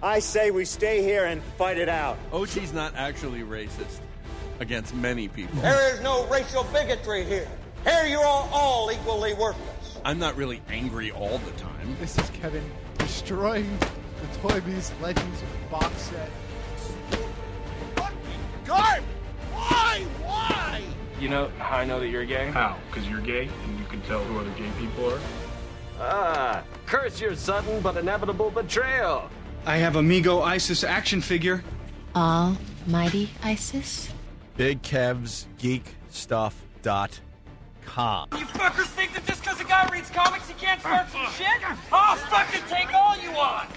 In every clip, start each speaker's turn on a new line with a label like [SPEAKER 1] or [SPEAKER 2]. [SPEAKER 1] I say we stay here and fight it out.
[SPEAKER 2] OG's not actually racist against many people.
[SPEAKER 3] There is no racial bigotry here. Here you are all equally worthless.
[SPEAKER 2] I'm not really angry all the time.
[SPEAKER 4] This is Kevin destroying the Toy Biz Legends box set.
[SPEAKER 3] Garb! Why? Why?
[SPEAKER 5] You know how I know that you're gay?
[SPEAKER 6] How? Because you're gay and you can tell who other gay people are?
[SPEAKER 7] Ah, curse your sudden but inevitable betrayal.
[SPEAKER 8] I have Amigo Isis action figure.
[SPEAKER 9] Almighty Isis?
[SPEAKER 2] Big Kev's Geek Stuff dot com.
[SPEAKER 10] You fuckers think that just because a guy reads comics he can't start some shit? I'll fucking take all you want!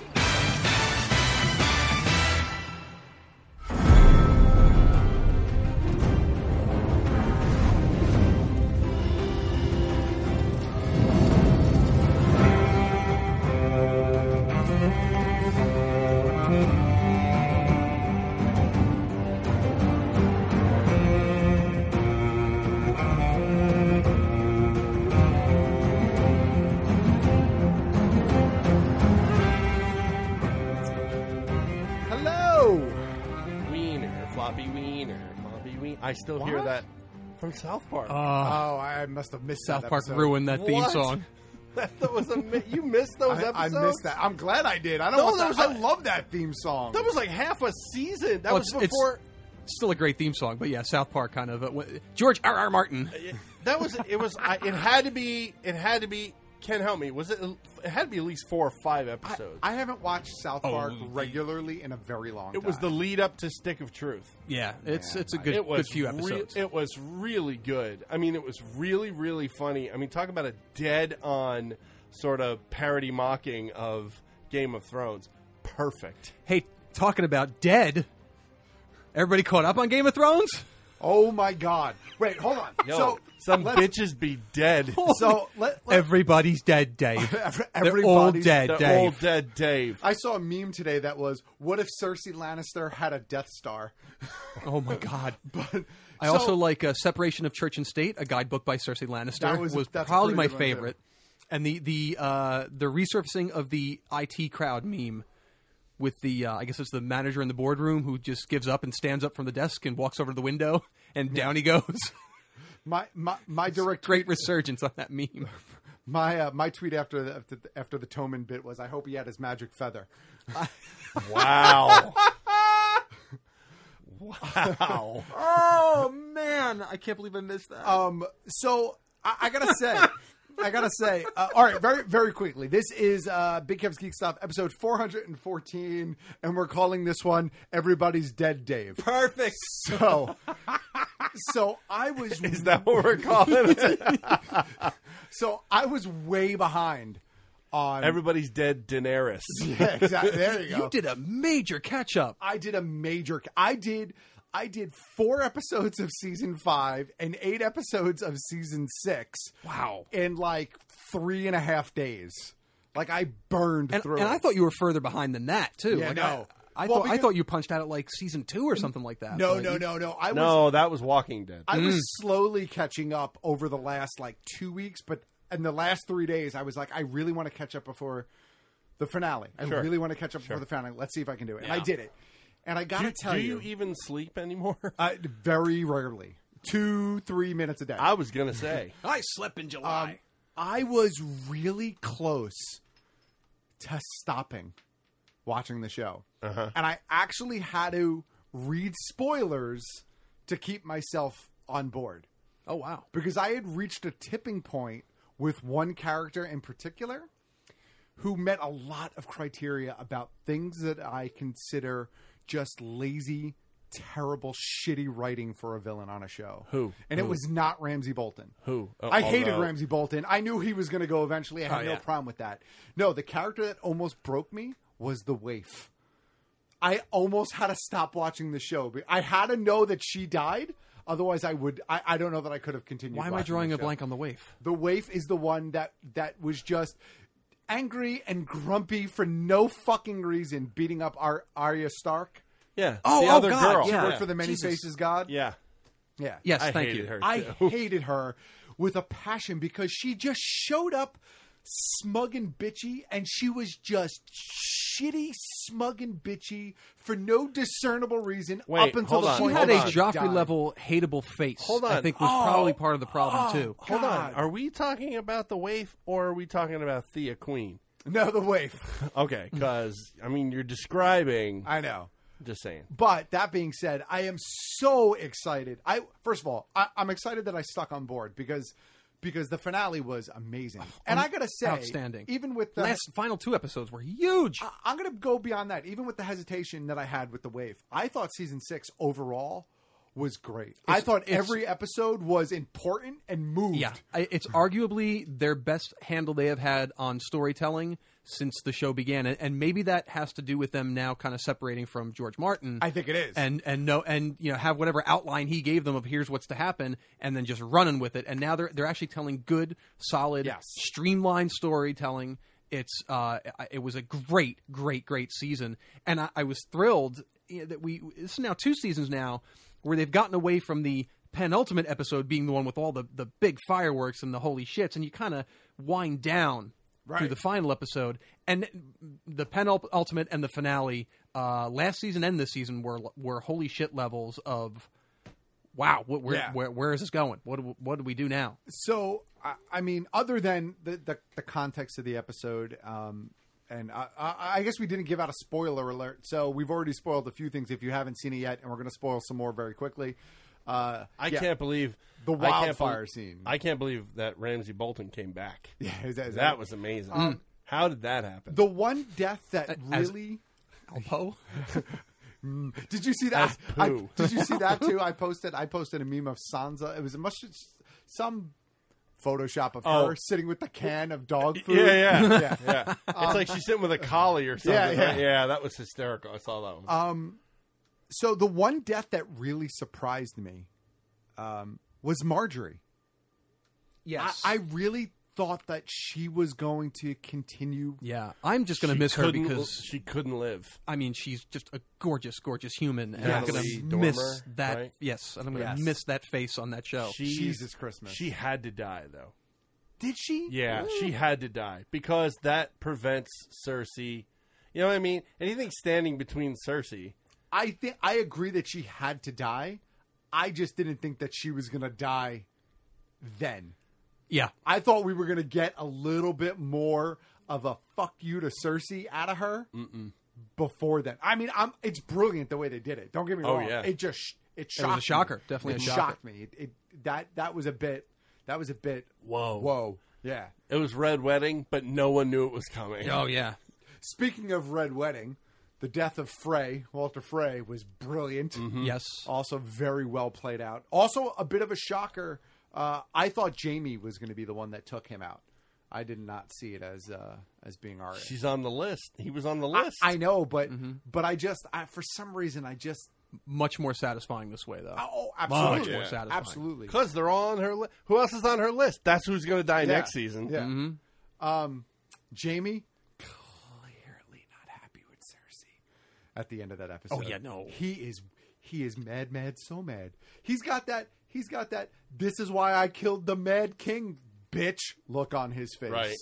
[SPEAKER 11] Hello.
[SPEAKER 2] Wiener, floppy wiener, floppy wiener. I still hear
[SPEAKER 4] What?
[SPEAKER 2] that from South Park.
[SPEAKER 4] oh, I must have missed
[SPEAKER 12] South
[SPEAKER 4] that
[SPEAKER 12] Park
[SPEAKER 4] episode.
[SPEAKER 12] ruined that theme
[SPEAKER 2] What?
[SPEAKER 12] song.
[SPEAKER 2] that was a mi- you missed those
[SPEAKER 4] I, I
[SPEAKER 2] episodes.
[SPEAKER 4] missed that. I'm glad I did. I don't.
[SPEAKER 2] No,
[SPEAKER 4] want
[SPEAKER 2] that
[SPEAKER 4] that
[SPEAKER 2] was
[SPEAKER 4] I
[SPEAKER 2] a-
[SPEAKER 4] love that theme song.
[SPEAKER 2] That was like half a season. That
[SPEAKER 12] Well,
[SPEAKER 2] was
[SPEAKER 12] it's- it's-
[SPEAKER 2] before.
[SPEAKER 12] Still a great theme song, but yeah, South Park kind of. uh, wh- George R. R. Martin.
[SPEAKER 2] That was it. Was I, it had to be? It had to be. Ken, help me. Was it? It had to be at least four or five
[SPEAKER 4] I,
[SPEAKER 2] episodes.
[SPEAKER 4] I haven't watched South
[SPEAKER 2] Oh,
[SPEAKER 4] Park
[SPEAKER 2] the-
[SPEAKER 4] regularly in a very long time.
[SPEAKER 2] it was the lead up to Stick of Truth.
[SPEAKER 12] Yeah, it's it's a good
[SPEAKER 2] Uh, it was
[SPEAKER 12] good few
[SPEAKER 2] re-
[SPEAKER 12] episodes.
[SPEAKER 2] it was really good. I mean, it was really really funny. I mean, talk about a dead on sort of parody mocking of Game of Thrones. Perfect.
[SPEAKER 12] hey, talking about dead. Everybody caught up on Game of Thrones.
[SPEAKER 4] Oh my God! Wait, hold on.
[SPEAKER 2] Yo,
[SPEAKER 4] so
[SPEAKER 2] some
[SPEAKER 4] let's-
[SPEAKER 2] bitches be dead.
[SPEAKER 4] So let, let
[SPEAKER 12] Everybody's dead, Dave. They're all
[SPEAKER 4] everybody's
[SPEAKER 12] dead,
[SPEAKER 2] The
[SPEAKER 12] Dave.
[SPEAKER 2] old dead Dave.
[SPEAKER 4] I saw a meme today that was, "What if Cersei Lannister had a Death Star?"
[SPEAKER 12] Oh my God!
[SPEAKER 4] But
[SPEAKER 12] I
[SPEAKER 4] so-
[SPEAKER 12] also like uh, "Separation of Church and State," a guidebook by Cersei Lannister.
[SPEAKER 4] That was- that's a
[SPEAKER 12] probably my
[SPEAKER 4] pretty good one, too.
[SPEAKER 12] favorite. And the the uh, the resurfacing of the IT crowd meme with the uh, I guess it's the manager in the boardroom who just gives up and stands up from the desk and walks over to the window and down he goes.
[SPEAKER 4] my my my direct
[SPEAKER 12] Great resurgence on that meme.
[SPEAKER 4] my uh, my tweet after the, after the after the Toman bit was, "I hope he had his magic feather."
[SPEAKER 2] Wow.
[SPEAKER 12] Oh man, I can't believe I missed that.
[SPEAKER 4] Um, so I, I gotta say, I gotta say, uh, all right, very very quickly. This is uh, Big Kev's Geek Stuff, episode four hundred and fourteen, and we're calling this one "Everybody's Dead, Dave."
[SPEAKER 12] Perfect.
[SPEAKER 4] So, so I was
[SPEAKER 2] Is that what we're calling it?
[SPEAKER 4] so I was way behind on
[SPEAKER 2] Everybody's dead Daenerys.
[SPEAKER 4] Yeah, exactly. There you go.
[SPEAKER 12] You did a major catch up.
[SPEAKER 4] I did a major. I did. I did four episodes of season five and eight episodes of season six.
[SPEAKER 12] Wow.
[SPEAKER 4] In like three and a half days. Like I burned
[SPEAKER 12] And,
[SPEAKER 4] through.
[SPEAKER 12] and
[SPEAKER 4] it.
[SPEAKER 12] I thought you were further behind than that too.
[SPEAKER 4] Yeah,
[SPEAKER 12] like,
[SPEAKER 4] no.
[SPEAKER 12] I, I
[SPEAKER 4] Well,
[SPEAKER 12] thought I
[SPEAKER 4] because-
[SPEAKER 12] thought you punched out at like season two or something like that.
[SPEAKER 4] No,
[SPEAKER 12] but
[SPEAKER 4] no,
[SPEAKER 12] you-
[SPEAKER 4] no, no. I was.
[SPEAKER 2] No, that was Walking Dead.
[SPEAKER 4] I was slowly catching up over the last like two weeks, but in the last three days, I was like, I really want to catch up before the finale. I
[SPEAKER 2] Sure.
[SPEAKER 4] really want to catch up before the finale. Let's see if I can do it. And I did it. And I gotta
[SPEAKER 2] do,
[SPEAKER 4] tell
[SPEAKER 2] do
[SPEAKER 4] you,
[SPEAKER 2] you e- even sleep anymore?
[SPEAKER 4] I, very rarely, two, three minutes a day. Um,
[SPEAKER 2] I was gonna say.
[SPEAKER 12] I slept in July.
[SPEAKER 4] I was really close to stopping watching the show.
[SPEAKER 2] Uh-huh.
[SPEAKER 4] And I actually had to read spoilers to keep myself on board
[SPEAKER 12] oh wow.
[SPEAKER 4] because I had reached a tipping point with one character in particular who met a lot of criteria about things that I consider just lazy, terrible, shitty writing for a villain on a show.
[SPEAKER 2] Who?
[SPEAKER 4] And it was not Ramsey Bolton.
[SPEAKER 2] Who? Oh,
[SPEAKER 4] I hated
[SPEAKER 2] although-
[SPEAKER 4] Ramsey Bolton. I knew he was going to go eventually. I had
[SPEAKER 12] Oh,
[SPEAKER 4] no
[SPEAKER 12] yeah.
[SPEAKER 4] problem with that. No, the character that almost broke me was the waif. I almost had to stop watching the show. I had to know that she died. Otherwise, I would. I, I don't know that I could have continued.
[SPEAKER 12] Why am I
[SPEAKER 4] watching
[SPEAKER 12] drawing
[SPEAKER 4] the
[SPEAKER 12] a
[SPEAKER 4] show.
[SPEAKER 12] blank on the waif?
[SPEAKER 4] The waif is the one that that was just angry and grumpy for no fucking reason, beating up our Arya Stark.
[SPEAKER 2] Yeah.
[SPEAKER 12] Oh,
[SPEAKER 2] the
[SPEAKER 12] oh,
[SPEAKER 2] other
[SPEAKER 12] God,
[SPEAKER 2] girl.
[SPEAKER 12] yeah.
[SPEAKER 4] Worked for the many
[SPEAKER 12] Jesus.
[SPEAKER 4] faces god.
[SPEAKER 2] Yeah.
[SPEAKER 4] Yeah.
[SPEAKER 12] Yes, I thank hated you.
[SPEAKER 2] her,
[SPEAKER 4] I
[SPEAKER 2] too.
[SPEAKER 4] hated her with a passion because she just showed up smug and bitchy and she was just shitty smug and bitchy for no discernible reason
[SPEAKER 12] Wait,
[SPEAKER 4] up until
[SPEAKER 12] hold
[SPEAKER 4] the
[SPEAKER 12] on,
[SPEAKER 4] point
[SPEAKER 12] She had
[SPEAKER 4] where
[SPEAKER 12] a
[SPEAKER 4] she
[SPEAKER 12] Joffrey
[SPEAKER 4] died.
[SPEAKER 12] level hateable face.
[SPEAKER 2] Hold on.
[SPEAKER 12] I think was
[SPEAKER 2] Oh,
[SPEAKER 12] probably part of the problem
[SPEAKER 2] oh,
[SPEAKER 12] too.
[SPEAKER 2] Hold on. Are we talking about the waif or are we talking about Thea Queen?
[SPEAKER 4] No, the waif.
[SPEAKER 2] okay, because I mean you're describing.
[SPEAKER 4] I know.
[SPEAKER 2] Just saying.
[SPEAKER 4] But that being said, I am so excited. I first of all, I, I'm excited that I stuck on board because because the finale was amazing, and I gotta say,
[SPEAKER 12] Oh, um, outstanding.
[SPEAKER 4] Even with the Ah,
[SPEAKER 12] Last final two episodes were huge.
[SPEAKER 4] I, I'm gonna go beyond that. Even with the hesitation that I had with the wave, I thought season six overall was great. I
[SPEAKER 12] It's-
[SPEAKER 4] thought
[SPEAKER 12] it's-
[SPEAKER 4] every episode was important and moved.
[SPEAKER 12] Yeah, I, it's arguably their best handle they have had on storytelling since the show began, and, and maybe that has to do with them now kind of separating from George Martin.
[SPEAKER 4] I think it is.
[SPEAKER 12] and and no, and you know have whatever outline he gave them of here's what's to happen, and then just running with it. And now they're they're actually telling good, solid, streamlined storytelling. It's uh, I- it was a great, great, great season, and I, I was thrilled you know, that we. This is now two seasons now where they've gotten away from the penultimate episode being the one with all the, the big fireworks and the holy shits, and you kind of wind down through
[SPEAKER 4] Right.
[SPEAKER 12] the final episode. And the penultimate and the finale, uh, last season and this season, were were holy shit levels of wow, what, where,
[SPEAKER 4] Yeah.
[SPEAKER 12] where where is this going? What do, what do we do now?
[SPEAKER 4] So, I, I mean, other than the, the, the context of the episode, um, and I, I, I guess we didn't give out a spoiler alert, so we've already spoiled a few things if you haven't seen it yet, and we're going to spoil some more very quickly. Uh,
[SPEAKER 2] I
[SPEAKER 4] yeah.
[SPEAKER 2] can't believe
[SPEAKER 4] the
[SPEAKER 2] I can't
[SPEAKER 4] wildfire
[SPEAKER 2] bel-
[SPEAKER 4] scene.
[SPEAKER 2] I can't believe that Ramsey Bolton came back.
[SPEAKER 4] Yeah, is that- is
[SPEAKER 2] that
[SPEAKER 4] that-
[SPEAKER 2] was amazing.
[SPEAKER 4] Um,
[SPEAKER 2] How did that happen?
[SPEAKER 4] The one death that
[SPEAKER 2] as-
[SPEAKER 4] really.
[SPEAKER 12] Alpo?
[SPEAKER 4] Mm. did you see that?
[SPEAKER 2] As
[SPEAKER 4] I,
[SPEAKER 2] poo.
[SPEAKER 4] did you see that too? I posted. I posted a meme of Sansa. It was a much some Photoshop of
[SPEAKER 2] Oh.
[SPEAKER 4] her sitting with the can of dog food.
[SPEAKER 2] Yeah, yeah, yeah.
[SPEAKER 4] yeah.
[SPEAKER 2] it's like she's sitting with a collie or something.
[SPEAKER 4] yeah,
[SPEAKER 2] right? Yeah,
[SPEAKER 4] yeah.
[SPEAKER 2] that was hysterical. I saw that one.
[SPEAKER 4] Um, so the one death that really surprised me um, was Marjorie.
[SPEAKER 12] Yes.
[SPEAKER 4] I, I really thought that she was going to continue.
[SPEAKER 12] Yeah, I'm just going to
[SPEAKER 2] She
[SPEAKER 12] miss her
[SPEAKER 2] couldn't-
[SPEAKER 12] because
[SPEAKER 2] she couldn't live.
[SPEAKER 12] I mean, she's just a gorgeous, gorgeous human, and I'm going
[SPEAKER 2] Natalie
[SPEAKER 12] to
[SPEAKER 2] Dormer,
[SPEAKER 12] miss that.
[SPEAKER 2] right?
[SPEAKER 12] Yes, and I'm going to
[SPEAKER 2] Yes.
[SPEAKER 12] miss that face on that show.
[SPEAKER 2] She-
[SPEAKER 4] Oh, Jesus Christmas.
[SPEAKER 2] She had to die though.
[SPEAKER 4] Did she?
[SPEAKER 2] Yeah, she had to die because that prevents Cersei. You know what I mean? Anything standing between Cersei.
[SPEAKER 4] I think I agree that she had to die. I just didn't think that she was going to die then.
[SPEAKER 12] Yeah.
[SPEAKER 4] I thought we were going to get a little bit more of a fuck you to Cersei out of her
[SPEAKER 2] Mm-mm.
[SPEAKER 4] before then. I mean, I'm it's brilliant the way they did it. Don't get me
[SPEAKER 12] Oh,
[SPEAKER 4] wrong.
[SPEAKER 12] yeah.
[SPEAKER 4] It just sh- it
[SPEAKER 12] It was a
[SPEAKER 4] shocked me.
[SPEAKER 12] shocker, definitely
[SPEAKER 4] It
[SPEAKER 12] a shocker.
[SPEAKER 4] shocked me. It, it that that was a bit that was a bit
[SPEAKER 2] Whoa.
[SPEAKER 4] Whoa. Yeah.
[SPEAKER 2] It was Red Wedding, but no one knew it was coming.
[SPEAKER 4] Oh, Speaking of Red Wedding, the death of Frey, Walter Frey, was brilliant.
[SPEAKER 12] Mm-hmm. Yes.
[SPEAKER 4] Also very well played out. Also a bit of a shocker. Uh, I thought Jamie was going to be the one that took him out. I did not see it as uh, as being Arya.
[SPEAKER 2] She's on the list. He was on the
[SPEAKER 4] I-
[SPEAKER 2] list.
[SPEAKER 4] I, know, but
[SPEAKER 12] Mm-hmm.
[SPEAKER 4] but I just I, for some reason I just
[SPEAKER 12] much more satisfying this way, though.
[SPEAKER 4] Oh, absolutely.
[SPEAKER 12] much more
[SPEAKER 4] Yeah.
[SPEAKER 12] satisfying.
[SPEAKER 4] Absolutely.
[SPEAKER 2] Because they're all on her list. Who else is on her list? That's who's going to die
[SPEAKER 4] Yeah.
[SPEAKER 2] next season.
[SPEAKER 4] Yeah. Um, Jamie clearly not happy with Cersei at the end of that episode.
[SPEAKER 12] Oh, yeah, no.
[SPEAKER 4] he is he is mad, mad, so mad. He's got that. He's got that. This is why I killed the Mad King, bitch. Look on his face.
[SPEAKER 2] Right.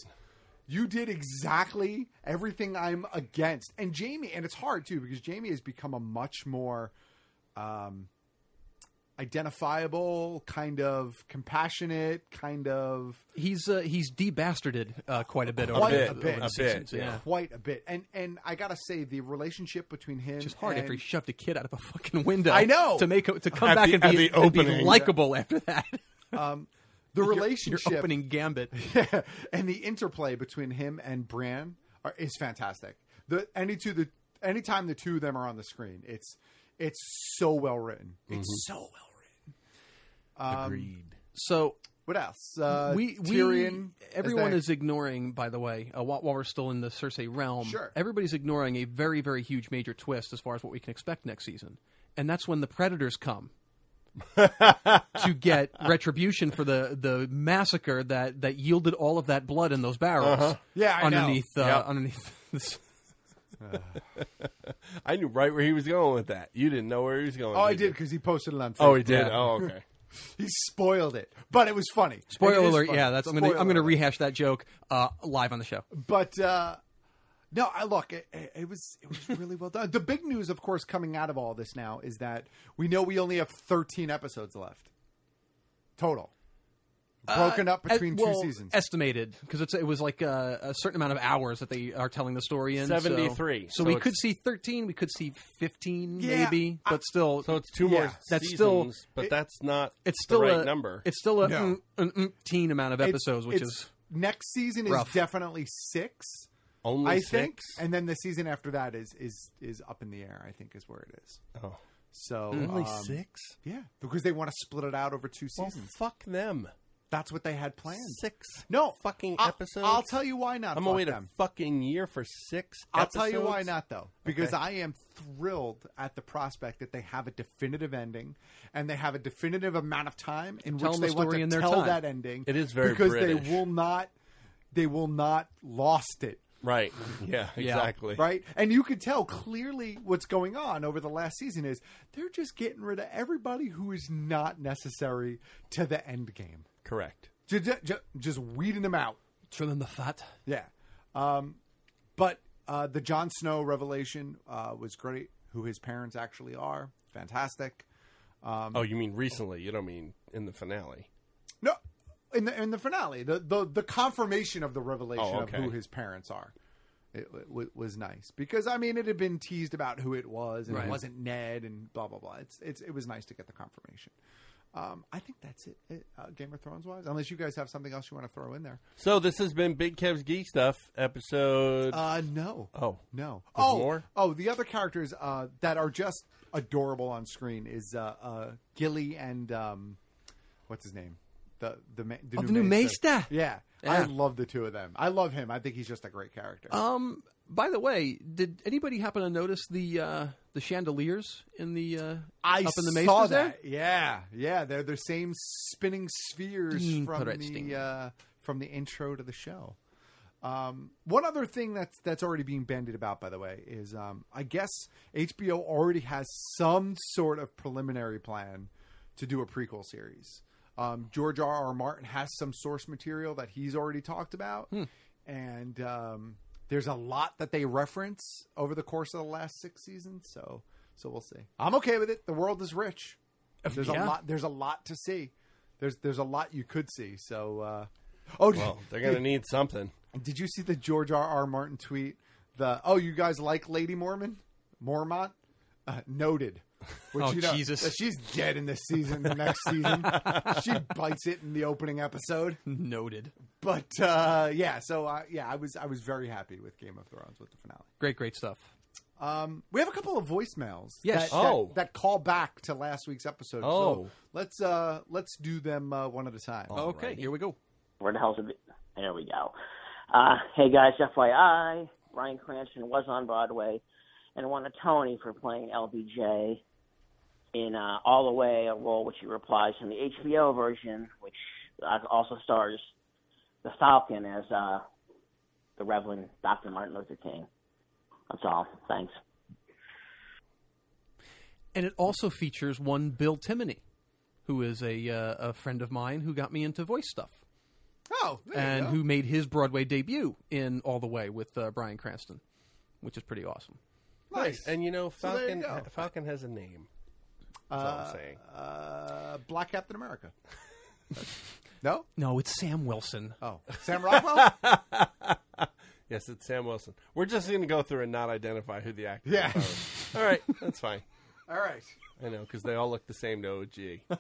[SPEAKER 4] You did exactly everything I'm against. And Jamie, and it's hard too because Jamie has become a much more um, identifiable, kind of compassionate, kind of
[SPEAKER 12] He's uh, he's debastarded uh, quite a bit over
[SPEAKER 4] quite
[SPEAKER 12] the,
[SPEAKER 4] a
[SPEAKER 12] over
[SPEAKER 4] bit,
[SPEAKER 12] the seasons. yeah.
[SPEAKER 4] quite a bit. And and I gotta say, the relationship between him
[SPEAKER 12] It's hard
[SPEAKER 4] and,
[SPEAKER 12] after he shoved a kid out of a fucking window.
[SPEAKER 4] I know.
[SPEAKER 12] to make to come
[SPEAKER 4] At
[SPEAKER 12] back
[SPEAKER 4] the-
[SPEAKER 12] and
[SPEAKER 4] at
[SPEAKER 12] be,
[SPEAKER 4] the
[SPEAKER 12] and be
[SPEAKER 4] opening.
[SPEAKER 12] likable after that.
[SPEAKER 4] um, the
[SPEAKER 12] Your-
[SPEAKER 4] relationship
[SPEAKER 12] your opening gambit
[SPEAKER 4] and the interplay between him and Bran are, is fantastic. The any two the anytime the two of them are on the screen, it's
[SPEAKER 12] Mm-hmm.
[SPEAKER 4] it's so well written. It's so well written. Um,
[SPEAKER 2] Agreed.
[SPEAKER 12] So
[SPEAKER 4] What else? Uh,
[SPEAKER 12] we, we
[SPEAKER 4] Tyrion.
[SPEAKER 12] everyone
[SPEAKER 4] they-
[SPEAKER 12] is ignoring. By the way, uh, while, while we're still in the Cersei realm,
[SPEAKER 4] Sure.
[SPEAKER 12] everybody's ignoring a very very huge major twist as far as what we can expect next season, and that's when the Predators come to get retribution for the the massacre that that yielded all of that blood in those barrels.
[SPEAKER 2] Uh-huh. Yeah, I know.
[SPEAKER 12] underneath Uh,
[SPEAKER 2] Yep.
[SPEAKER 12] underneath. This.
[SPEAKER 2] I knew right where he was going with that. You didn't know where he was going.
[SPEAKER 4] Oh, I did because he posted it on. Facebook.
[SPEAKER 2] Oh, he did? Oh, okay.
[SPEAKER 4] he spoiled it, but it was funny.
[SPEAKER 12] Spoiler
[SPEAKER 4] It is
[SPEAKER 12] alert!
[SPEAKER 4] funny.
[SPEAKER 12] Yeah, that's I'm gonna
[SPEAKER 4] Spoiler
[SPEAKER 12] I'm gonna
[SPEAKER 4] alert.
[SPEAKER 12] rehash that joke uh, live on the show.
[SPEAKER 4] But uh, no, I look. It, it it was it was really well done. The big news, of course, coming out of all this now is that we know we only have 13 episodes left total, broken
[SPEAKER 12] Uh,
[SPEAKER 4] up between
[SPEAKER 12] as- well,
[SPEAKER 4] two seasons.
[SPEAKER 12] Estimated because it was like uh, a certain amount of hours that they are telling the story in. so-
[SPEAKER 2] 73,
[SPEAKER 12] So,
[SPEAKER 2] so
[SPEAKER 12] we
[SPEAKER 2] it's-
[SPEAKER 12] could see thirteen. We could see fifteen,
[SPEAKER 2] Yeah,
[SPEAKER 12] maybe. But still,
[SPEAKER 2] So it's two more
[SPEAKER 12] That's
[SPEAKER 2] seasons,
[SPEAKER 12] still.
[SPEAKER 2] but that's not
[SPEAKER 12] It's
[SPEAKER 2] the
[SPEAKER 12] still
[SPEAKER 2] right
[SPEAKER 12] a
[SPEAKER 2] number.
[SPEAKER 12] It's still a
[SPEAKER 2] No.
[SPEAKER 12] mm, mm, mm, teen amount of
[SPEAKER 4] It's-
[SPEAKER 12] episodes, which
[SPEAKER 4] it's-
[SPEAKER 12] is
[SPEAKER 4] next season
[SPEAKER 12] rough.
[SPEAKER 4] is definitely six.
[SPEAKER 2] Only
[SPEAKER 4] I
[SPEAKER 2] six?
[SPEAKER 4] think, and then the season after that is is is up in the air. I think is where it is.
[SPEAKER 2] Oh,
[SPEAKER 4] so
[SPEAKER 2] Only
[SPEAKER 4] um,
[SPEAKER 2] six?
[SPEAKER 4] Yeah, because they want to split it out over two seasons.
[SPEAKER 2] fuck them.
[SPEAKER 4] That's what they had planned.
[SPEAKER 2] Six.
[SPEAKER 4] No
[SPEAKER 2] fucking
[SPEAKER 4] I'll-
[SPEAKER 2] episodes.
[SPEAKER 4] I'll tell you why not.
[SPEAKER 2] I'm
[SPEAKER 4] fuck
[SPEAKER 2] gonna wait
[SPEAKER 4] them.
[SPEAKER 2] a fucking year for six.
[SPEAKER 4] I'll tell you why
[SPEAKER 2] episodes?
[SPEAKER 4] not though, because
[SPEAKER 2] Okay.
[SPEAKER 4] I am thrilled at the prospect that they have a definitive ending and they have a definitive amount of time in
[SPEAKER 12] Tell
[SPEAKER 4] which
[SPEAKER 12] them the
[SPEAKER 4] they want
[SPEAKER 12] story
[SPEAKER 4] to
[SPEAKER 12] in their
[SPEAKER 4] tell
[SPEAKER 12] time.
[SPEAKER 4] that ending.
[SPEAKER 2] It is very
[SPEAKER 4] because
[SPEAKER 2] British.
[SPEAKER 4] they will not, they will not lost it
[SPEAKER 2] Right. Yeah. Exactly.
[SPEAKER 4] right. And you could tell clearly what's going on over the last season is they're just getting rid of everybody who is not necessary to the end game.
[SPEAKER 2] Correct.
[SPEAKER 4] Ju- ju- ju- Just, weeding them out.
[SPEAKER 12] trimming the fat.
[SPEAKER 4] Yeah. Um, but uh, the Jon Snow revelation uh, was great. Who his parents actually are, fantastic. Um,
[SPEAKER 2] Oh, you mean recently? You don't mean in the finale?
[SPEAKER 4] no, in the in the finale, the the, the confirmation of the revelation
[SPEAKER 2] Oh, okay.
[SPEAKER 4] of who his parents are. It, w- was nice because I mean it had been teased about who it was and
[SPEAKER 12] Right.
[SPEAKER 4] it wasn't Ned and blah blah blah. It's it's it was nice to get the confirmation. Um, I think that's it, it uh, Game of Thrones wise. Unless you guys have something else you want to throw in there.
[SPEAKER 2] So this has been Big Kev's Geek Stuff episode.
[SPEAKER 4] Uh, no.
[SPEAKER 2] oh
[SPEAKER 4] No.
[SPEAKER 2] There's
[SPEAKER 4] oh,
[SPEAKER 2] more?
[SPEAKER 4] oh, the other characters uh, that are just adorable on screen is uh, uh, Gilly and um, what's his name? The the ma- the,
[SPEAKER 12] Oh, the new
[SPEAKER 4] maester.
[SPEAKER 12] maester.
[SPEAKER 4] Yeah. I
[SPEAKER 12] Yeah.
[SPEAKER 4] love the two of them. I love him. I think he's just a great character.
[SPEAKER 12] Um. By the way, did anybody happen to notice the uh, the chandeliers in the uh,
[SPEAKER 4] I
[SPEAKER 12] up in the
[SPEAKER 4] saw
[SPEAKER 12] maesters there?
[SPEAKER 4] that. Yeah, yeah. They're the same spinning spheres
[SPEAKER 12] Mm,
[SPEAKER 4] from
[SPEAKER 12] Interesting.
[SPEAKER 4] the uh, from the intro to the show. Um, one other thing that's that's already being bandied about, by the way, is um, I guess HBO already has some sort of preliminary plan to do a prequel series. Um, George R. R. Martin has some source material that he's already talked about, and um, there's a lot that they reference over the course of the last six seasons. So, so we'll see. I'm okay with it. The world is rich. There's a
[SPEAKER 12] Yeah.
[SPEAKER 4] lot. There's a lot to see. There's there's a lot you could see. So, uh, oh,
[SPEAKER 2] Well, they're gonna need something.
[SPEAKER 4] did you see the George R. R. Martin tweet? The oh, you guys like Lady Mormon? Mormont? Uh, noted. Which,
[SPEAKER 12] Oh,
[SPEAKER 4] you know,
[SPEAKER 12] Jesus.
[SPEAKER 4] uh, She's dead in this season. The next season, she bites it in the opening episode.
[SPEAKER 12] Noted.
[SPEAKER 4] But uh, yeah, so uh, yeah, I was I was very happy with Game of Thrones with the finale.
[SPEAKER 12] Great, great stuff.
[SPEAKER 4] Um, we have a couple of voicemails.
[SPEAKER 12] Yes.
[SPEAKER 4] That,
[SPEAKER 12] Oh.
[SPEAKER 4] that, that call back to last week's episode.
[SPEAKER 12] Oh.
[SPEAKER 4] so let's uh, let's do them uh, one at a time.
[SPEAKER 12] Okay, here we go.
[SPEAKER 13] Where the hell's it? There we go. Uh, hey guys, FYI, Brian Cranston was on Broadway and won a Tony for playing LBJ in uh, All the Way, a role which he replies in the HBO version, which uh, also stars the Falcon as uh, the Reverend Dr. Martin Luther King. That's all. Thanks.
[SPEAKER 12] and it also features one Bill Timoney, who is a uh, a friend of mine who got me into voice stuff,
[SPEAKER 4] Oh, there you
[SPEAKER 12] and
[SPEAKER 4] go.
[SPEAKER 12] who made his Broadway debut in All the Way with uh, Brian Cranston, which is pretty awesome.
[SPEAKER 2] Nice. And you know,
[SPEAKER 4] So there
[SPEAKER 2] Falcon
[SPEAKER 4] you go.
[SPEAKER 2] Falcon has a name. That's all I'm
[SPEAKER 4] Uh,
[SPEAKER 2] saying.
[SPEAKER 4] uh, Black Captain America. no,
[SPEAKER 12] No, it's Sam Wilson.
[SPEAKER 4] Oh, Sam Rockwell.
[SPEAKER 2] yes, it's Sam Wilson. We're just going to go through and not identify who the actor
[SPEAKER 4] Yeah.
[SPEAKER 2] is. all right, that's fine.
[SPEAKER 4] All right.
[SPEAKER 2] I know because they all look the same to OG.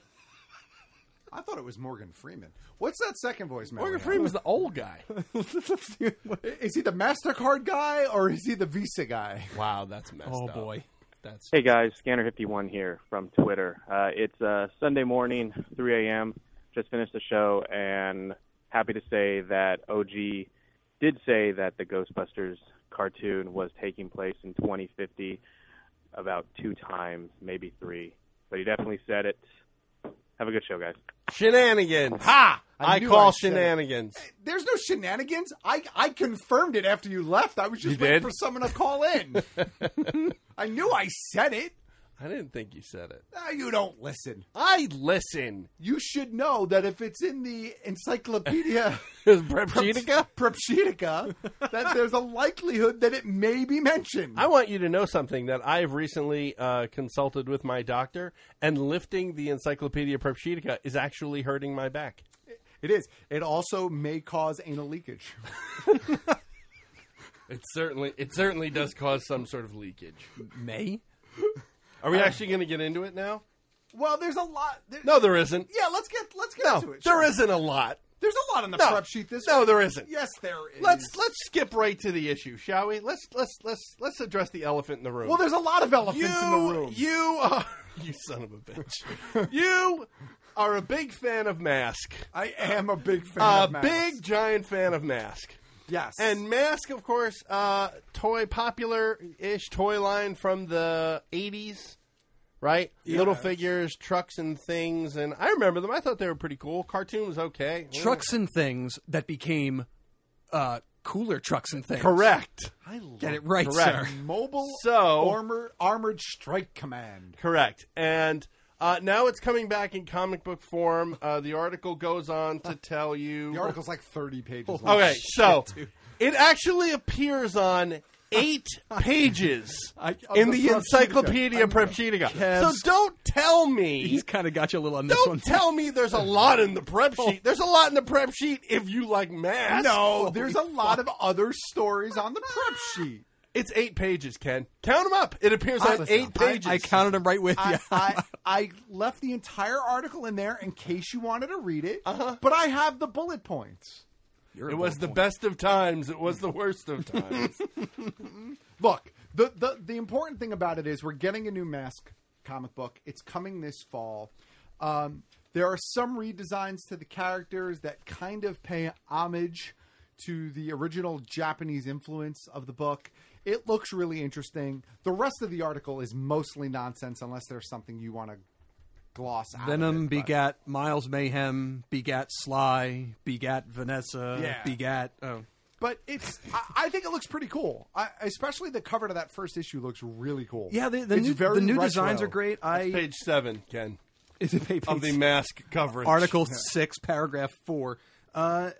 [SPEAKER 4] I thought it was Morgan Freeman. What's that second voicemail?
[SPEAKER 2] Morgan
[SPEAKER 4] we have?
[SPEAKER 2] Freeman's the old guy.
[SPEAKER 4] is he the Mastercard guy or is he the Visa guy?
[SPEAKER 2] Wow, that's messed
[SPEAKER 12] Oh boy,
[SPEAKER 2] that's
[SPEAKER 14] Hey guys, Scanner51 here from Twitter. Uh, it's uh, Sunday morning, 3 a.m. just finished the show and happy to say that OG did say that the Ghostbusters cartoon was taking place in 2050 about two times, maybe three. But he definitely said it. Have a good show, guys.
[SPEAKER 2] Shenanigans. Ha! I,
[SPEAKER 4] knew
[SPEAKER 2] call
[SPEAKER 4] said it.
[SPEAKER 2] shenanigans.
[SPEAKER 4] There's no shenanigans. I, I confirmed it after you left. I was just
[SPEAKER 2] You
[SPEAKER 4] waiting
[SPEAKER 2] did?
[SPEAKER 4] for someone to call in. I knew I said it.
[SPEAKER 2] I didn't think you said it.
[SPEAKER 4] Ah, you don't listen.
[SPEAKER 2] I listen.
[SPEAKER 4] You should know that if it's in the encyclopedia
[SPEAKER 2] Prepshitica?
[SPEAKER 4] Prepshitica, that there's a likelihood that it may be mentioned.
[SPEAKER 2] I want you to know something that I've recently uh, consulted with my doctor, and lifting the Encyclopedia Prepshitica is actually hurting my back.
[SPEAKER 4] It is. It also may cause anal leakage.
[SPEAKER 2] It certainly it certainly does cause some sort of leakage.
[SPEAKER 12] May?
[SPEAKER 2] Are
[SPEAKER 4] Uh,
[SPEAKER 2] we actually going to get into it now?
[SPEAKER 4] Well, there's a lot. There,
[SPEAKER 2] No, there isn't.
[SPEAKER 4] Yeah, let's get let's get
[SPEAKER 2] No,
[SPEAKER 4] to it.
[SPEAKER 2] there isn't a lot.
[SPEAKER 4] There's a lot on the
[SPEAKER 2] No.
[SPEAKER 4] prep sheet. This
[SPEAKER 2] No,
[SPEAKER 4] week.
[SPEAKER 2] there isn't.
[SPEAKER 4] Yes, there is.
[SPEAKER 2] Let's let's skip right to the issue, shall we? Let's let's let's let's address the elephant in the room.
[SPEAKER 4] Well, there's a lot of elephants
[SPEAKER 2] you,
[SPEAKER 4] in the room.
[SPEAKER 2] You are you son of a bitch. you are a big fan of Mask.
[SPEAKER 4] I am a big fan.
[SPEAKER 2] a
[SPEAKER 4] of Mask.
[SPEAKER 2] Uh, big giant fan of Mask.
[SPEAKER 4] Yes.
[SPEAKER 2] And Mask, of course, uh, toy popular ish toy line from the eighties, right? Little figures, trucks and things, and I remember them. I thought they were pretty cool. Cartoon was okay.
[SPEAKER 12] Trucks and things that became uh, cooler trucks and things.
[SPEAKER 2] Correct.
[SPEAKER 4] I
[SPEAKER 12] Get it right,
[SPEAKER 2] Correct.
[SPEAKER 12] sir.
[SPEAKER 4] Mobile
[SPEAKER 2] So-
[SPEAKER 4] armor, armored strike command.
[SPEAKER 2] Correct. And uh, now it's coming back in comic book form. Uh, the article goes on to tell you.
[SPEAKER 4] The article's like 30 pages long.
[SPEAKER 2] Okay,
[SPEAKER 4] Shit,
[SPEAKER 2] so
[SPEAKER 4] dude.
[SPEAKER 2] it actually appears on eight pages
[SPEAKER 4] I- of
[SPEAKER 2] in
[SPEAKER 4] the
[SPEAKER 2] the
[SPEAKER 4] Prepshitica.
[SPEAKER 2] Encyclopedia Prepshitica. So don't tell me.
[SPEAKER 12] He's kind of got you a little on this one.
[SPEAKER 2] Don't tell me there's a lot in the prep sheet. There's a lot in the prep sheet if you like math.
[SPEAKER 4] Oh. No, there's a lot of other stories on the prep sheet.
[SPEAKER 2] It's eight pages, Ken. Count them up. It appears
[SPEAKER 4] I-
[SPEAKER 2] on
[SPEAKER 4] listen,
[SPEAKER 2] eight
[SPEAKER 4] I-
[SPEAKER 2] pages.
[SPEAKER 12] I counted him right with you.
[SPEAKER 4] I, I, I left the entire article in there in case you wanted to read it, but I have the bullet points.
[SPEAKER 2] it was the best of times. It was the worst of times.
[SPEAKER 4] Look, the, the the important thing about it is we're getting a new mask comic book. It's coming this fall. Um, there are some redesigns to the characters that kind of pay homage to the original Japanese influence of the book. It looks really interesting. The rest of the article is mostly nonsense unless there's something you want to gloss out. of
[SPEAKER 12] Venom
[SPEAKER 4] it, but-
[SPEAKER 12] begat Miles Mayhem, begat Sly, begat Vanessa,
[SPEAKER 4] Yeah.
[SPEAKER 12] begat. Oh.
[SPEAKER 4] But it's, I, I think it looks pretty cool. I, especially the cover to that first issue looks really cool.
[SPEAKER 12] Yeah, the, the
[SPEAKER 4] It's
[SPEAKER 12] new,
[SPEAKER 4] very
[SPEAKER 12] the new
[SPEAKER 4] retro.
[SPEAKER 12] designs are great. I
[SPEAKER 2] Page seven, Ken,
[SPEAKER 12] is it page
[SPEAKER 2] of the mask coverage.
[SPEAKER 12] Article six, paragraph four. Uh,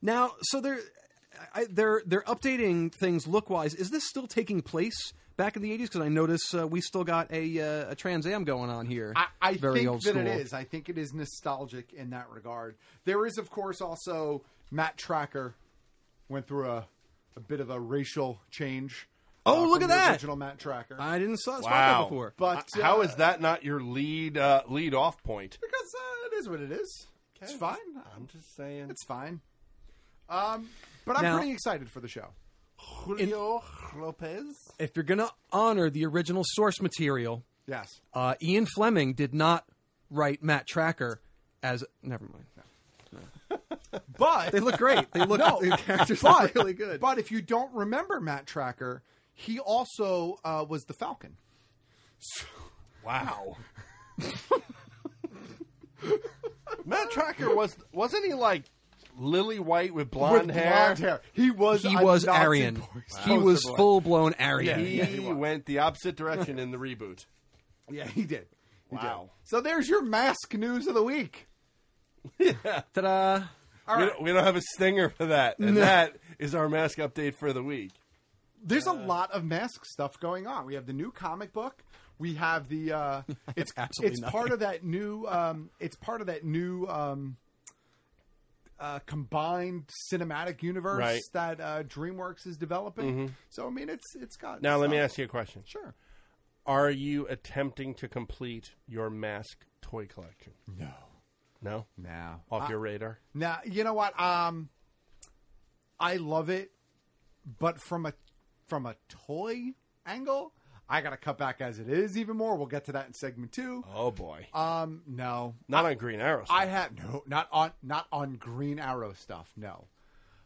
[SPEAKER 12] now, so they're I, they're they're updating things look wise. Is this still taking place back in the eighties? Because I notice uh, we still got a uh, a Trans Am going on here.
[SPEAKER 4] I, I
[SPEAKER 12] very
[SPEAKER 4] think
[SPEAKER 12] old
[SPEAKER 4] that
[SPEAKER 12] school.
[SPEAKER 4] it is. I think it is nostalgic in that regard. There is, of course, also Matt Tracker went through a, a bit of a racial change. uh,
[SPEAKER 12] Oh, look
[SPEAKER 4] from
[SPEAKER 12] at
[SPEAKER 4] the
[SPEAKER 12] that.
[SPEAKER 4] Original Matt Tracker.
[SPEAKER 12] I didn't saw spot that
[SPEAKER 2] Wow.
[SPEAKER 12] before.
[SPEAKER 4] But,
[SPEAKER 2] Uh, how
[SPEAKER 4] uh,
[SPEAKER 2] is that not your lead uh, lead off point?
[SPEAKER 4] Because uh, it is what it is. It's fine.
[SPEAKER 2] I'm just saying.
[SPEAKER 4] It's fine. Um, but I'm
[SPEAKER 12] Now-
[SPEAKER 4] pretty excited for the show.
[SPEAKER 2] Julio Lopez.
[SPEAKER 12] if you're gonna honor the original source material,
[SPEAKER 4] Yes.
[SPEAKER 12] uh, Ian Fleming did not write Matt Tracker as. Never mind.
[SPEAKER 4] But
[SPEAKER 12] They look great. They look.
[SPEAKER 4] No,
[SPEAKER 12] the characters are
[SPEAKER 4] but,
[SPEAKER 12] really good.
[SPEAKER 4] But if you don't remember Matt Tracker, he also uh, was the Falcon.
[SPEAKER 2] Wow. Matt Tracker was wasn't he like Lily White with blonde,
[SPEAKER 4] With
[SPEAKER 2] hair?
[SPEAKER 4] blonde hair. He was
[SPEAKER 12] he
[SPEAKER 4] a
[SPEAKER 12] was
[SPEAKER 4] Nazi
[SPEAKER 12] Aryan.
[SPEAKER 4] poster
[SPEAKER 12] He was
[SPEAKER 4] boy.
[SPEAKER 12] full blown Aryan.
[SPEAKER 2] He, went the opposite direction in the reboot.
[SPEAKER 4] Yeah, he did. He did.
[SPEAKER 2] Wow.
[SPEAKER 4] So there's your mask news of the week.
[SPEAKER 12] Ta-da.
[SPEAKER 4] All
[SPEAKER 2] We
[SPEAKER 4] right.
[SPEAKER 2] don't, we don't have a stinger for that, and
[SPEAKER 12] No.
[SPEAKER 2] that is our mask update for the week.
[SPEAKER 4] There's a lot of mask stuff going on. We have the new comic book. We have the uh, it's
[SPEAKER 12] absolutely
[SPEAKER 4] it's
[SPEAKER 12] nothing.
[SPEAKER 4] part of that new um, it's part of that new um, uh, combined cinematic universe
[SPEAKER 2] Right. Mm-hmm.
[SPEAKER 4] that uh, DreamWorks is developing. So I mean, it's it's got
[SPEAKER 2] Now, let me
[SPEAKER 4] stuff.
[SPEAKER 2] ask you a question:
[SPEAKER 4] Sure.
[SPEAKER 2] Are you attempting to complete your mask toy collection?
[SPEAKER 4] No.
[SPEAKER 2] No,
[SPEAKER 4] Now.
[SPEAKER 2] off your radar.
[SPEAKER 4] Now you know what? Um, I love it, but from a from a toy angle, I got to cut back as it is even more. We'll get to that in segment two.
[SPEAKER 2] Oh boy.
[SPEAKER 4] Um, no,
[SPEAKER 2] Not on Green Arrow stuff.
[SPEAKER 4] I have no, not on not on Green Arrow stuff. No.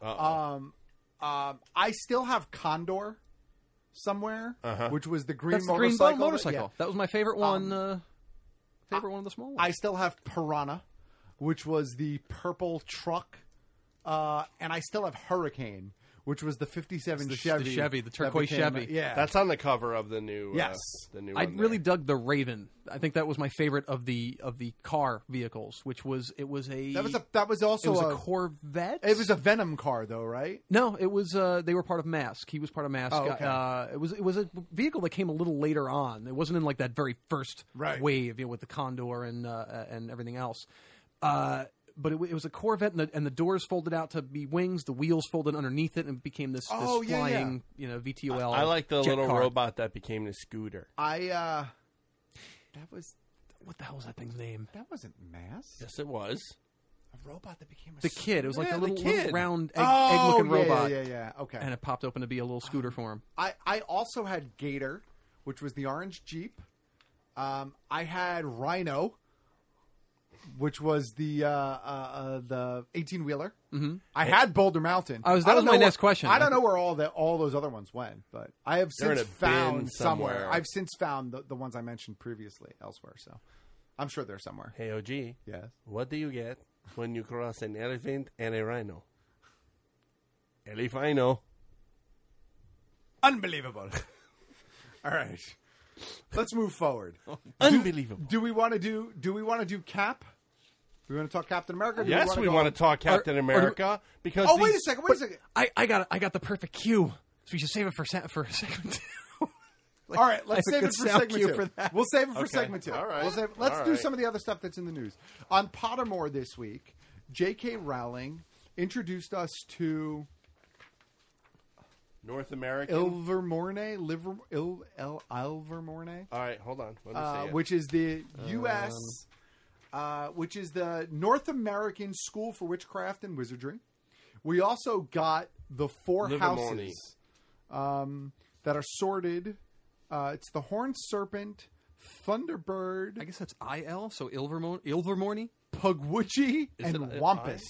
[SPEAKER 2] Uh-oh.
[SPEAKER 4] Um, um, I still have Condor somewhere,
[SPEAKER 12] Uh-huh.
[SPEAKER 4] which was the green
[SPEAKER 12] That's the green
[SPEAKER 4] motorcycle.
[SPEAKER 12] mo- motorcycle. Um, That was my favorite one,
[SPEAKER 4] uh,
[SPEAKER 12] favorite one of the small ones.
[SPEAKER 4] I still have Piranha, which was the purple truck, uh, and I still have Hurricane, which was the '57
[SPEAKER 12] It's the-
[SPEAKER 4] Chevy,
[SPEAKER 12] the Chevy, the
[SPEAKER 4] that
[SPEAKER 12] turquoise
[SPEAKER 4] became-
[SPEAKER 12] Chevy.
[SPEAKER 4] Yeah,
[SPEAKER 2] That's on the cover of the new.
[SPEAKER 4] Yes.
[SPEAKER 2] Uh, the new.
[SPEAKER 12] I
[SPEAKER 2] one there.
[SPEAKER 12] really dug the Raven. I think that was my favorite of the of the car vehicles, which was it was a
[SPEAKER 4] That was a that was also
[SPEAKER 12] it was
[SPEAKER 4] a,
[SPEAKER 12] a Corvette.
[SPEAKER 4] It was a Venom car though, right?
[SPEAKER 12] No, it was uh, they were part of Mask. He was part of Mask.
[SPEAKER 4] Oh, okay.
[SPEAKER 12] uh, it was it was a vehicle that came a little later on. It wasn't in like that very first
[SPEAKER 4] Right.
[SPEAKER 12] wave you know, with the Condor and uh, and everything else. Uh, but it, w- it was a Corvette, and the, and the doors folded out to be wings. The wheels folded underneath it, and it became this, this
[SPEAKER 4] Oh, yeah, yeah.
[SPEAKER 12] flying, you know, VTOL.
[SPEAKER 2] I like the
[SPEAKER 12] jet
[SPEAKER 2] little
[SPEAKER 12] car.
[SPEAKER 2] robot that became the scooter.
[SPEAKER 4] I uh, that was
[SPEAKER 12] What the hell was that thing's name?
[SPEAKER 4] that wasn't Mass.
[SPEAKER 2] Yes, it was.
[SPEAKER 4] A robot that became a
[SPEAKER 12] The kid. It was like
[SPEAKER 4] Yeah,
[SPEAKER 12] a
[SPEAKER 4] the
[SPEAKER 12] little, little
[SPEAKER 4] kid.
[SPEAKER 12] round egg,
[SPEAKER 4] Oh,
[SPEAKER 12] egg-looking
[SPEAKER 4] yeah, yeah,
[SPEAKER 12] robot.
[SPEAKER 4] yeah, yeah. Okay.
[SPEAKER 12] And it popped open to be a little scooter for him.
[SPEAKER 4] I, I also had Gator, which was the orange Jeep. Um, I had Rhino, which was the uh, uh, uh, the eighteen wheeler. Mm-hmm. I had Boulder Mountain.
[SPEAKER 12] I was- that
[SPEAKER 4] I don't
[SPEAKER 12] was my
[SPEAKER 4] know where-
[SPEAKER 12] next question.
[SPEAKER 4] I don't know where all the all those other ones went, but I have
[SPEAKER 2] They're in
[SPEAKER 4] since
[SPEAKER 2] a bin
[SPEAKER 4] found somewhere.
[SPEAKER 2] somewhere.
[SPEAKER 4] I've since found the, the ones I mentioned previously elsewhere. So I'm sure they're somewhere.
[SPEAKER 2] Hey, OG.
[SPEAKER 4] Yes.
[SPEAKER 2] What do you get when you cross an elephant and a rhino? Elifino.
[SPEAKER 4] Unbelievable. All right, let's move forward.
[SPEAKER 2] Unbelievable.
[SPEAKER 4] Do we want to do? Do we want to do Cap? Do we want to talk Captain America? Do
[SPEAKER 2] Yes,
[SPEAKER 4] wanna
[SPEAKER 2] we
[SPEAKER 4] go-
[SPEAKER 2] want to talk Captain America because.
[SPEAKER 4] Oh wait a
[SPEAKER 2] these-
[SPEAKER 4] second! Wait a second!
[SPEAKER 12] I, I got I got the perfect cue. So we should save it for sa- for a second.
[SPEAKER 4] All right, let's save
[SPEAKER 12] I have a
[SPEAKER 4] it
[SPEAKER 12] good
[SPEAKER 4] for
[SPEAKER 12] sound
[SPEAKER 4] segment
[SPEAKER 12] cue
[SPEAKER 4] two.
[SPEAKER 12] for that.
[SPEAKER 4] We'll save it for
[SPEAKER 12] Okay.
[SPEAKER 4] segment two.
[SPEAKER 12] All right.
[SPEAKER 4] We'll save, let's
[SPEAKER 12] All
[SPEAKER 4] do
[SPEAKER 12] right.
[SPEAKER 4] some of the other stuff that's in the news on Pottermore this week. J.K. Rowling introduced us to
[SPEAKER 2] North American.
[SPEAKER 4] Ilvermorny, Liver, Il, El, Ilvermorny,
[SPEAKER 2] All right, hold on. Let me
[SPEAKER 4] uh,
[SPEAKER 2] see it.
[SPEAKER 4] which is the U.S. uh, which is the North American School for Witchcraft and Wizardry. We also got the four
[SPEAKER 2] Livermore.
[SPEAKER 4] houses um, that are sorted. Uh, it's the Horned Serpent, Thunderbird,
[SPEAKER 12] I guess that's I L. So Ilvermor- Ilvermorny.
[SPEAKER 4] Pugwuchie,
[SPEAKER 12] Is it-
[SPEAKER 4] and
[SPEAKER 12] uh,
[SPEAKER 4] Wampus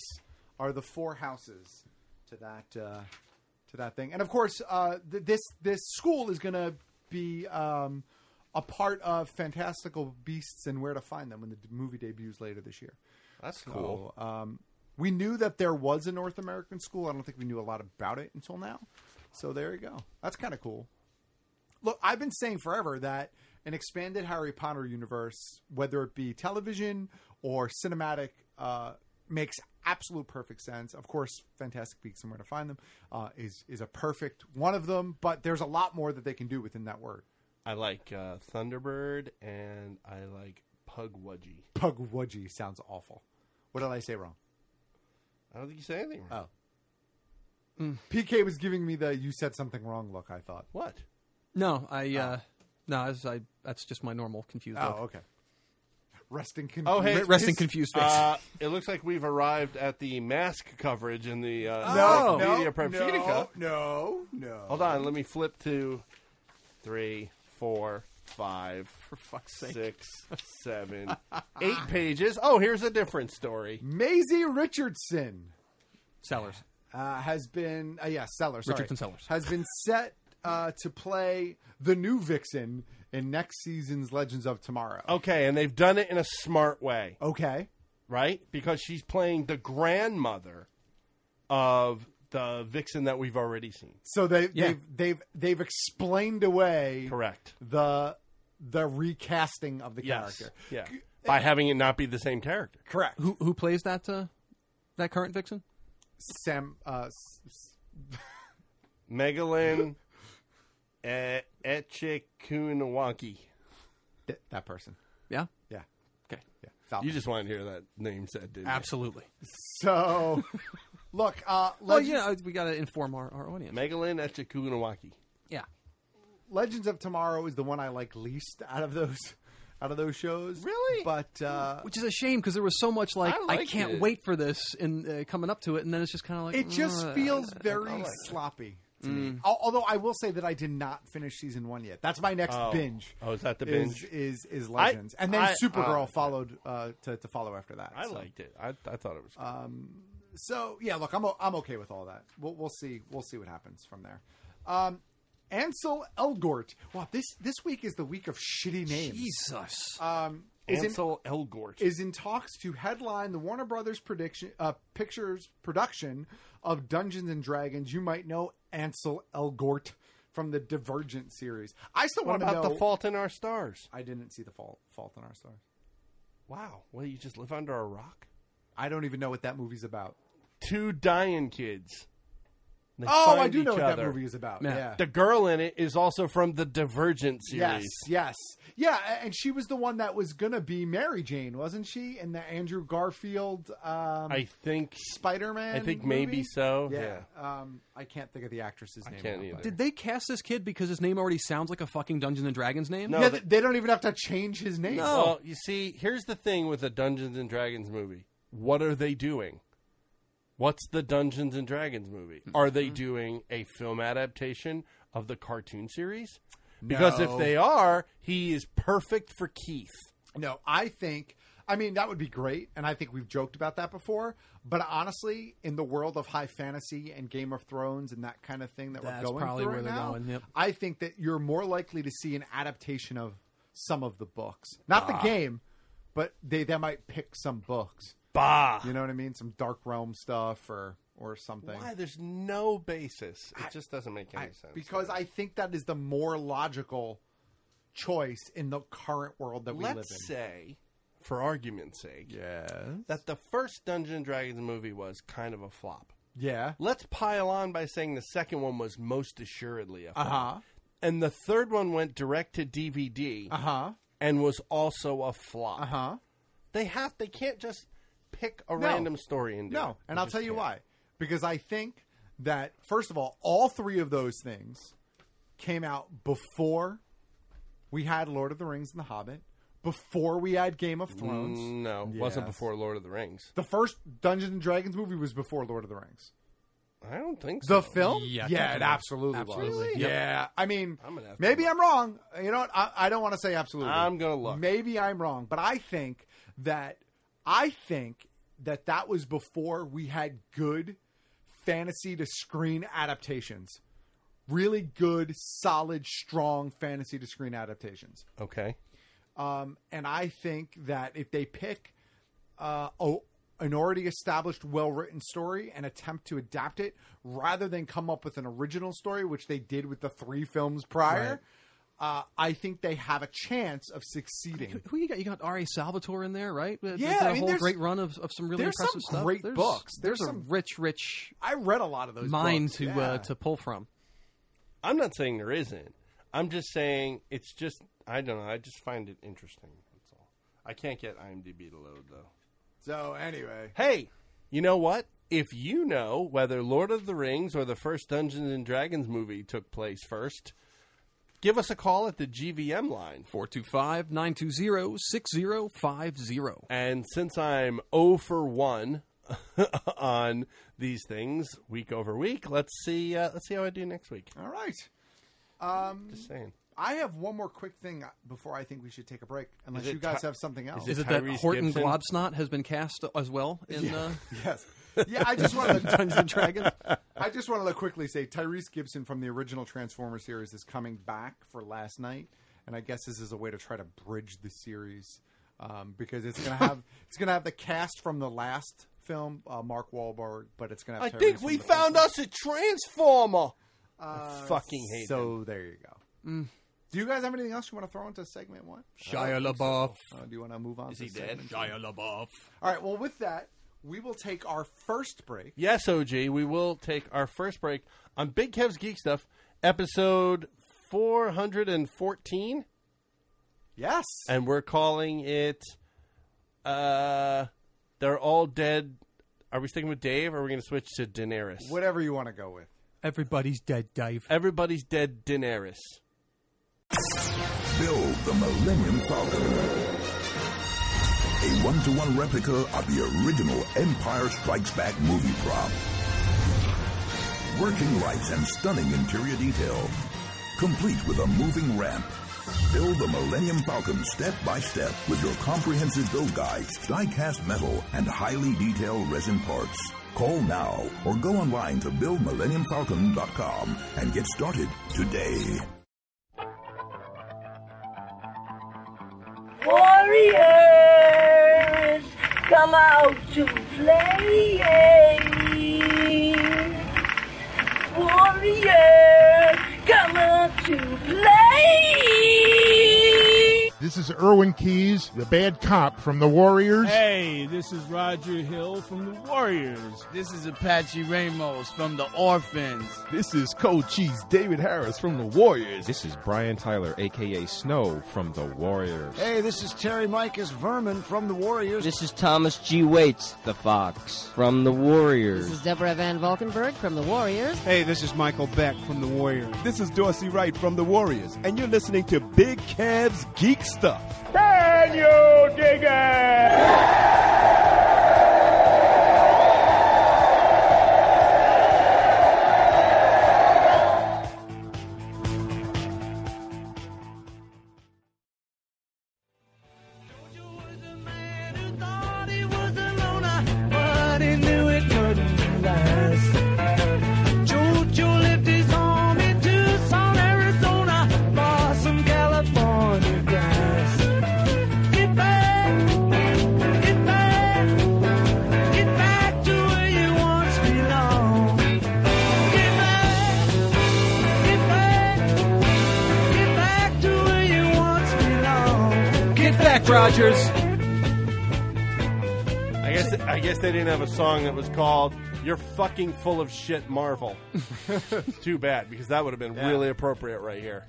[SPEAKER 4] are the four houses to that uh, to that thing. And of course, uh, th- this this school is going to be um, a part of Fantastical Beasts and Where to Find Them when the d- movie debuts later this year.
[SPEAKER 2] That's
[SPEAKER 4] So,
[SPEAKER 2] cool.
[SPEAKER 4] um, we knew that there was a North American school. I don't think we knew a lot about it until now. So there you go. That's kind of cool. Look, I've been saying forever that an expanded Harry Potter universe, whether it be television or cinematic, uh, makes absolute perfect sense. Of course, Fantastic Beasts and Where to Find Them uh, is is a perfect one of them. But there's a lot more that they can do within that word.
[SPEAKER 2] I like uh, Thunderbird and I like Pugwudgie.
[SPEAKER 4] Pugwudgie sounds awful. What did I say wrong?
[SPEAKER 2] I don't think you said anything wrong.
[SPEAKER 4] Oh. PK was giving me the "you said something wrong" look. I thought.
[SPEAKER 2] What?
[SPEAKER 12] No, I uh, no, that's, I, that's just my normal confused. look.
[SPEAKER 4] Oh, okay. Resting confused.
[SPEAKER 2] Oh, hey.
[SPEAKER 12] Rest in confused face.
[SPEAKER 2] Uh, it looks like we've arrived at the mask coverage in the
[SPEAKER 4] No,
[SPEAKER 2] uh,
[SPEAKER 4] no,
[SPEAKER 2] Encyclopedia Perpetuitica.
[SPEAKER 4] no, no.
[SPEAKER 2] Hold on, let me flip to three, four, five, for
[SPEAKER 12] fuck's
[SPEAKER 2] sake, six, seven, eight pages. Oh, here's a different story.
[SPEAKER 4] Mm. Maisie Richardson
[SPEAKER 12] Sellers.
[SPEAKER 4] uh, has been, uh, yeah, Sellers. sorry.
[SPEAKER 12] Richardson Sellers.
[SPEAKER 4] Has been set uh, to play the new Vixen in next season's Legends of Tomorrow.
[SPEAKER 2] Okay, and they've done it in a smart way,
[SPEAKER 4] Okay.
[SPEAKER 2] right? Because she's playing the grandmother of the vixen that we've already seen.
[SPEAKER 4] So they,
[SPEAKER 2] Yeah.
[SPEAKER 4] they've, they've, they've explained away
[SPEAKER 2] Correct.
[SPEAKER 4] the the recasting of the
[SPEAKER 2] Yes.
[SPEAKER 4] character.
[SPEAKER 2] Yeah. By having it not be the same character.
[SPEAKER 4] Correct.
[SPEAKER 12] Who who plays that uh, that current vixen?
[SPEAKER 4] Sam, uh, s- s-
[SPEAKER 2] Megalyn e- Echikunwaki.
[SPEAKER 4] th- that person.
[SPEAKER 12] Yeah.
[SPEAKER 4] Yeah.
[SPEAKER 12] Okay.
[SPEAKER 4] Yeah. Falcon.
[SPEAKER 2] You just wanted to hear that name said, didn't you?
[SPEAKER 12] Absolutely.
[SPEAKER 4] So, look, uh,
[SPEAKER 12] Well,
[SPEAKER 4] Legends,
[SPEAKER 12] you know, we got to inform our, our audience.
[SPEAKER 2] Megalyn Echikunwaki.
[SPEAKER 12] Yeah.
[SPEAKER 4] Legends of Tomorrow is the one I like least out of those, out of those shows.
[SPEAKER 2] Really?
[SPEAKER 4] But uh,
[SPEAKER 12] Which is a shame because there was so much like
[SPEAKER 2] I
[SPEAKER 12] I,
[SPEAKER 2] liked
[SPEAKER 12] can't
[SPEAKER 2] it.
[SPEAKER 12] wait for this and uh, coming up to it, and then it's just kind of like
[SPEAKER 4] it Mm. just
[SPEAKER 12] uh,
[SPEAKER 4] feels
[SPEAKER 12] uh,
[SPEAKER 4] very
[SPEAKER 2] like it.
[SPEAKER 4] sloppy. to me. Al- Although I will say that I did not finish season one yet. That's my next
[SPEAKER 2] Oh.
[SPEAKER 4] binge. uh,
[SPEAKER 2] Oh, is that the
[SPEAKER 4] is-
[SPEAKER 2] binge?
[SPEAKER 4] Is is,
[SPEAKER 2] I-
[SPEAKER 4] Legends, and then
[SPEAKER 2] I-
[SPEAKER 4] Supergirl
[SPEAKER 2] oh.
[SPEAKER 4] followed uh, to to follow after that.
[SPEAKER 2] I
[SPEAKER 4] so.
[SPEAKER 2] liked it. I, I thought it was.
[SPEAKER 4] Um, so yeah, look, I'm o- I'm okay with all that. We'll we'll see we'll see what happens from there. Um, Ansel Elgort. Wow, this this week is the week of shitty names.
[SPEAKER 12] Jesus.
[SPEAKER 4] Um, is in-
[SPEAKER 2] Ansel Elgort.
[SPEAKER 4] is in talks to headline the Warner Brothers prediction uh, Pictures production of Dungeons and Dragons. You might know Ansel Elgort from the Divergent series. I still
[SPEAKER 2] What
[SPEAKER 4] want to
[SPEAKER 2] about
[SPEAKER 4] know
[SPEAKER 2] The Fault in Our Stars?
[SPEAKER 4] I didn't see the fault Fault in Our Stars.
[SPEAKER 2] Wow. Well, you just live under a rock.
[SPEAKER 4] I don't even know what that movie's about.
[SPEAKER 2] Two dying kids. They
[SPEAKER 4] Oh, I
[SPEAKER 2] find
[SPEAKER 4] do know
[SPEAKER 2] each
[SPEAKER 4] what that
[SPEAKER 2] other.
[SPEAKER 4] movie is about. Yeah.
[SPEAKER 2] The girl in it is also from the Divergent series.
[SPEAKER 4] Yes, yes, yeah, a- and she was the one that was gonna be Mary Jane, wasn't she? In the Andrew Garfield, um,
[SPEAKER 2] I think
[SPEAKER 4] Spider Man.
[SPEAKER 2] I think maybe so,
[SPEAKER 4] Yeah, Um, I can't think of the actress's name.
[SPEAKER 2] can't
[SPEAKER 4] now,
[SPEAKER 2] either.
[SPEAKER 4] but-
[SPEAKER 12] Did they cast this kid because his name already sounds like a fucking Dungeons and Dragons name?
[SPEAKER 4] yeah, th- they don't even have to change his name.
[SPEAKER 2] Well, you see, here's the thing with a Dungeons and Dragons movie. What are they doing? What's the Dungeons and Dragons movie? Are they doing a film adaptation of the cartoon series? Because if
[SPEAKER 4] No.
[SPEAKER 2] they are, he is perfect for Keith.
[SPEAKER 4] No, I think. I mean, that would be great, and I think we've joked about that before. But honestly, in the world of high fantasy and Game of Thrones and that kind of thing that
[SPEAKER 12] That's
[SPEAKER 4] we're going
[SPEAKER 12] probably
[SPEAKER 4] through
[SPEAKER 12] where
[SPEAKER 4] right
[SPEAKER 12] they're
[SPEAKER 4] now,
[SPEAKER 12] going, yep.
[SPEAKER 4] I think that you're more likely to see an adaptation of some of the books, not
[SPEAKER 12] Ah.
[SPEAKER 4] the game, but they they might pick some books.
[SPEAKER 2] Bah,
[SPEAKER 4] you know what I mean? Some Dark Realm stuff or or something.
[SPEAKER 2] Why? There's no basis. It just doesn't make any
[SPEAKER 4] I-
[SPEAKER 2] sense.
[SPEAKER 4] because I think that is the more logical choice in the current world that we live in.
[SPEAKER 2] Let's say, for argument's sake, that the first Dungeons and Dragons movie was kind of a flop.
[SPEAKER 4] Yeah.
[SPEAKER 2] Let's pile on by saying the second one was most assuredly a flop.
[SPEAKER 4] Uh-huh.
[SPEAKER 2] And the third one went direct to DVD.
[SPEAKER 4] Uh-huh.
[SPEAKER 2] And was also a flop.
[SPEAKER 4] Uh-huh.
[SPEAKER 2] They have they can't just pick a
[SPEAKER 4] No.
[SPEAKER 2] random story and do
[SPEAKER 4] No,
[SPEAKER 2] it.
[SPEAKER 4] and
[SPEAKER 2] They
[SPEAKER 4] I'll
[SPEAKER 2] just
[SPEAKER 4] tell you
[SPEAKER 2] can't.
[SPEAKER 4] why. Because I think that first of all, all three of those things came out before we had Lord of the Rings and The Hobbit, before we had Game of Thrones.
[SPEAKER 2] Mm, No, it wasn't
[SPEAKER 4] Yes.
[SPEAKER 2] before Lord of the Rings.
[SPEAKER 4] The first Dungeons and Dragons movie was before Lord of the Rings.
[SPEAKER 2] I don't think so.
[SPEAKER 4] The film?
[SPEAKER 2] Yeah,
[SPEAKER 4] it
[SPEAKER 2] definitely.
[SPEAKER 4] absolutely,
[SPEAKER 2] Absolutely.
[SPEAKER 4] was.
[SPEAKER 2] Really? Yep.
[SPEAKER 4] Yeah, I mean,
[SPEAKER 2] I'm gonna have to
[SPEAKER 4] maybe I'm wrong. You know what? I, I don't want to say absolutely.
[SPEAKER 2] I'm gonna look.
[SPEAKER 4] Maybe I'm wrong, but I think that I think that that was before we had good fantasy to screen adaptations. Really good, solid, strong fantasy to screen adaptations.
[SPEAKER 2] Okay.
[SPEAKER 4] Um, and I think that if they pick uh, a, an already established, well written story and attempt to adapt it rather than come up with an original story, which they did with the three films prior, uh, I think they have a chance of succeeding.
[SPEAKER 12] Who you got? You got R.A. Salvatore in there, right? They- they
[SPEAKER 4] Yeah,
[SPEAKER 12] did a
[SPEAKER 4] I mean,
[SPEAKER 12] whole
[SPEAKER 4] there's-
[SPEAKER 12] great run of, of some really
[SPEAKER 4] there's
[SPEAKER 12] impressive
[SPEAKER 4] some
[SPEAKER 12] stuff.
[SPEAKER 4] great
[SPEAKER 12] there's,
[SPEAKER 4] books. There's
[SPEAKER 12] a
[SPEAKER 4] some-
[SPEAKER 12] rich, rich
[SPEAKER 4] I read a lot of those
[SPEAKER 12] mine
[SPEAKER 4] books,
[SPEAKER 12] to
[SPEAKER 4] yeah.
[SPEAKER 12] uh, to pull from.
[SPEAKER 2] I'm not saying there isn't. I'm just saying it's just I don't know. I just find it interesting. That's all. I can't get IMDb to load though.
[SPEAKER 4] So anyway,
[SPEAKER 2] Hey, you know what? If you know whether Lord of the Rings or the first Dungeons and Dragons movie took place first, give us a call at the GVM line
[SPEAKER 12] 425 920 6050.
[SPEAKER 2] And since I'm 0 for 1 on these things week over week, let's see uh, let's see how I do next week.
[SPEAKER 4] all right. Um,
[SPEAKER 2] Just saying.
[SPEAKER 4] I have one more quick thing before I think we should take a break, unless
[SPEAKER 2] it
[SPEAKER 4] you guys
[SPEAKER 2] Ty-
[SPEAKER 4] have something else.
[SPEAKER 12] Is it that Horton Globsnot has been cast as well in
[SPEAKER 4] Yeah.
[SPEAKER 12] uh,
[SPEAKER 4] Yes. Yeah, I just wanted to,
[SPEAKER 12] Dungeons and Dragons?
[SPEAKER 4] I just wanted to quickly say Tyrese Gibson from the original Transformers series is coming back for last night, and I guess this is a way to try to bridge the series um, because it's gonna have it's gonna have the cast from the last film, uh, Mark Wahlberg, but it's gonna. Have
[SPEAKER 2] I think
[SPEAKER 4] Tyrese
[SPEAKER 2] we
[SPEAKER 4] from the first
[SPEAKER 2] found
[SPEAKER 4] one.
[SPEAKER 2] us a transformer.
[SPEAKER 4] Uh,
[SPEAKER 2] I fucking hate
[SPEAKER 4] So
[SPEAKER 2] them.
[SPEAKER 4] there you go.
[SPEAKER 2] Mm.
[SPEAKER 4] Do you guys have anything else you want to throw into segment one?
[SPEAKER 12] Shia
[SPEAKER 4] I don't think so.
[SPEAKER 12] LaBeouf.
[SPEAKER 4] Uh, do you want to move on?
[SPEAKER 12] Is
[SPEAKER 4] to
[SPEAKER 12] he dead?
[SPEAKER 4] segment two?
[SPEAKER 12] Shia LaBeouf.
[SPEAKER 4] All right. Well, with that, we will take our first break.
[SPEAKER 2] Yes, OG, we will take our first break on Big Kev's Geek Stuff, episode 414,
[SPEAKER 4] Yes.
[SPEAKER 2] and we're calling it uh They're All Dead. Are we sticking with Dave or are we going to switch to Daenerys?
[SPEAKER 4] Whatever you want to go with.
[SPEAKER 12] Everybody's dead, Dave.
[SPEAKER 2] Everybody's dead Daenerys.
[SPEAKER 15] Build the Millennium Falcon. A one to one replica of the original Empire Strikes Back movie prop. Working lights and stunning interior detail. Complete with a moving ramp. Build the Millennium Falcon step by step with your comprehensive build guides, die-cast metal, and highly detailed resin parts. Call now or go online to buildmillenniumfalcon.com and get started today.
[SPEAKER 16] Warriors, come out to play. Warriors, come out to play.
[SPEAKER 17] This is Erwin Keys, the bad cop from the Warriors.
[SPEAKER 18] Hey, this is Roger Hill from the Warriors.
[SPEAKER 19] This is Apache Ramos from the Orphans.
[SPEAKER 20] This is Cold Cheese David Harris from the Warriors.
[SPEAKER 21] This is Brian Tyler, aka Snow, from the Warriors.
[SPEAKER 22] Hey, this is Terry Micus Verman from the Warriors.
[SPEAKER 23] This is Thomas G. Waits, the Fox, from the Warriors.
[SPEAKER 24] This is Deborah Van Valkenburg from the Warriors.
[SPEAKER 25] Hey, this is Michael Beck from the Warriors.
[SPEAKER 26] This is Dorsey Wright from the Warriors, and you're listening to Big Cavs Geek Stuff.
[SPEAKER 27] Can you dig it?
[SPEAKER 12] Rogers.
[SPEAKER 2] I guess I guess they didn't have a song that was called "You're Fucking Full of Shit, Marvel." Too bad because that would have been
[SPEAKER 4] Yeah.
[SPEAKER 2] really appropriate right here.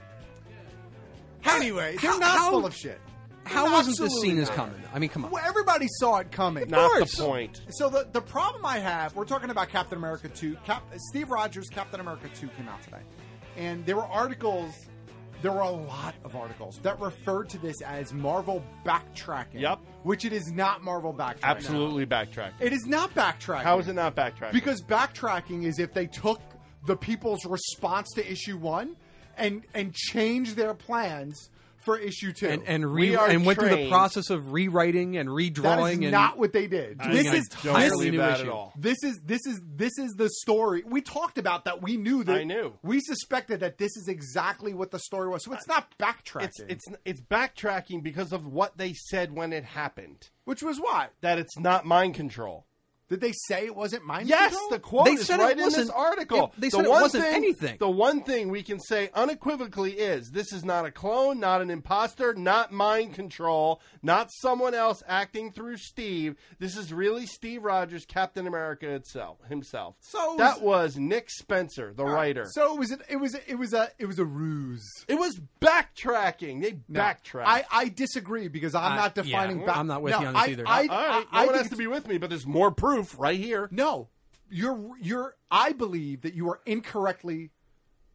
[SPEAKER 4] anyway, they're not full of shit.
[SPEAKER 12] How wasn't this seen
[SPEAKER 4] Absolutely
[SPEAKER 12] as
[SPEAKER 4] not.
[SPEAKER 12] coming? I mean, come on.
[SPEAKER 4] Well, everybody saw it coming.
[SPEAKER 12] Not the course. point.
[SPEAKER 4] So the, the problem I have, we're talking about Captain America 2. Cap, Steve Rogers' Captain America 2 came out today. And there were articles, there were a lot of articles that referred to this as Marvel backtracking.
[SPEAKER 2] Yep.
[SPEAKER 4] Which it is not Marvel backtracking.
[SPEAKER 2] Absolutely backtrack.
[SPEAKER 4] It is not backtracking.
[SPEAKER 2] How is it not backtrack?
[SPEAKER 4] Because backtracking is if they took the people's response to issue one and and changed their plans for issue two
[SPEAKER 12] And and, re- and went through the process of rewriting and redrawing.
[SPEAKER 4] that is
[SPEAKER 12] and
[SPEAKER 4] not what they did.
[SPEAKER 12] I
[SPEAKER 4] This
[SPEAKER 12] think
[SPEAKER 4] is
[SPEAKER 12] I don't
[SPEAKER 4] this-
[SPEAKER 12] believe that at all.
[SPEAKER 4] This is this is this is the story we talked about that we knew that
[SPEAKER 2] I knew.
[SPEAKER 4] we suspected that this is exactly what the story was. So it's not backtracking.
[SPEAKER 2] It's it's it's backtracking because of what they said when it happened,
[SPEAKER 4] which was what
[SPEAKER 2] that it's not mind control.
[SPEAKER 4] Did they say it wasn't mind
[SPEAKER 2] Yes,
[SPEAKER 4] control?
[SPEAKER 2] the quote
[SPEAKER 4] They
[SPEAKER 2] is
[SPEAKER 4] said it
[SPEAKER 2] right in this
[SPEAKER 4] wasn't-
[SPEAKER 2] article.
[SPEAKER 4] it- they
[SPEAKER 2] The
[SPEAKER 4] said it
[SPEAKER 2] one
[SPEAKER 4] wasn't
[SPEAKER 2] thing-
[SPEAKER 4] anything.
[SPEAKER 2] The one thing we can say unequivocally is this is not a clone, not an imposter, not mind control, not someone else acting through Steve. This is really Steve Rogers, Captain America itself himself.
[SPEAKER 4] So-
[SPEAKER 2] that was Nick Spencer, the writer.
[SPEAKER 4] So it was an, it was it was a it was a ruse.
[SPEAKER 2] It was backtracking. They
[SPEAKER 4] No,
[SPEAKER 2] backtracked.
[SPEAKER 4] I, I disagree because I'm
[SPEAKER 2] I-
[SPEAKER 4] not
[SPEAKER 2] yeah,
[SPEAKER 4] defining.
[SPEAKER 2] well,
[SPEAKER 4] back-
[SPEAKER 2] I'm not with
[SPEAKER 4] No,
[SPEAKER 2] you on this
[SPEAKER 4] I-
[SPEAKER 2] either.
[SPEAKER 4] I,
[SPEAKER 2] All right,
[SPEAKER 4] I-
[SPEAKER 2] no
[SPEAKER 4] I
[SPEAKER 2] one
[SPEAKER 4] think
[SPEAKER 2] has to
[SPEAKER 4] it's-
[SPEAKER 2] be with me, but there's more proof right here.
[SPEAKER 4] No, you're you're. I believe that you are incorrectly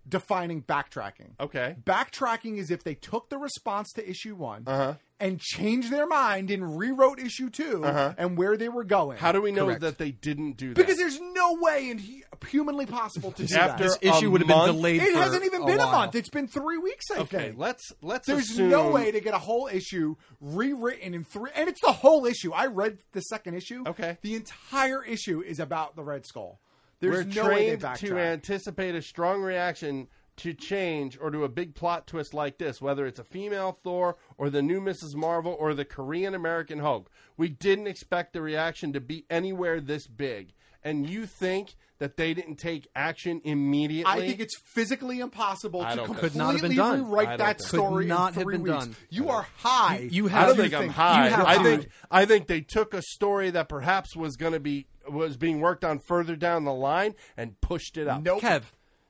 [SPEAKER 4] defining backtracking.
[SPEAKER 2] Okay.
[SPEAKER 4] Backtracking is if they took the response to issue one
[SPEAKER 2] Uh-huh.
[SPEAKER 4] and changed their mind and rewrote issue 2
[SPEAKER 2] Uh-huh.
[SPEAKER 4] and where they were going.
[SPEAKER 2] How do we know
[SPEAKER 4] Correct.
[SPEAKER 2] that they didn't do that?
[SPEAKER 4] Because there's no way in hu- humanly possible to do
[SPEAKER 2] After
[SPEAKER 4] that.
[SPEAKER 2] This issue a would have been month? delayed
[SPEAKER 4] It
[SPEAKER 2] for
[SPEAKER 4] hasn't even
[SPEAKER 2] a
[SPEAKER 4] been a
[SPEAKER 2] while.
[SPEAKER 4] month. It's been three weeks. I
[SPEAKER 2] Okay,
[SPEAKER 4] think.
[SPEAKER 2] let's- let's
[SPEAKER 4] There's
[SPEAKER 2] assume-
[SPEAKER 4] no way to get a whole issue rewritten in three, and it's the whole issue. I read the second issue. Okay, the entire issue is about the Red Skull. There's no
[SPEAKER 2] We're
[SPEAKER 4] way
[SPEAKER 2] trained
[SPEAKER 4] they
[SPEAKER 2] to
[SPEAKER 4] backtrack.
[SPEAKER 2] anticipate a strong reaction to change or to a big plot twist like this, whether it's a female Thor or the new Mrs. Marvel or the Korean American Hulk. We didn't expect the reaction to be anywhere this big. And you think that they didn't take action immediately?
[SPEAKER 4] I think it's physically impossible
[SPEAKER 2] I
[SPEAKER 4] to
[SPEAKER 2] don't think-
[SPEAKER 4] completely
[SPEAKER 2] Could not have been done. I
[SPEAKER 4] rewrite
[SPEAKER 2] don't
[SPEAKER 4] that
[SPEAKER 2] think- Could
[SPEAKER 4] story.
[SPEAKER 2] not
[SPEAKER 4] in
[SPEAKER 2] have
[SPEAKER 4] three
[SPEAKER 2] been
[SPEAKER 4] weeks.
[SPEAKER 2] done.
[SPEAKER 4] You are high.
[SPEAKER 2] I
[SPEAKER 4] How
[SPEAKER 2] don't
[SPEAKER 4] do you
[SPEAKER 2] think I'm
[SPEAKER 4] think-
[SPEAKER 2] high.
[SPEAKER 4] you have
[SPEAKER 2] I
[SPEAKER 4] high.
[SPEAKER 2] think I think they took a story that perhaps was going to be was being worked on further down the line and pushed it up.
[SPEAKER 12] Nope. Kev,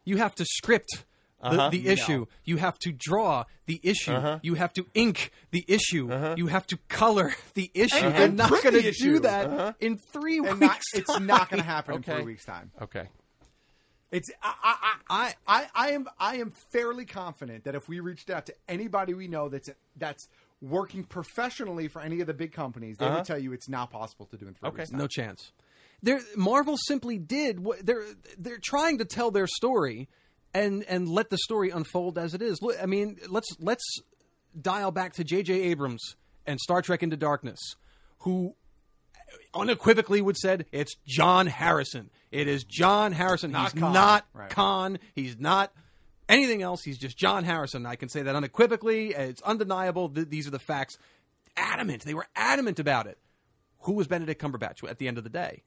[SPEAKER 12] you have to script the,
[SPEAKER 2] Uh-huh.
[SPEAKER 12] the
[SPEAKER 2] No.
[SPEAKER 12] issue. You have to draw the issue.
[SPEAKER 2] Uh-huh.
[SPEAKER 12] You have to ink the issue. You have to color the issue.
[SPEAKER 4] Uh-huh. And-
[SPEAKER 12] They're
[SPEAKER 4] and
[SPEAKER 12] not
[SPEAKER 4] print
[SPEAKER 12] going
[SPEAKER 4] the
[SPEAKER 12] to
[SPEAKER 4] issue.
[SPEAKER 12] do that
[SPEAKER 4] Uh-huh.
[SPEAKER 12] in three
[SPEAKER 4] And not-
[SPEAKER 12] weeks.
[SPEAKER 4] it's not gonna happen in three
[SPEAKER 12] Okay.
[SPEAKER 4] weeks' time.
[SPEAKER 2] Okay.
[SPEAKER 4] It's I I, I I I am I am fairly confident that if we reached out to anybody we know that's that's working professionally for any of the big companies, they
[SPEAKER 12] Uh-huh.
[SPEAKER 4] would tell you it's not possible to do in three weeks.
[SPEAKER 12] No chance. They're, Marvel simply did what they're they're trying to tell their story, and and let the story unfold as it is. Look, I mean, let's let's dial back to J.J. Abrams and Star Trek Into Darkness, who unequivocally would said it's John Harrison. It is John Harrison.
[SPEAKER 2] Not
[SPEAKER 12] he's
[SPEAKER 2] Khan.
[SPEAKER 12] not
[SPEAKER 2] Right.
[SPEAKER 12] Khan. He's not anything else. He's just John Harrison. I can say that unequivocally. It's undeniable. Th- these are the facts. Adamant. They were adamant about it. Who was Benedict Cumberbatch at the end of the day?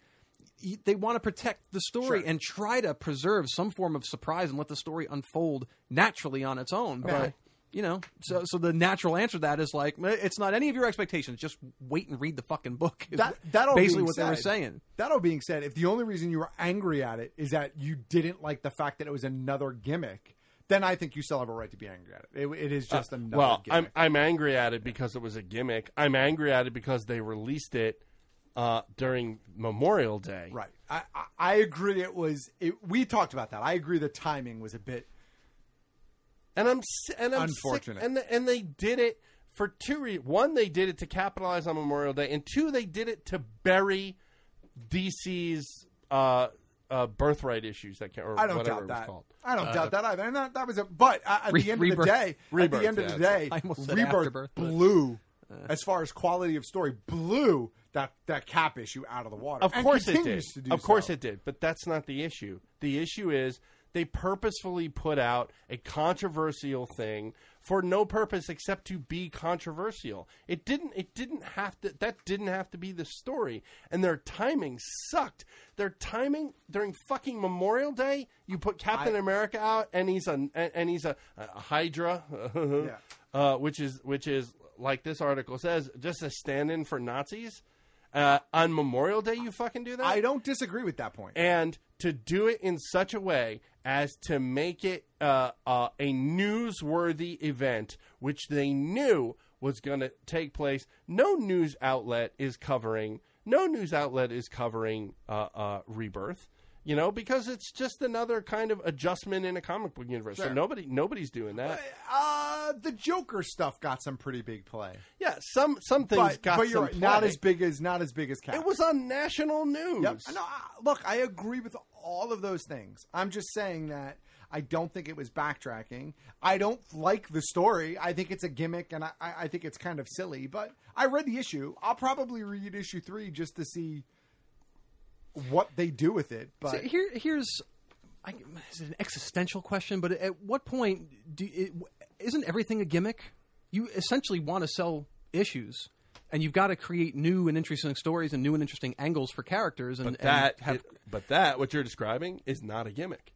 [SPEAKER 12] Y- They want to protect the story and try to preserve some form of surprise and let the story unfold naturally on its own.
[SPEAKER 2] Okay.
[SPEAKER 12] But you know, so so the natural answer to that is like, "Meh, it's not any of your expectations. Just wait and read the fucking book. is
[SPEAKER 4] that that all
[SPEAKER 12] basically
[SPEAKER 4] being
[SPEAKER 12] what they were
[SPEAKER 4] said-
[SPEAKER 12] saying.
[SPEAKER 4] That all being said, if the only reason you were angry at it is that you didn't like the fact that it was another gimmick, then I think you still have a right to be angry at it. It, it is just
[SPEAKER 2] Uh,
[SPEAKER 4] another.
[SPEAKER 2] well,
[SPEAKER 4] gimmick.
[SPEAKER 2] I'm I'm angry at it because it was a gimmick. I'm angry at it because they released it uh, during Memorial Day.
[SPEAKER 4] Right. I, I, I agree. It was. It, we talked about that. I agree. The timing was a bit.
[SPEAKER 2] And I'm si- and I'm sick-
[SPEAKER 4] Unfortunate.
[SPEAKER 2] and the, and they did it for two reasons. One, they did it to capitalize on Memorial Day, and two, they did it to bury DC's uh, uh, birthright issues. That can or
[SPEAKER 4] I don't
[SPEAKER 2] whatever
[SPEAKER 4] doubt
[SPEAKER 2] it was
[SPEAKER 4] that.
[SPEAKER 2] called.
[SPEAKER 4] I don't
[SPEAKER 2] Uh,
[SPEAKER 4] doubt that either. And that, that was a. But uh, at
[SPEAKER 2] Re-
[SPEAKER 4] the end
[SPEAKER 2] rebirth.
[SPEAKER 4] of the day, at
[SPEAKER 2] Rebirth,
[SPEAKER 4] the end of the
[SPEAKER 2] yeah,
[SPEAKER 4] day,
[SPEAKER 2] that's- I almost said
[SPEAKER 4] rebirth
[SPEAKER 2] afterbirth, but-
[SPEAKER 4] blew. As far as quality of story, blew that, that cap issue out of the water.
[SPEAKER 2] Of
[SPEAKER 4] and
[SPEAKER 2] course it did.
[SPEAKER 4] continues to do
[SPEAKER 2] of course
[SPEAKER 4] so.
[SPEAKER 2] it did. But that's not the issue. The issue is they purposefully put out a controversial thing for no purpose except to be controversial. It didn't it didn't have to that didn't have to be the story. And their timing sucked. Their timing during fucking Memorial Day, you put Captain
[SPEAKER 28] I-
[SPEAKER 2] America out and he's a and, and he's a, a Hydra. uh, which is which is like this article says, just a stand-in for Nazis. Uh, on Memorial Day, you fucking do that. I
[SPEAKER 4] don't disagree with that point.
[SPEAKER 2] And to do it in such a way as to make it uh, uh, a newsworthy event, which they knew was going to take place. No news outlet is covering. No news outlet is covering uh, uh, Rebirth. You know, because it's just another kind of adjustment in a comic book universe. So
[SPEAKER 4] Sure.
[SPEAKER 2] nobody, nobody's doing that.
[SPEAKER 4] Uh, the Joker stuff got some pretty big play.
[SPEAKER 2] Yeah, some some things
[SPEAKER 4] but,
[SPEAKER 2] got
[SPEAKER 4] but you're
[SPEAKER 2] some
[SPEAKER 4] right, not
[SPEAKER 2] play.
[SPEAKER 4] as big as not as big as Cap.
[SPEAKER 2] It was on national news.
[SPEAKER 4] Yep. No, I, look, I agree with all of those things. I'm just saying that I don't think it was backtracking. I don't like the story. I think it's a gimmick, and I, I I think it's kind of silly. But I read the issue. I'll probably read issue three just to see what they do with it. But
[SPEAKER 12] So here, here's I, is it an existential question, but at what point do it, isn't everything a gimmick? You essentially want to sell issues, and you've got to create new and interesting stories and new and interesting angles for characters. And,
[SPEAKER 2] But that,
[SPEAKER 12] and have,
[SPEAKER 2] but that, what you're describing is not a gimmick.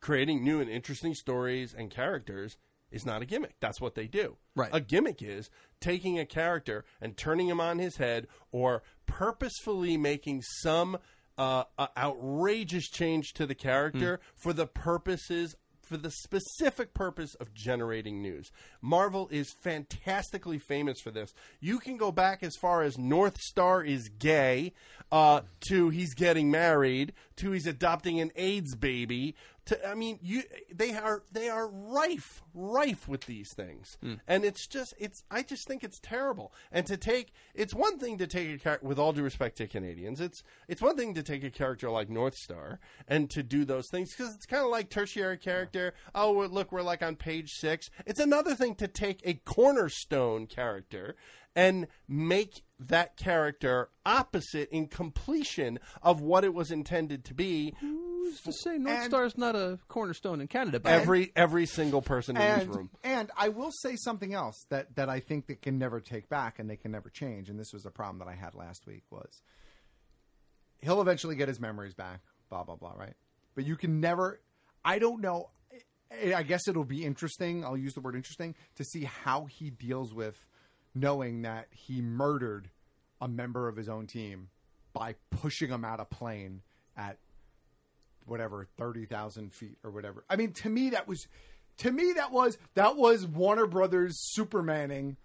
[SPEAKER 2] Creating new and interesting stories and characters is not a gimmick. That's what they do.
[SPEAKER 12] Right.
[SPEAKER 2] A gimmick is taking a character and turning him on his head, or purposefully making some uh, uh, outrageous change to the character for the purposes. For the specific purpose of generating news, Marvel is fantastically famous for this. You can go back as far as North Star is gay, uh, to he's getting married, to he's adopting an AIDS baby. To I mean, you they are they are rife rife with these things, and it's just it's I just think it's terrible. And to take it's one thing to take a character with all due respect to Canadians, it's it's one thing to take a character like North Star and to do those things because it's kind of like tertiary character. Oh, we're, look, we're like on page six. It's another thing to take a cornerstone character and make that character opposite in completion of what it was intended to be.
[SPEAKER 12] who's to say North Star's not a cornerstone in Canada? but-
[SPEAKER 2] Every every single person in
[SPEAKER 4] and,
[SPEAKER 2] this room.
[SPEAKER 4] And I will say something else that, that I think they can never take back and they can never change. And this was a problem that I had last week was he'll eventually get his memories back, blah, blah, blah, right? But you can never, I don't know. I- I guess it'll be interesting. I'll use the word interesting to see how he deals with knowing that he murdered a member of his own team by pushing him out of plane at whatever 30,000 feet or whatever. I mean, to me, that was to me that was that was Warner Brothers Supermaning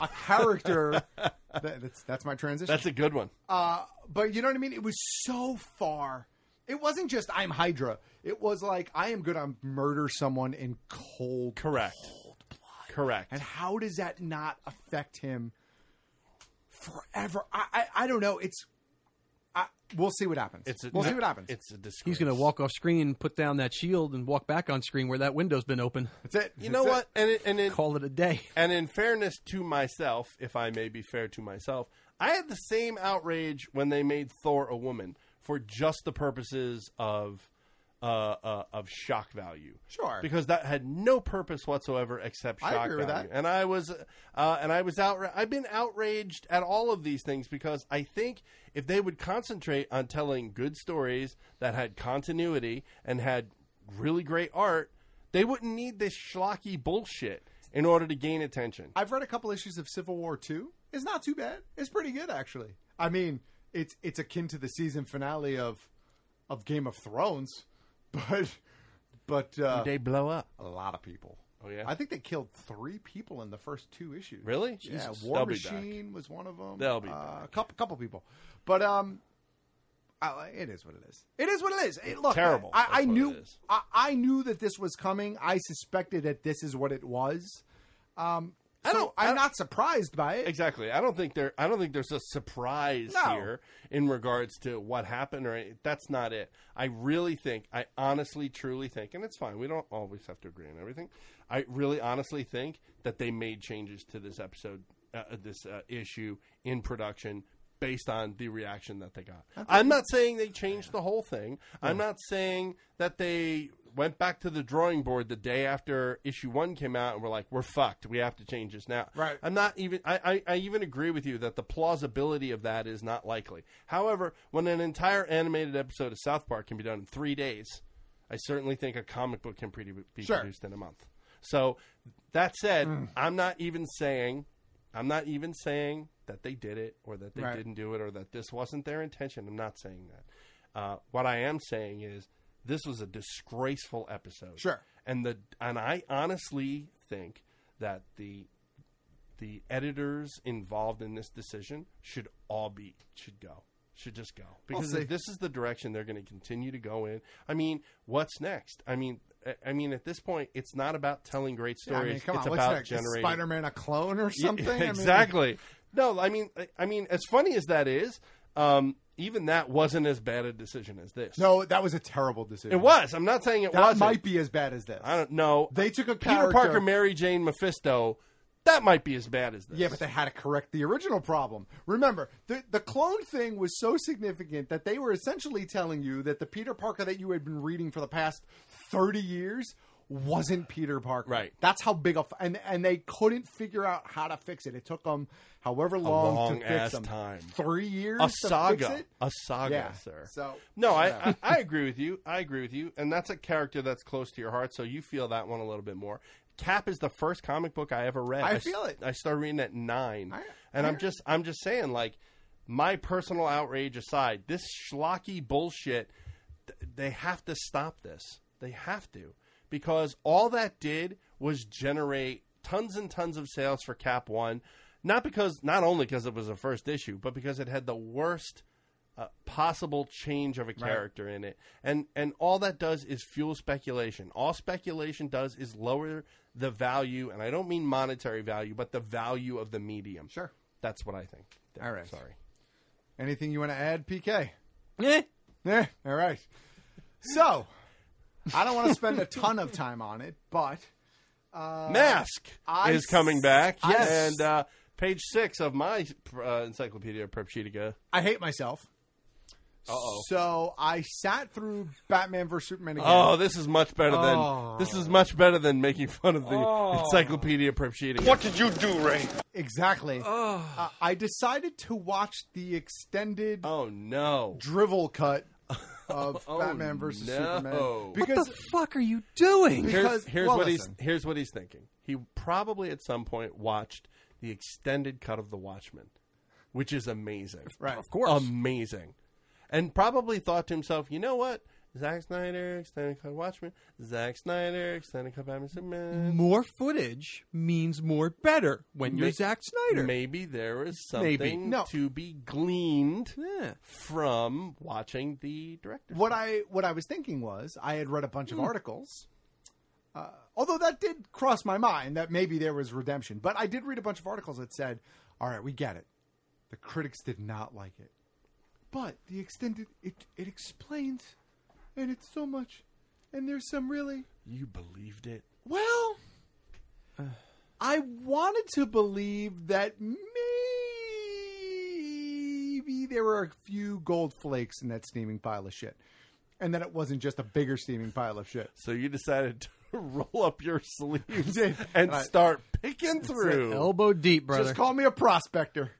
[SPEAKER 4] a character. that, that's that's my transition.
[SPEAKER 2] That's a good one.
[SPEAKER 4] Uh, but you know what I mean? It was so far. It wasn't just I'm Hydra. It was like I am going to murder someone in cold,
[SPEAKER 2] correct,
[SPEAKER 4] cold blood.
[SPEAKER 2] Correct.
[SPEAKER 4] And how does that not affect him forever? I I, I don't know. It's I, we'll see what happens.
[SPEAKER 2] It's a-
[SPEAKER 4] we'll see what happens.
[SPEAKER 2] It's a
[SPEAKER 12] He's
[SPEAKER 2] disgrace.
[SPEAKER 12] going to walk off screen, put down that shield, and walk back on screen where that window's been open.
[SPEAKER 4] That's it.
[SPEAKER 2] You know what? And it, and it,
[SPEAKER 12] Call it a day.
[SPEAKER 2] And in fairness to myself, if I may be fair to myself, I had the same outrage when they made Thor a woman for just the purposes of uh, uh, of shock value.
[SPEAKER 4] Sure.
[SPEAKER 2] because that had no purpose whatsoever except
[SPEAKER 4] I
[SPEAKER 2] shock
[SPEAKER 4] agree with
[SPEAKER 2] value.
[SPEAKER 4] that.
[SPEAKER 2] And I was uh, and I was outra- I've been outraged at all of these things because I think if they would concentrate on telling good stories that had continuity and had really great art, they wouldn't need this schlocky bullshit in order to gain attention.
[SPEAKER 4] I've read a couple issues of Civil War Two. It's not too bad. It's pretty good actually. I mean, it's it's akin to the season finale of of Game of Thrones, but but uh,
[SPEAKER 2] Did they blow up?
[SPEAKER 4] a lot of people.
[SPEAKER 2] Oh yeah,
[SPEAKER 4] I think they killed three people in the first two issues.
[SPEAKER 2] Really?
[SPEAKER 4] Yeah.
[SPEAKER 2] Jesus.
[SPEAKER 4] War
[SPEAKER 2] They'll be back.
[SPEAKER 4] Machine was one of them.
[SPEAKER 2] They'll be
[SPEAKER 4] Uh, a couple couple people, but um, I, it is what it is. It is what it is. It, look,
[SPEAKER 2] Terrible.
[SPEAKER 4] I,
[SPEAKER 2] That's
[SPEAKER 4] I
[SPEAKER 2] what
[SPEAKER 4] knew.
[SPEAKER 2] it is.
[SPEAKER 4] I, I knew that this was coming. I suspected that this is what it was. Um,
[SPEAKER 2] I
[SPEAKER 4] so
[SPEAKER 2] don't- I
[SPEAKER 4] I'm
[SPEAKER 2] don't-
[SPEAKER 4] not surprised by it.
[SPEAKER 2] Exactly. I don't think there. I don't think there's a surprise
[SPEAKER 4] No.
[SPEAKER 2] here in regards to what happened. Or any- that's not it. I really think. I honestly, truly think, and it's fine. We don't always have to agree on everything. I really, honestly think that they made changes to this episode, uh, uh, this uh, issue in production. Based on the reaction that they got, I'm not saying they changed the whole thing. I'm not saying that they went back to the drawing board the day after issue one came out and were like, "We're fucked. We have to change this now."
[SPEAKER 4] Right.
[SPEAKER 2] I'm not even. I, I, I even agree with you that the plausibility of that is not likely. However, when an entire animated episode of South Park can be done in three days, I certainly think a comic book can pretty, be
[SPEAKER 4] Sure. Hmm.
[SPEAKER 2] produced in a month. So, that said, I'm not even saying, I'm not even saying that they did it or that they
[SPEAKER 4] Right.
[SPEAKER 2] didn't do it or that this wasn't their intention. I'm not saying that. Uh, what I am saying is this was a disgraceful episode.
[SPEAKER 4] Sure.
[SPEAKER 2] And the and I honestly think that the the editors involved in this decision should all be should go should just go because
[SPEAKER 4] see.
[SPEAKER 2] if this is the direction they're going to continue to go in i mean what's next i mean I- i mean at this point it's not about telling great
[SPEAKER 4] Yeah, I
[SPEAKER 2] stories
[SPEAKER 4] mean, come
[SPEAKER 2] it's
[SPEAKER 4] on,
[SPEAKER 2] about
[SPEAKER 4] what's next? Is
[SPEAKER 2] generating
[SPEAKER 4] Spider-Man a clone or
[SPEAKER 2] Yeah,
[SPEAKER 4] something? I mean-
[SPEAKER 2] exactly no i mean I- i mean as funny as that is um even that wasn't as bad a decision as this
[SPEAKER 4] no, that was a terrible decision.
[SPEAKER 2] it was i'm not saying it
[SPEAKER 4] That
[SPEAKER 2] wasn't
[SPEAKER 4] might be as bad as this.
[SPEAKER 2] i don't know
[SPEAKER 4] They took a
[SPEAKER 2] peter
[SPEAKER 4] character-
[SPEAKER 2] parker mary jane mephisto that might be as bad as this
[SPEAKER 4] Yeah, but they had to correct the original problem. Remember, the the clone thing was so significant that they were essentially telling you that the Peter Parker that you had been reading for the past thirty years wasn't Peter Parker.
[SPEAKER 2] Right.
[SPEAKER 4] That's how big a f- and and they couldn't figure out how to fix it. It took them however long,
[SPEAKER 2] long
[SPEAKER 4] to fix
[SPEAKER 2] ass
[SPEAKER 4] them.
[SPEAKER 2] time.
[SPEAKER 4] Three years.
[SPEAKER 2] a
[SPEAKER 4] To fix
[SPEAKER 2] saga,
[SPEAKER 4] it?
[SPEAKER 2] a saga,
[SPEAKER 4] Yeah,
[SPEAKER 2] sir.
[SPEAKER 4] so-
[SPEAKER 2] no, I,
[SPEAKER 4] Yeah.
[SPEAKER 2] I I agree with you. I agree with you, and that's a character that's close to your heart, so you feel that one a little bit more. Cap is the first comic book I ever read.
[SPEAKER 4] I
[SPEAKER 2] s-
[SPEAKER 4] feel it.
[SPEAKER 2] I started reading at nine,
[SPEAKER 4] I-
[SPEAKER 2] and
[SPEAKER 4] I-
[SPEAKER 2] I'm just I'm just saying, like my personal outrage aside, this schlocky bullshit. th- They have to stop this. They have to because all that did was generate tons and tons of sales for Cap One. Not because, not only because it was the first issue, but because it had the worst uh, possible change of a character in it, and and all that does is fuel speculation. All speculation does is lower the value, and I don't mean monetary value, but the value of the medium.
[SPEAKER 4] Sure.
[SPEAKER 2] that's what I think.
[SPEAKER 4] All right.
[SPEAKER 2] sorry.
[SPEAKER 4] Anything you want to add, PK?
[SPEAKER 12] Eh.
[SPEAKER 4] Yeah. All right. So, I don't want to spend a ton of time on it, but uh,
[SPEAKER 2] Mask
[SPEAKER 4] I
[SPEAKER 2] is coming back,
[SPEAKER 4] I
[SPEAKER 2] yes,
[SPEAKER 4] s-
[SPEAKER 2] and uh, page six of my uh, Encyclopedia Prepsheetica.
[SPEAKER 4] I hate myself.
[SPEAKER 2] Uh-oh.
[SPEAKER 4] So I sat through Batman vs Superman again.
[SPEAKER 2] Oh, this is much better than
[SPEAKER 4] Oh.
[SPEAKER 2] this is much better than making fun of the
[SPEAKER 4] Oh.
[SPEAKER 2] Encyclopedia Prepsheetica.
[SPEAKER 4] did you do, Ray? Exactly. Uh, I decided to watch the extended
[SPEAKER 2] Oh no.
[SPEAKER 4] drivel cut of
[SPEAKER 2] Oh,
[SPEAKER 4] Batman vs
[SPEAKER 2] no.
[SPEAKER 4] Superman
[SPEAKER 2] What the
[SPEAKER 4] because
[SPEAKER 12] fuck are you doing?
[SPEAKER 4] Because-
[SPEAKER 2] here's, here's
[SPEAKER 4] well,
[SPEAKER 2] what
[SPEAKER 4] listen.
[SPEAKER 2] he's here's what he's thinking. He probably at some point watched the extended cut of The Watchmen, which is amazing.
[SPEAKER 4] Right. Of
[SPEAKER 12] course.
[SPEAKER 2] amazing, and probably thought to himself, you know what? Zack Snyder extended cut Watchmen. Zack Snyder extended cut Batman Superman.
[SPEAKER 12] More footage means more better when you're
[SPEAKER 2] May-
[SPEAKER 12] Zack Snyder.
[SPEAKER 2] Maybe there is
[SPEAKER 12] Maybe.
[SPEAKER 2] something
[SPEAKER 4] No.
[SPEAKER 2] to be gleaned
[SPEAKER 12] Yeah.
[SPEAKER 2] from watching the director.
[SPEAKER 4] what I what I was thinking was I had read a
[SPEAKER 28] Hmm.
[SPEAKER 4] bunch of articles. Uh, although that did cross my mind that maybe there was redemption, but I did read a bunch of articles that said, "All right, we get it. The critics did not like it, But the extended it it explains, and it's so much, and there's some really.
[SPEAKER 28] You believed it.
[SPEAKER 4] Well, I wanted to believe that maybe there were a few gold flakes in that steaming pile of shit, and that it wasn't just a bigger steaming pile of shit.
[SPEAKER 28] So you decided to roll up your sleeves
[SPEAKER 4] did.
[SPEAKER 28] and
[SPEAKER 4] Right. Oh,
[SPEAKER 28] start picking through.
[SPEAKER 12] elbow deep, brother.
[SPEAKER 4] Just call me a prospector.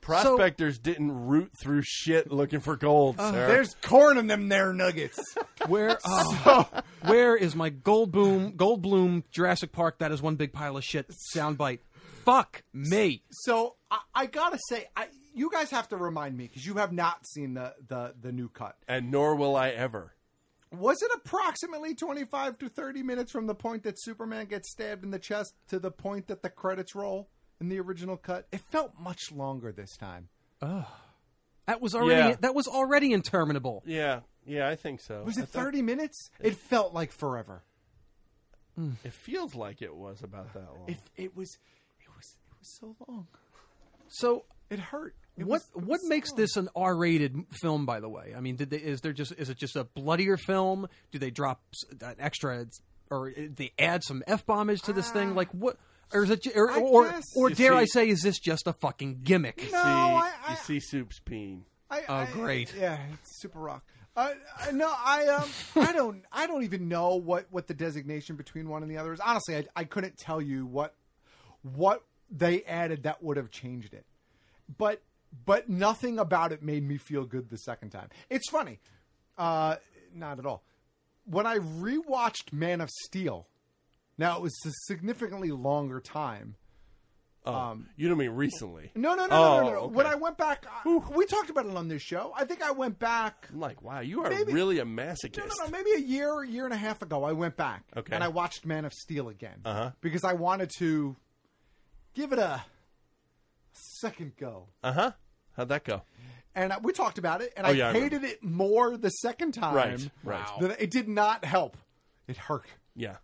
[SPEAKER 28] Prospectors didn't root through shit looking for gold, sir.
[SPEAKER 4] Oh, There's corn in them there nuggets.
[SPEAKER 12] Where oh, where is my gold boom gold bloom Jurassic Park? That is one big pile of shit. Soundbite. Fuck me.
[SPEAKER 4] So I, I gotta say, I you guys have to remind me because you have not seen the the the new cut.
[SPEAKER 28] and nor will I ever.
[SPEAKER 4] Was it approximately twenty five to thirty minutes from the point that Superman gets stabbed in the chest to the point that the credits roll in the original cut? It felt much longer this time.
[SPEAKER 12] Ugh. That was already
[SPEAKER 28] Yeah.
[SPEAKER 12] that was already interminable.
[SPEAKER 28] Yeah, yeah, I think so.
[SPEAKER 4] Was
[SPEAKER 28] I
[SPEAKER 4] it
[SPEAKER 28] thought-
[SPEAKER 4] thirty minutes? It felt like forever.
[SPEAKER 28] It feels like it was about that long.
[SPEAKER 4] It, it was, it was, it was so long.
[SPEAKER 12] So
[SPEAKER 4] It hurt. It
[SPEAKER 12] what
[SPEAKER 4] was- it
[SPEAKER 12] what
[SPEAKER 4] was so
[SPEAKER 12] makes
[SPEAKER 4] long.
[SPEAKER 12] this an R-rated m- film? By the way, I mean, did they, is there just is it just a bloodier film? Do they drop s- an extra or uh, they add some f bombage to this thing? Like what? Or is it? j- Or
[SPEAKER 4] Ah. I
[SPEAKER 12] or,
[SPEAKER 4] guess.
[SPEAKER 12] or
[SPEAKER 28] You
[SPEAKER 12] dare I
[SPEAKER 28] see-
[SPEAKER 12] say, is this just a fucking gimmick?
[SPEAKER 28] see,
[SPEAKER 4] I- I-
[SPEAKER 28] you see Soup's peen.
[SPEAKER 4] I,
[SPEAKER 12] Oh,
[SPEAKER 4] I-
[SPEAKER 12] great.
[SPEAKER 4] Yeah, it's super rock. Uh, no, I um, I don't, I don't even know what what the designation between one and the other is. Honestly, I, I couldn't tell you what what they added that would have changed it. But but nothing about it made me feel good the second time. It's funny, uh, not at all. When I rewatched Man of Steel, now it was a significantly longer time.
[SPEAKER 28] Oh, you don't mean recently?
[SPEAKER 4] No, no, no,
[SPEAKER 28] Oh,
[SPEAKER 4] no, no, no.
[SPEAKER 28] okay.
[SPEAKER 4] When I went back, I, we talked about it on this show. I think I went back.
[SPEAKER 28] I'm like, wow, you are
[SPEAKER 4] Maybe-
[SPEAKER 28] really a
[SPEAKER 4] No,
[SPEAKER 28] masochist.
[SPEAKER 4] no, no. Maybe a year, year and a half ago, I went back.
[SPEAKER 28] Okay.
[SPEAKER 4] And I watched Man of Steel again
[SPEAKER 28] Uh-huh.
[SPEAKER 4] because I wanted to give it a second go.
[SPEAKER 28] Uh
[SPEAKER 2] Uh-huh.
[SPEAKER 28] huh. How'd that go?
[SPEAKER 4] And I, we talked about it, and
[SPEAKER 28] Oh,
[SPEAKER 4] I
[SPEAKER 28] yeah, I
[SPEAKER 4] hated it more the second time.
[SPEAKER 28] Right, right. Wow.
[SPEAKER 4] than- It did not help. It hurt.
[SPEAKER 28] Yeah.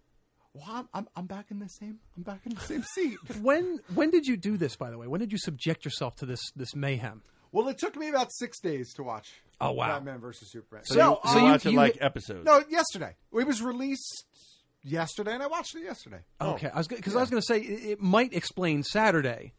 [SPEAKER 4] Well, I'm, I'm, I'm back in the same. I'm back in the same seat.
[SPEAKER 12] When when did you do this? By the way, when did you subject yourself to this this mayhem?
[SPEAKER 4] well, it took me about six days to watch.
[SPEAKER 12] Oh, wow.
[SPEAKER 4] Batman versus Superman.
[SPEAKER 28] So,
[SPEAKER 4] So,
[SPEAKER 28] you,
[SPEAKER 4] um,
[SPEAKER 28] you watch it
[SPEAKER 12] uh, you-
[SPEAKER 28] like episodes.
[SPEAKER 4] No, yesterday. It was released yesterday, and I watched it yesterday.
[SPEAKER 12] Okay, I was because I was going to say it, it might explain Saturday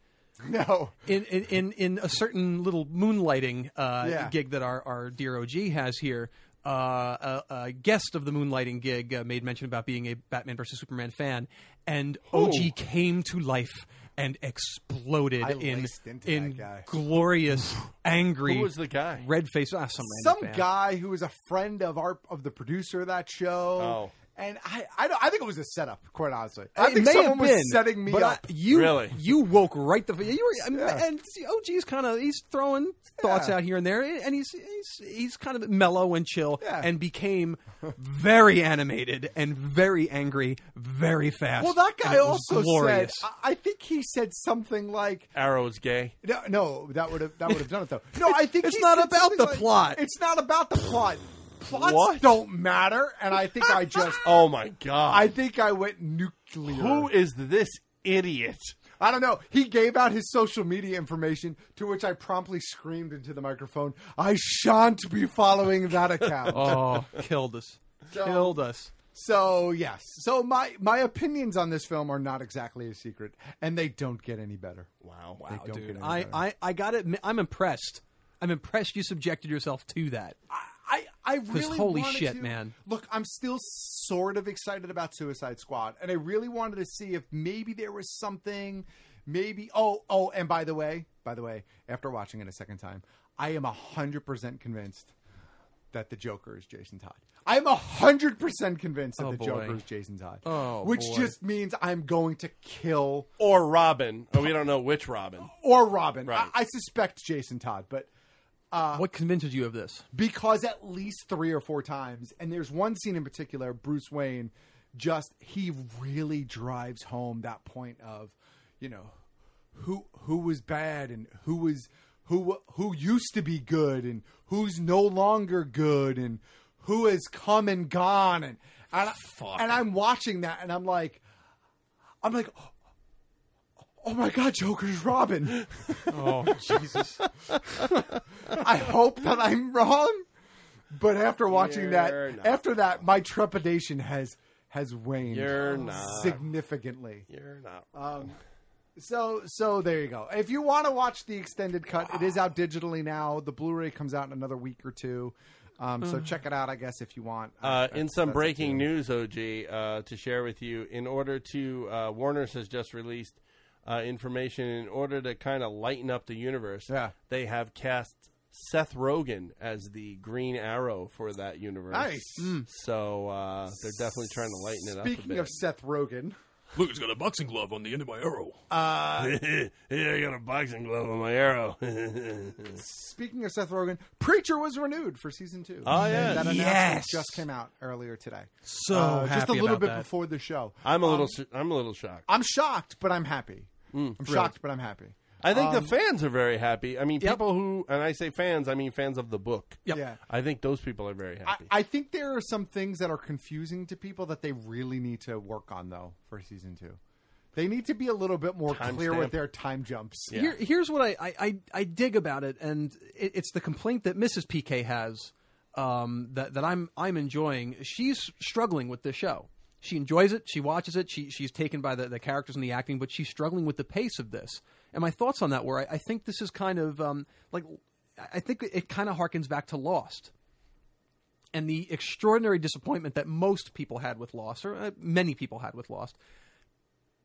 [SPEAKER 4] No,
[SPEAKER 12] in in in, in a certain little moonlighting uh,
[SPEAKER 4] Yeah.
[SPEAKER 12] gig that our our dear OG has here. Uh, a, a guest of the moonlighting gig uh, made mention about being a Batman versus Superman fan, and OG came to life and exploded
[SPEAKER 4] I
[SPEAKER 12] in
[SPEAKER 4] laced into that
[SPEAKER 12] in
[SPEAKER 4] guy.
[SPEAKER 12] glorious, angry,
[SPEAKER 28] Who was the guy?
[SPEAKER 12] red face? Ah, some random
[SPEAKER 4] some
[SPEAKER 12] fan.
[SPEAKER 4] guy who was a friend of our of the producer of that show.
[SPEAKER 28] Oh.
[SPEAKER 4] and I I, don't, I think it was a setup. Quite honestly, I
[SPEAKER 12] It
[SPEAKER 4] think
[SPEAKER 12] may
[SPEAKER 4] someone
[SPEAKER 12] have been,
[SPEAKER 4] was setting me
[SPEAKER 12] but I-
[SPEAKER 4] up.
[SPEAKER 12] you
[SPEAKER 28] Really?
[SPEAKER 12] you woke right the you were I mean,
[SPEAKER 4] Yeah.
[SPEAKER 12] and see, OG's kind of he's throwing thoughts
[SPEAKER 4] Yeah.
[SPEAKER 12] out here and there, and he's he's, he's kind of mellow and chill,
[SPEAKER 4] Yeah.
[SPEAKER 12] and became very animated and very angry very fast.
[SPEAKER 4] well, that
[SPEAKER 12] and
[SPEAKER 4] guy
[SPEAKER 12] it was
[SPEAKER 4] also said.
[SPEAKER 12] glorious.
[SPEAKER 4] I- I think he said something like.
[SPEAKER 28] Arrow's gay.
[SPEAKER 4] No, no, that would have that would have done it though. No, I think
[SPEAKER 12] It's
[SPEAKER 4] he
[SPEAKER 12] not
[SPEAKER 4] said
[SPEAKER 12] about
[SPEAKER 4] something
[SPEAKER 12] the
[SPEAKER 4] like-
[SPEAKER 12] plot.
[SPEAKER 4] It's not about the plot. Plots
[SPEAKER 28] What?
[SPEAKER 4] don't matter, and I think I just
[SPEAKER 28] Oh my god.
[SPEAKER 4] I think I went nuclear.
[SPEAKER 28] Who is this idiot?
[SPEAKER 4] I don't know. He gave out his social media information, to which I promptly screamed into the microphone, I shan't be following that account.
[SPEAKER 12] oh, killed us, killed us.
[SPEAKER 4] So, yes. So, my, my opinions on this film are not exactly a secret, and they don't get any better.
[SPEAKER 28] Wow.
[SPEAKER 4] They
[SPEAKER 12] Wow,
[SPEAKER 4] don't get
[SPEAKER 12] dude,
[SPEAKER 4] any
[SPEAKER 12] I,
[SPEAKER 4] better.
[SPEAKER 12] I I got it. I'm impressed. I'm impressed you subjected yourself to that.
[SPEAKER 4] I, I really
[SPEAKER 12] holy
[SPEAKER 4] wanted
[SPEAKER 12] shit,
[SPEAKER 4] to-
[SPEAKER 12] man.
[SPEAKER 4] Look, I'm still sort of excited about Suicide Squad, and I really wanted to see if maybe there was something. Maybe oh oh, and by the way, by the way, after watching it a second time, I am hundred percent convinced that the Joker is Jason Todd. I am hundred percent convinced that
[SPEAKER 12] Oh,
[SPEAKER 4] the
[SPEAKER 12] boy.
[SPEAKER 4] Joker is Jason Todd.
[SPEAKER 12] Oh,
[SPEAKER 4] which
[SPEAKER 12] boy.
[SPEAKER 4] just means I'm going to kill
[SPEAKER 28] Or Robin. Oh, we don't know which Robin.
[SPEAKER 4] or Robin.
[SPEAKER 28] Right.
[SPEAKER 4] I, I suspect Jason Todd, but Uh,
[SPEAKER 12] what convinces you of this?
[SPEAKER 4] because at least three or four times, and there's one scene in particular, Bruce Wayne just he really drives home that point of, you know, who who was bad and who was who who used to be good and who's no longer good and who has come and gone and and, I, and I'm watching that and I'm like I'm like oh my God, Joker's Robin.
[SPEAKER 12] oh, Jesus.
[SPEAKER 4] I hope that I'm wrong, but after watching
[SPEAKER 2] You're
[SPEAKER 4] that,
[SPEAKER 2] not
[SPEAKER 4] after that, my trepidation has has waned
[SPEAKER 2] You're not.
[SPEAKER 4] significantly.
[SPEAKER 2] You're not.
[SPEAKER 4] Um, so so there you go. If you want to watch the extended cut, it is out digitally now. The Blu-ray comes out in another week or two. Um, so
[SPEAKER 2] Ugh.
[SPEAKER 4] check it out, I guess, if you want.
[SPEAKER 2] Uh, in
[SPEAKER 4] That's-
[SPEAKER 2] some
[SPEAKER 4] that's
[SPEAKER 2] breaking news, OG, uh, to share with you, in order to uh, Warner's has just released uh, information in order to kind of lighten up the universe. Yeah. they have cast Seth Rogen as the Green Arrow for that universe.
[SPEAKER 4] Nice. Mm.
[SPEAKER 2] So uh, they're definitely trying to lighten it up. a
[SPEAKER 4] Speaking
[SPEAKER 2] bit.
[SPEAKER 4] of Seth Rogen,
[SPEAKER 10] Look, it's got a boxing glove on the end of my arrow.
[SPEAKER 4] uh,
[SPEAKER 2] yeah, I got a boxing glove on my arrow.
[SPEAKER 4] speaking of Seth Rogen, Preacher was renewed for season two.
[SPEAKER 2] Oh,
[SPEAKER 4] And
[SPEAKER 2] yeah.
[SPEAKER 4] that announcement
[SPEAKER 2] Yes.
[SPEAKER 4] just came out earlier today.
[SPEAKER 2] So
[SPEAKER 4] Uh, just a
[SPEAKER 2] happy
[SPEAKER 4] little
[SPEAKER 2] about
[SPEAKER 4] bit
[SPEAKER 2] that.
[SPEAKER 4] before the show.
[SPEAKER 2] I'm a little.
[SPEAKER 4] Um,
[SPEAKER 2] su- I'm a little shocked.
[SPEAKER 4] I'm shocked, but I'm happy. I'm
[SPEAKER 2] Mm, thrilled.
[SPEAKER 4] shocked, but I'm happy.
[SPEAKER 2] I
[SPEAKER 4] Um,
[SPEAKER 2] think the fans are very happy. I mean, people who, and I say fans, I mean fans of the book.
[SPEAKER 4] Yep. Yeah.
[SPEAKER 2] I think those people are very happy.
[SPEAKER 4] I think there are some things that are confusing to people that they really need to work on though for season two. They need to be a little bit more
[SPEAKER 12] Time
[SPEAKER 4] clear with
[SPEAKER 12] stamp.
[SPEAKER 4] their time jumps.
[SPEAKER 12] Here, here's what I, I, I, I dig about it, and it, it's the complaint that Mrs. PK has um, that that I'm I'm enjoying. She's struggling with this show. She enjoys it. She watches it. She she's taken by the, the characters and the acting, but she's struggling with the pace of this. And my thoughts on that were: I, I think this is kind of um, like I I think it kind of harkens back to Lost and the extraordinary disappointment that most people had with Lost, or uh, many people had with Lost,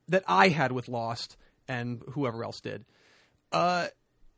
[SPEAKER 12] that I had with Lost, and whoever else did. Uh,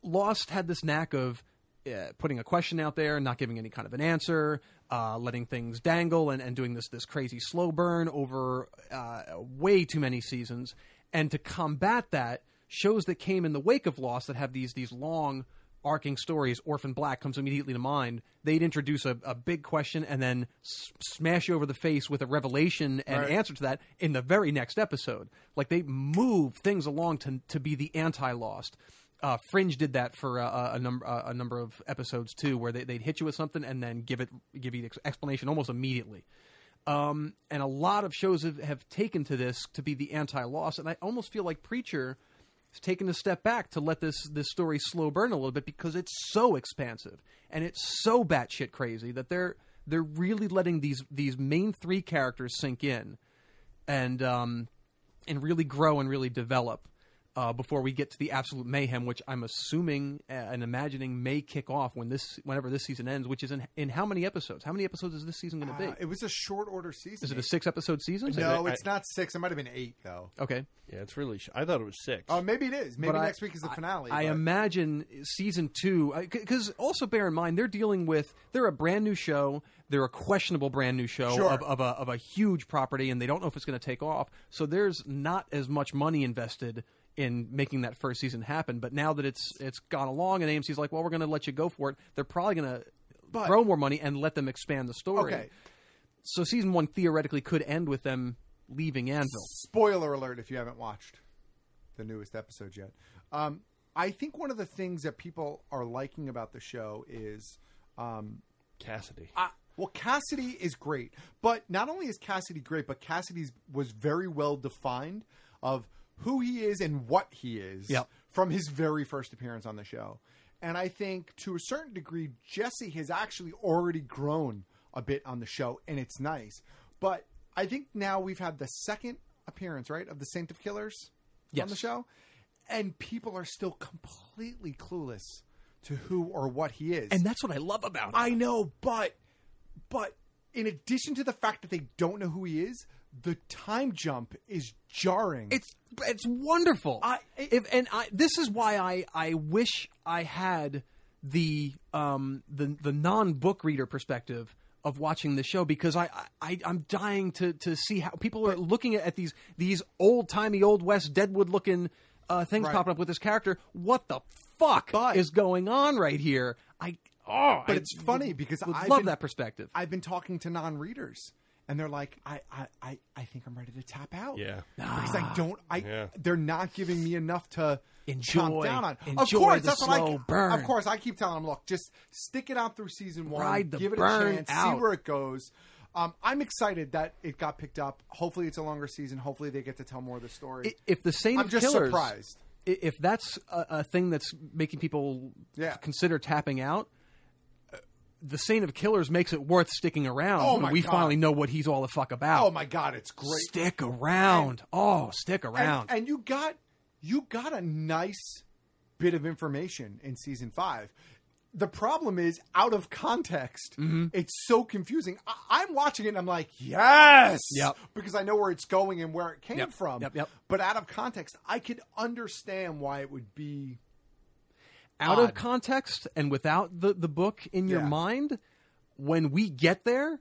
[SPEAKER 12] Lost had this knack of uh, putting a question out there, not giving any kind of an answer, uh, letting things dangle, and, and doing this this crazy slow burn over uh, way too many seasons. And to combat that, shows that came in the wake of Lost that have these these long arcing stories, Orphan Black comes immediately to mind. They'd introduce a, a big question and then s- smash you over the face with a revelation and
[SPEAKER 29] Right.
[SPEAKER 12] answer to that in the very next episode. Like they move things along to to be the anti Lost. Uh, Fringe did that for uh, a number uh, a number of episodes too, where they, they'd hit you with something and then give it give you the ex- explanation almost immediately. Um, and a lot of shows have, have taken to this to be the anti Lost, and I almost feel like Preacher it's taken a step back to let this this story slow burn a little bit because it's so expansive and it's so batshit crazy that they're they're really letting these these main three characters sink in and um and really grow and really develop uh, before we get to the absolute mayhem, which I'm assuming and imagining may kick off when this whenever this season ends, which is in in how many episodes? How many episodes is this season going to
[SPEAKER 4] Uh,
[SPEAKER 12] be?
[SPEAKER 4] it was a short order season.
[SPEAKER 12] Is it a six episode season?
[SPEAKER 4] No, it's not six. It might have been eight though.
[SPEAKER 12] Okay.
[SPEAKER 2] Yeah, it's really. Sh- I thought it was six.
[SPEAKER 4] Oh, maybe it is. Maybe
[SPEAKER 12] But I-
[SPEAKER 4] next week is the finale.
[SPEAKER 12] I
[SPEAKER 4] but-
[SPEAKER 12] imagine season two, because also bear in mind they're dealing with they're a brand new show, they're a questionable brand new show
[SPEAKER 4] Sure.
[SPEAKER 12] of, of a of a huge property, and they don't know if it's going to take off. So there's not as much money invested in making that first season happen. But now that it's it's gone along, and AMC's like, well, we're going to let you go for it. They're probably going to throw more money and let them expand the story.
[SPEAKER 4] Okay.
[SPEAKER 12] So season one theoretically could end with them leaving Anvil.
[SPEAKER 4] spoiler alert if you haven't watched the newest episode yet. Um, I think one of the things that people are liking about the show is um,
[SPEAKER 2] Cassidy.
[SPEAKER 4] I, well, Cassidy is great, but not only is Cassidy great, but Cassidy's was very well defined of who he is and what he is
[SPEAKER 12] Yep.
[SPEAKER 4] from his very first appearance on the show. And I think to a certain degree, Jesse has actually already grown a bit on the show, and it's nice. But I think now we've had the second appearance, right, of the Saint of Killers on the show, and people are still completely clueless to who or what he is. And
[SPEAKER 12] that's what I love about it.
[SPEAKER 4] I know, but but in addition to the fact that they don't know who he is, the time jump is jarring.
[SPEAKER 12] It's it's wonderful. I, if, and I, this is why I, I wish I had the um the the non book reader perspective of watching the show because I, I I'm dying to to see how people are looking at, at these these old timey old west Deadwood looking uh, things
[SPEAKER 4] Right.
[SPEAKER 12] popping up with this character. What the fuck is going on right here? I oh,
[SPEAKER 4] but
[SPEAKER 12] I
[SPEAKER 4] it's funny because
[SPEAKER 12] would
[SPEAKER 4] I
[SPEAKER 12] love that perspective.
[SPEAKER 4] I've been talking to non-readers, and they're like, I, I, I, I think I'm ready to tap out.
[SPEAKER 2] Yeah.
[SPEAKER 4] because
[SPEAKER 12] Ah.
[SPEAKER 4] I don't. I
[SPEAKER 2] Yeah.
[SPEAKER 4] they're not giving me enough to chomp
[SPEAKER 12] Enjoy-
[SPEAKER 4] down on. of
[SPEAKER 12] enjoy
[SPEAKER 4] course,
[SPEAKER 12] the
[SPEAKER 4] that's what I.
[SPEAKER 12] slow burn.
[SPEAKER 4] Of course, I keep telling them, look, just stick it out through season one,
[SPEAKER 12] Ride the
[SPEAKER 4] give it
[SPEAKER 12] burn
[SPEAKER 4] a chance, see
[SPEAKER 12] out.
[SPEAKER 4] where it goes. Um, I'm excited that it got picked up. Hopefully, it's a longer season. Hopefully, they get to tell more of the story.
[SPEAKER 12] I- If the same
[SPEAKER 4] I'm just
[SPEAKER 12] killers-
[SPEAKER 4] surprised.
[SPEAKER 12] i- If that's a, a thing that's making people
[SPEAKER 4] Yeah.
[SPEAKER 12] consider tapping out, uh, the Saint of Killers makes it worth sticking around
[SPEAKER 4] Oh
[SPEAKER 12] when
[SPEAKER 4] my
[SPEAKER 12] we
[SPEAKER 4] God.
[SPEAKER 12] finally know what he's all the fuck about.
[SPEAKER 4] Oh my god, it's great.
[SPEAKER 12] Stick around. oh, stick
[SPEAKER 4] And-
[SPEAKER 12] around.
[SPEAKER 4] And, you got you got a nice bit of information in season five. The problem is out of context.
[SPEAKER 12] Mm-hmm.
[SPEAKER 4] It's so confusing. I, I'm watching it and I'm like, yes,
[SPEAKER 12] Yep.
[SPEAKER 4] because I know where it's going and where it came
[SPEAKER 12] Yep,
[SPEAKER 4] from.
[SPEAKER 12] yep, yep.
[SPEAKER 4] But out of context, I could understand why it would be
[SPEAKER 12] out
[SPEAKER 4] odd.
[SPEAKER 12] of context and without the, the book in your
[SPEAKER 4] Yeah.
[SPEAKER 12] mind, when we get there,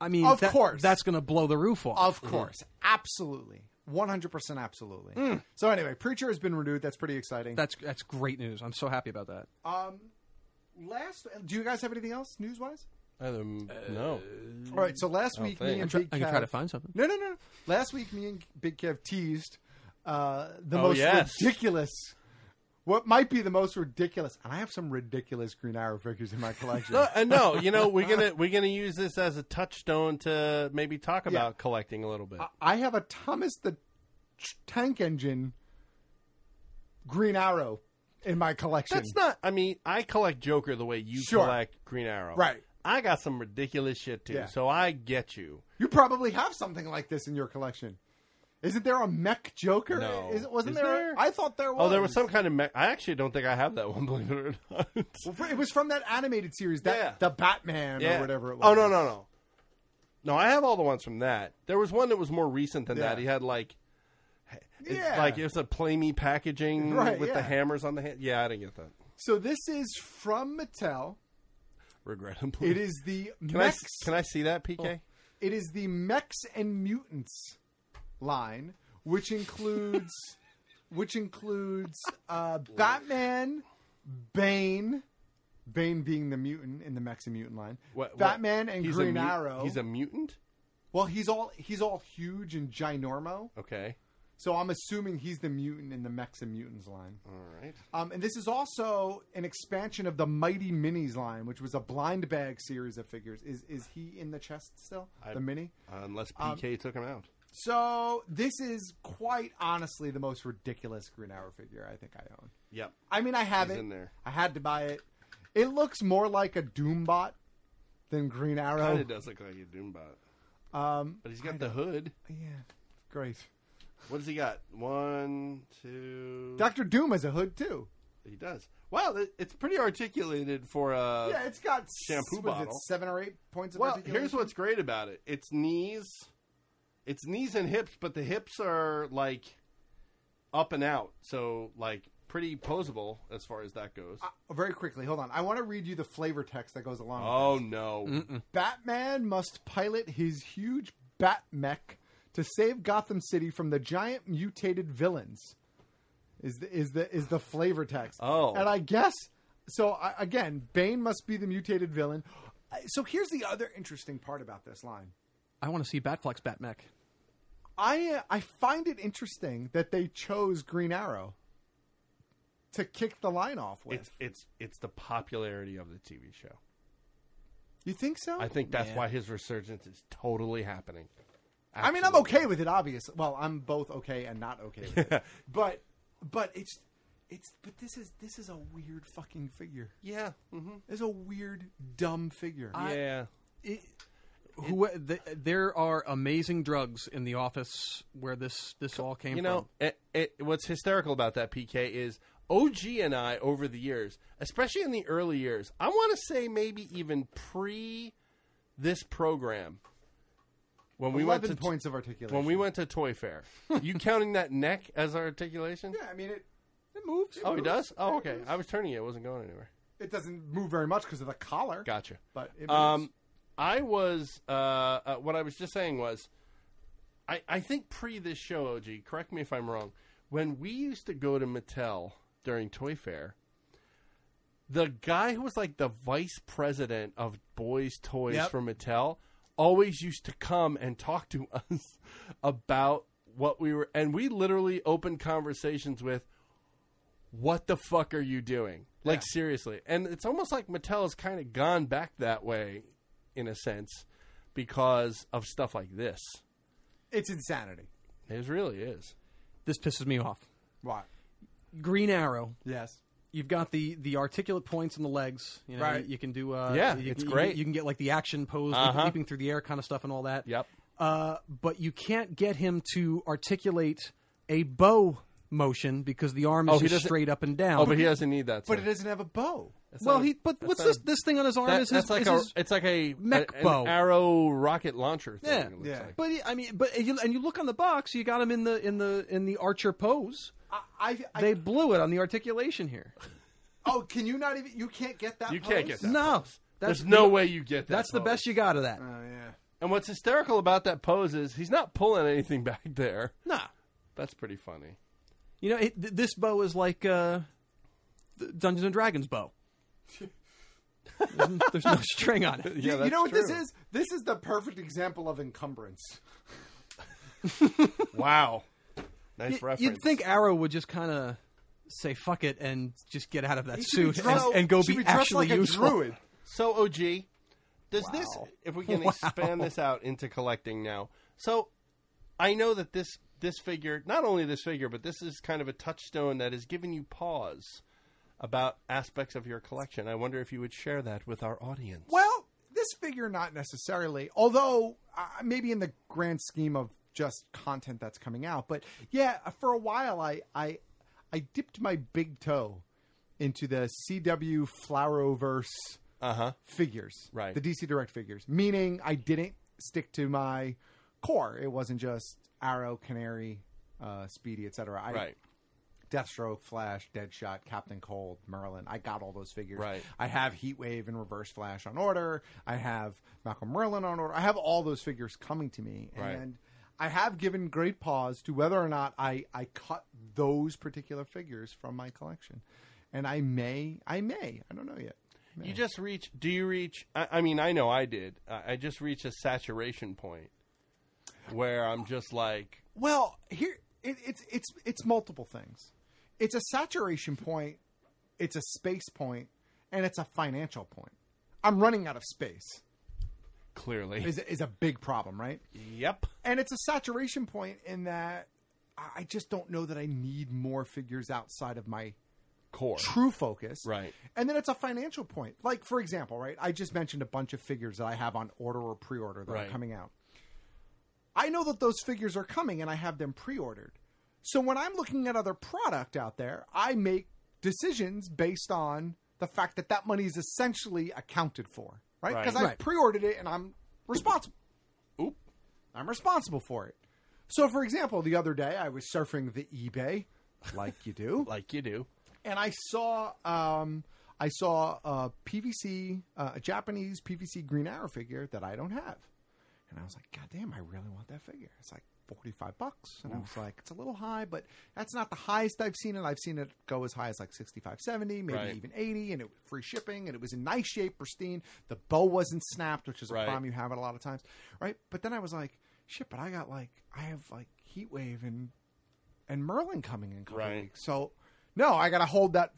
[SPEAKER 12] I mean,
[SPEAKER 4] Of
[SPEAKER 12] that-
[SPEAKER 4] course.
[SPEAKER 12] that's going to blow the roof off. Mm-hmm.
[SPEAKER 4] Of course. Absolutely. 100% absolutely.
[SPEAKER 12] Mm.
[SPEAKER 4] So anyway, Preacher has been renewed. That's pretty exciting.
[SPEAKER 12] That's that's great news. I'm so happy about that.
[SPEAKER 4] um last uh, do you guys have anything else news wise?
[SPEAKER 2] I don't know.
[SPEAKER 4] All right, so last
[SPEAKER 2] Mm. I don't
[SPEAKER 4] week
[SPEAKER 2] think.
[SPEAKER 4] me
[SPEAKER 12] I'm
[SPEAKER 4] and
[SPEAKER 12] try-
[SPEAKER 4] Big
[SPEAKER 12] I can
[SPEAKER 4] Kev,
[SPEAKER 12] try to find something.
[SPEAKER 4] No, no, no. Last week me and Big Kev teased uh, the
[SPEAKER 2] Oh,
[SPEAKER 4] most
[SPEAKER 2] yes.
[SPEAKER 4] ridiculous what might be the most ridiculous, and I have some ridiculous Green Arrow figures in my collection.
[SPEAKER 2] No, and no, you know we're gonna we're gonna use this as a touchstone to maybe talk about collecting a little bit.
[SPEAKER 4] I have a Thomas the Ch- Tank Engine Green Arrow in my collection.
[SPEAKER 2] That's not. I mean, I collect Joker the way you
[SPEAKER 4] Sure.
[SPEAKER 2] collect Green Arrow,
[SPEAKER 4] Right.
[SPEAKER 2] I got some ridiculous shit too,
[SPEAKER 4] Yeah.
[SPEAKER 2] so I get you.
[SPEAKER 4] You probably have something like this in your collection. Isn't there a mech Joker?
[SPEAKER 2] No.
[SPEAKER 4] Is, wasn't
[SPEAKER 2] Is
[SPEAKER 4] there?
[SPEAKER 2] there?
[SPEAKER 4] I thought there was.
[SPEAKER 2] Oh, there was some kind of. Me- I actually don't think I have that one. Believe it or not.
[SPEAKER 4] Well, It was from that animated series, that
[SPEAKER 2] Yeah.
[SPEAKER 4] the Batman
[SPEAKER 2] Yeah.
[SPEAKER 4] or whatever it was.
[SPEAKER 2] Oh no no no, no! I have all the ones from that. There was one that was more recent than that.
[SPEAKER 4] Yeah.
[SPEAKER 2] He had like, it's
[SPEAKER 4] Yeah.
[SPEAKER 2] like it was a plamy packaging
[SPEAKER 4] Right,
[SPEAKER 2] with
[SPEAKER 4] yeah.
[SPEAKER 2] the hammers on the hand. Yeah, I didn't get that.
[SPEAKER 4] So this is from Mattel.
[SPEAKER 2] Regrettably,
[SPEAKER 4] It is Oh. the
[SPEAKER 2] Can I,
[SPEAKER 4] mechs.
[SPEAKER 2] s- can I see that PK?
[SPEAKER 4] It is the mechs and mutants line, which includes, which includes uh, Batman, Bane, Bane being the mutant in the mechs and mutant line.
[SPEAKER 2] What- what-
[SPEAKER 4] Batman and
[SPEAKER 2] he's a
[SPEAKER 4] Green
[SPEAKER 2] mut-
[SPEAKER 4] Arrow.
[SPEAKER 2] He's a mutant.
[SPEAKER 4] well, he's all he's all huge and ginormo.
[SPEAKER 2] Okay,
[SPEAKER 4] So I'm assuming he's the mutant in the Mechs and Mutants line.
[SPEAKER 2] all right. Uh,
[SPEAKER 4] Um, and this is also an expansion of the Mighty Minis line, which was a blind bag series of figures. Is is he in the chest still?
[SPEAKER 2] I-
[SPEAKER 4] the mini.
[SPEAKER 2] Unless
[SPEAKER 4] Um,
[SPEAKER 2] PK took him out.
[SPEAKER 4] So this is quite honestly the most ridiculous Green Arrow figure I think I own.
[SPEAKER 2] Yep.
[SPEAKER 4] I mean, I have
[SPEAKER 2] He's
[SPEAKER 4] it.
[SPEAKER 2] in there.
[SPEAKER 4] I had to buy it. It looks more like a Doombot than Green
[SPEAKER 2] Kind
[SPEAKER 4] Arrow.
[SPEAKER 2] of does look like a Doombot,
[SPEAKER 4] Um,
[SPEAKER 2] but he's got the hood.
[SPEAKER 4] yeah, great.
[SPEAKER 2] What does he got? One, two.
[SPEAKER 4] Doctor Doom has a hood too.
[SPEAKER 2] He does. Wow, it- it's pretty articulated for a.
[SPEAKER 4] yeah, it's got
[SPEAKER 2] shampoo
[SPEAKER 4] was It
[SPEAKER 2] bottle.
[SPEAKER 4] seven or eight points of
[SPEAKER 2] Well,
[SPEAKER 4] articulation?
[SPEAKER 2] here's what's great about it. It's knees, it's knees and hips, but the hips are like up and out, so like pretty posable as far as that goes.
[SPEAKER 4] Oh, very quickly. Hold on. I want to read you the flavor text that goes along. with
[SPEAKER 2] oh no!
[SPEAKER 4] it. Batman must pilot his huge bat mech to save Gotham City from the giant mutated villains. Is the is the is the flavor text?
[SPEAKER 2] Oh.
[SPEAKER 4] and I guess so. I, again, Bane must be the mutated villain. Uh, So here's the other interesting part about this line.
[SPEAKER 12] I want to see Batflex Batmech.
[SPEAKER 4] I uh, I find it interesting that they chose Green Arrow to kick the line off with.
[SPEAKER 2] It's it's it's the popularity of the TV show.
[SPEAKER 4] you think so?
[SPEAKER 2] I think that's why his resurgence is totally happening.
[SPEAKER 4] I mean, I'm okay with it. Obviously, well, I'm both okay and not okay with it. But, but it's, it's. But this is this is a weird fucking figure.
[SPEAKER 2] Yeah. Mm-hmm.
[SPEAKER 4] This is a weird dumb figure.
[SPEAKER 2] yeah.
[SPEAKER 12] Who th- there are amazing drugs in the office where this this all came
[SPEAKER 2] you know
[SPEAKER 12] from.
[SPEAKER 2] it, it, what's hysterical about that pk is og and i over the years especially in the early years i want to say maybe even pre this program when we went to
[SPEAKER 4] Eleven points of articulation.
[SPEAKER 2] when we went to toy fair you counting that neck as articulation
[SPEAKER 4] yeah, I mean it. It moves.
[SPEAKER 2] oh he
[SPEAKER 4] moves.
[SPEAKER 2] does
[SPEAKER 4] Yeah,
[SPEAKER 2] oh
[SPEAKER 4] it
[SPEAKER 2] okay
[SPEAKER 4] moves.
[SPEAKER 2] i was turning it it wasn't going anywhere
[SPEAKER 4] It doesn't move very much because of the collar.
[SPEAKER 2] gotcha
[SPEAKER 4] But it moves.
[SPEAKER 2] um, I was uh, uh, what I was just saying was, I I think pre this show, OG. Correct me if I'm wrong. When we used to go to Mattel during Toy Fair, the guy who was like the vice president of boys' toys
[SPEAKER 4] Yep.
[SPEAKER 2] for Mattel always used to come and talk to us about what we were, and we literally opened conversations with what the fuck are you doing? Like seriously. And it's almost like Mattel has kind of gone back that way in a sense because of stuff like this.
[SPEAKER 4] It's insanity.
[SPEAKER 2] It really is.
[SPEAKER 12] This pisses me off.
[SPEAKER 4] Why?
[SPEAKER 12] Green Arrow.
[SPEAKER 4] Yes.
[SPEAKER 12] You've got the the articulate points on the legs. You know,
[SPEAKER 2] Right.
[SPEAKER 12] You, can do. Uh,
[SPEAKER 2] Yeah,
[SPEAKER 12] you-
[SPEAKER 2] it's
[SPEAKER 12] you-
[SPEAKER 2] great.
[SPEAKER 12] You can get like the action pose, leap-
[SPEAKER 2] Uh-huh.
[SPEAKER 12] leaping through the air kind of stuff, and all that.
[SPEAKER 2] Yep.
[SPEAKER 12] Uh, but you can't get him to articulate a bow motion because the arm is
[SPEAKER 2] Oh, he
[SPEAKER 12] just
[SPEAKER 2] doesn't-
[SPEAKER 12] straight up and down.
[SPEAKER 2] Oh, but he doesn't need that.
[SPEAKER 4] But
[SPEAKER 2] so-
[SPEAKER 4] it doesn't have a bow.
[SPEAKER 2] That's
[SPEAKER 12] Well,
[SPEAKER 2] not a-
[SPEAKER 12] he. But
[SPEAKER 2] that's
[SPEAKER 12] what's
[SPEAKER 2] not a-
[SPEAKER 12] this? This thing on his arm
[SPEAKER 2] That-
[SPEAKER 12] is his.
[SPEAKER 2] that's like
[SPEAKER 12] is
[SPEAKER 2] a
[SPEAKER 12] his-
[SPEAKER 2] it's like a
[SPEAKER 12] mech
[SPEAKER 2] a- an
[SPEAKER 12] bow.
[SPEAKER 2] arrow rocket launcher. Thing,
[SPEAKER 12] Yeah,
[SPEAKER 2] it looks like.
[SPEAKER 12] But he- I mean, but you, and you look on the box, you got him in the in the in the archer pose.
[SPEAKER 4] I, I
[SPEAKER 12] they blew it on the articulation here.
[SPEAKER 4] Oh, can you not even? You can't get that.
[SPEAKER 2] You can't
[SPEAKER 4] pose?
[SPEAKER 2] get that.
[SPEAKER 12] No,
[SPEAKER 2] pose.
[SPEAKER 12] that's
[SPEAKER 2] there's no
[SPEAKER 12] the-
[SPEAKER 2] way you get that.
[SPEAKER 12] That's the
[SPEAKER 2] pose.
[SPEAKER 12] best you got of that.
[SPEAKER 4] Oh yeah.
[SPEAKER 2] And what's hysterical about that pose is he's not pulling anything back there.
[SPEAKER 12] Nah.
[SPEAKER 2] That's pretty funny.
[SPEAKER 12] You know, it, th- this bow is like uh, the Dungeons and Dragons bow. there's, n- there's no string on it.
[SPEAKER 4] You- you, know what this is? This is the perfect example of encumbrance.
[SPEAKER 2] Wow. Nice
[SPEAKER 12] You-
[SPEAKER 2] reference.
[SPEAKER 12] You'd think Arrow would just kind of say "fuck it" and just get out of that
[SPEAKER 2] He should be
[SPEAKER 12] suit
[SPEAKER 2] dressed-
[SPEAKER 12] and, and go
[SPEAKER 2] should
[SPEAKER 12] be,
[SPEAKER 2] be dressed
[SPEAKER 12] actually
[SPEAKER 2] like a
[SPEAKER 12] useful.
[SPEAKER 2] druid. So OG, does this if we can
[SPEAKER 12] Wow.
[SPEAKER 2] expand this out into collecting now? So I know that this this figure, not only this figure, but this is kind of a touchstone that has given you pause about aspects of your collection. I wonder if you would share that with our audience.
[SPEAKER 4] Well, this figure not necessarily, although uh, maybe in the grand scheme of just content that's coming out. But yeah, for a while, I I I dipped my big toe into the CW Floweroverse
[SPEAKER 2] uh-huh.
[SPEAKER 4] figures,
[SPEAKER 2] Right.
[SPEAKER 4] The DC Direct figures, meaning I didn't stick to my core. It wasn't just Arrow, Canary, uh, Speedy, etc. I
[SPEAKER 2] Right.
[SPEAKER 4] Deathstroke, Flash, Deadshot, Captain Cold, Merlin. I got all those figures.
[SPEAKER 2] Right.
[SPEAKER 4] I have Heatwave and Reverse Flash on order. I have Malcolm Merlin on order. I have all those figures coming to me,
[SPEAKER 2] Right.
[SPEAKER 4] and I have given great pause to whether or not I I cut those particular figures from my collection, and I may I may I don't know yet.
[SPEAKER 2] You just reach. Do you reach? I, I mean, I know I did. I, I just reached a saturation point where I'm just like,
[SPEAKER 4] Well, here it, it's it's it's multiple things. It's a saturation point, it's a space point, and it's a financial point. I'm running out of space.
[SPEAKER 2] clearly,
[SPEAKER 4] Is is a big problem, right?
[SPEAKER 2] yep.
[SPEAKER 4] And it's a saturation point in that I I just don't know that I need more figures outside of my
[SPEAKER 2] Core.
[SPEAKER 4] true focus.
[SPEAKER 2] Right.
[SPEAKER 4] And then it's a financial point. Like, for example, right? I just mentioned a bunch of figures that I have on order or pre order that
[SPEAKER 2] Right.
[SPEAKER 4] are coming out. I know that those figures are coming and I have them pre ordered. So when I'm looking at other product out there, I make decisions based on the fact that that money is essentially accounted for, right?
[SPEAKER 2] Right.
[SPEAKER 4] Because I
[SPEAKER 2] Right.
[SPEAKER 4] pre ordered it and I'm responsible. Oop. I'm responsible for it. So, for example, the other day I was surfing the eBay, like you do,
[SPEAKER 2] like you do,
[SPEAKER 4] and I saw um, I saw a PVC, uh, a Japanese PVC Green Arrow figure that I don't have, and I was like, God damn, I really want that figure. It's like forty five bucks, and I was like, it's a little high, but that's not the highest I've seen it. I've seen it go as high as like 65, 70, maybe
[SPEAKER 2] Right.
[SPEAKER 4] even eighty, and it was free shipping, and it was in nice shape, pristine. The bow wasn't snapped, which is a
[SPEAKER 2] Right.
[SPEAKER 4] problem you have it a lot of times, right? But then I was like, shit, but I got like I have like Heatwave and and Merlin coming in a couple
[SPEAKER 2] Right.
[SPEAKER 4] weeks. So no, I got to hold that.